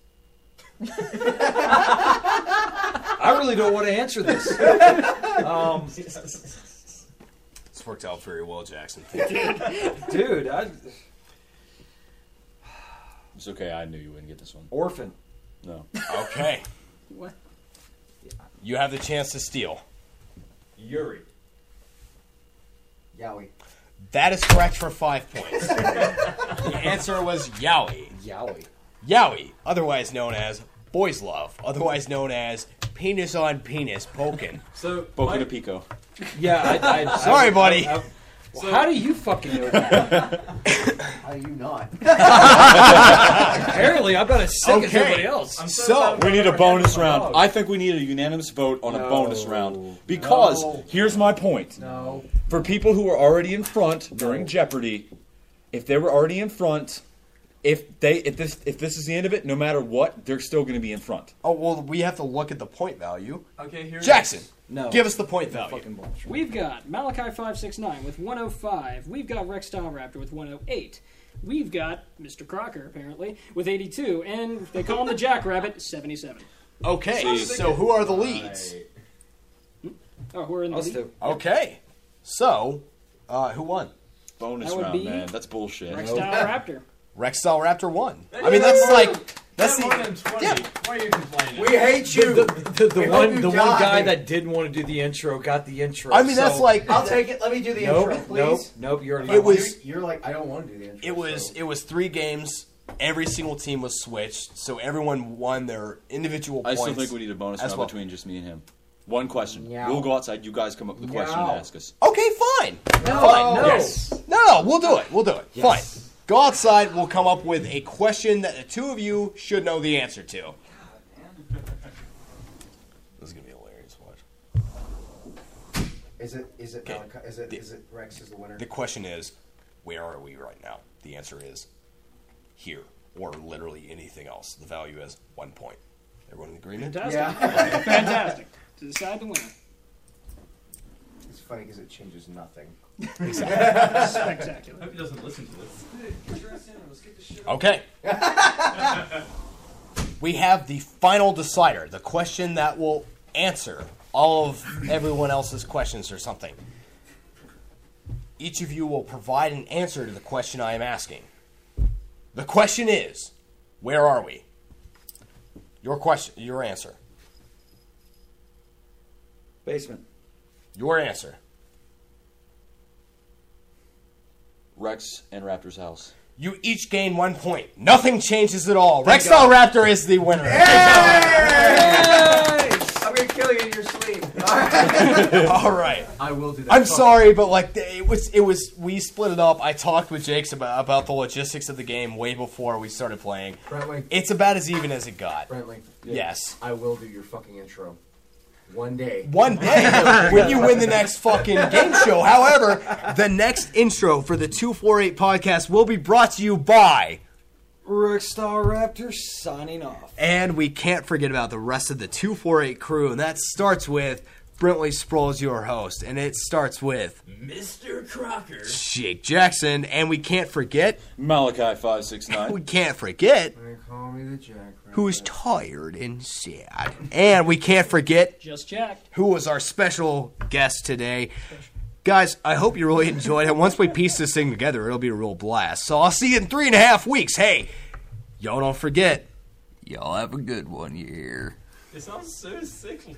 Speaker 18: I really don't want to answer this. um,
Speaker 1: This worked out very well, Jackson.
Speaker 18: dude, I,
Speaker 16: It's okay. I knew you wouldn't get this one.
Speaker 18: Orphan.
Speaker 3: *laughs*
Speaker 16: No.
Speaker 1: Okay.
Speaker 9: What?
Speaker 1: You have the chance to steal.
Speaker 7: Yuri.
Speaker 5: Yowie.
Speaker 1: That is correct for five *laughs* points. the answer was Yowie. Yowie. Yowie, otherwise known as boys love, otherwise known as penis on penis poking.
Speaker 7: So
Speaker 16: Boca de Pico.
Speaker 18: Yeah, I,
Speaker 1: *laughs*
Speaker 18: I,
Speaker 1: Sorry,
Speaker 18: I-
Speaker 1: buddy.
Speaker 18: I- I- Well, how do you fucking know that?
Speaker 5: *laughs* How do you not?
Speaker 18: *laughs* Apparently, I'm not as sick as everybody else.
Speaker 3: we need a bonus round. I think we need a unanimous vote on a bonus round because here's my point.
Speaker 5: No.
Speaker 3: For people who are already in front during Jeopardy, if they were already in front, if they if this if this is the end of it, no matter what, they're still going to be in front.
Speaker 1: Oh well, we have to look at the point value.
Speaker 7: Okay, here.
Speaker 1: Jackson,
Speaker 18: no.
Speaker 1: give us the point value.
Speaker 9: We've got Malachi 569 with 105. We've got Rex Raptor with 108. We've got Mr. Crocker, apparently, with 82. And they call him the Jackrabbit, 77.
Speaker 1: Okay,
Speaker 9: See.
Speaker 1: so who are the leads?
Speaker 9: Oh, we're in the lead.
Speaker 1: Okay, so uh, who won?
Speaker 16: Bonus
Speaker 9: That would
Speaker 16: round,
Speaker 9: be
Speaker 16: man. That's bullshit.
Speaker 9: Rex Raptor.
Speaker 1: Rexstyle Raptor won. I mean, that's like that's the
Speaker 7: Why are you complaining?
Speaker 1: We hate you.
Speaker 18: The, the, the
Speaker 1: We hope
Speaker 18: one,
Speaker 1: you
Speaker 18: the one
Speaker 1: die.
Speaker 18: guy that didn't want to do the intro got the intro.
Speaker 1: *laughs* I mean, that's
Speaker 18: so-
Speaker 1: like-
Speaker 5: I'll take it. Let me do the
Speaker 18: nope,
Speaker 5: intro, please.
Speaker 18: Nope, nope. You're
Speaker 1: It was-
Speaker 5: You're, like, I don't want to do the intro.
Speaker 1: It was it was three games. Every single team was switched, so everyone won their individual
Speaker 16: I
Speaker 1: points.
Speaker 16: still think we need a bonus
Speaker 1: as
Speaker 16: round
Speaker 1: well.
Speaker 16: between just me and him. One question.
Speaker 1: Yeah.
Speaker 16: We'll go outside. You guys come up with a question
Speaker 1: Yeah.
Speaker 16: and ask us.
Speaker 1: Okay, fine.
Speaker 16: No.
Speaker 1: fine.
Speaker 16: No.
Speaker 1: Yes. No, no, we'll do it. We'll do it. Fine. Go outside. We'll come up with a question that the two of you should know the answer to. This is gonna be hilarious. Watch.
Speaker 5: Is it? Is it? Malachi- Is it? Is it? Rex is the winner.
Speaker 1: The question is, where are we right now? The answer is here, or literally anything else. The value is one point. Everyone in agreement?
Speaker 9: Fantastic. *laughs* Fantastic. To decide the winner.
Speaker 5: It's funny because it changes nothing.
Speaker 9: *laughs* Spectacular.
Speaker 7: I hope he doesn't listen to this.
Speaker 1: Okay. we have the final decider, the question that will answer all of everyone else's questions or something. Each of you will provide an answer to the question I am asking. The question is, where are we? Your question, your answer.
Speaker 18: Basement.
Speaker 1: Your answer.
Speaker 16: Rex and Raptor's house.
Speaker 1: You each gain one point. Nothing changes at all.
Speaker 16: Thank
Speaker 1: Rexall
Speaker 16: God.
Speaker 1: Raptor is the winner.
Speaker 5: I'm gonna kill you in your sleep.
Speaker 1: *laughs* All right.
Speaker 17: I will do that.
Speaker 1: I'm
Speaker 17: Fuck.
Speaker 1: sorry, but like th- it was, it was. We split it up. I talked with Jake's about about the logistics of the game way before we started playing.
Speaker 17: Brentley.
Speaker 1: It's about as even as it got.
Speaker 17: Brentley.
Speaker 1: Yes.
Speaker 17: I will do your fucking intro. One day.
Speaker 1: One day, when you win the next fucking game show. However, the next intro for the 248 podcast will be brought to you by.
Speaker 18: Rockstar Raptor signing off.
Speaker 1: And we can't forget about the rest of the 248 crew, and that starts with Brentley Sproul's your host, and it starts with
Speaker 7: Mr. Crocker.
Speaker 1: Jake Jackson, and we can't forget
Speaker 3: Malachi five six nine.
Speaker 1: We can't forget
Speaker 5: They call me the Jack.
Speaker 1: who is tired and sad, and we can't forget
Speaker 9: Just Jack.
Speaker 1: who was our special guest today. Guys, I hope you really enjoyed it. Once we piece this thing together, it'll be a real blast. So I'll see you in three and a half weeks. Hey, y'all don't forget. Y'all have a good one. You hear?
Speaker 7: It sounds so sickly.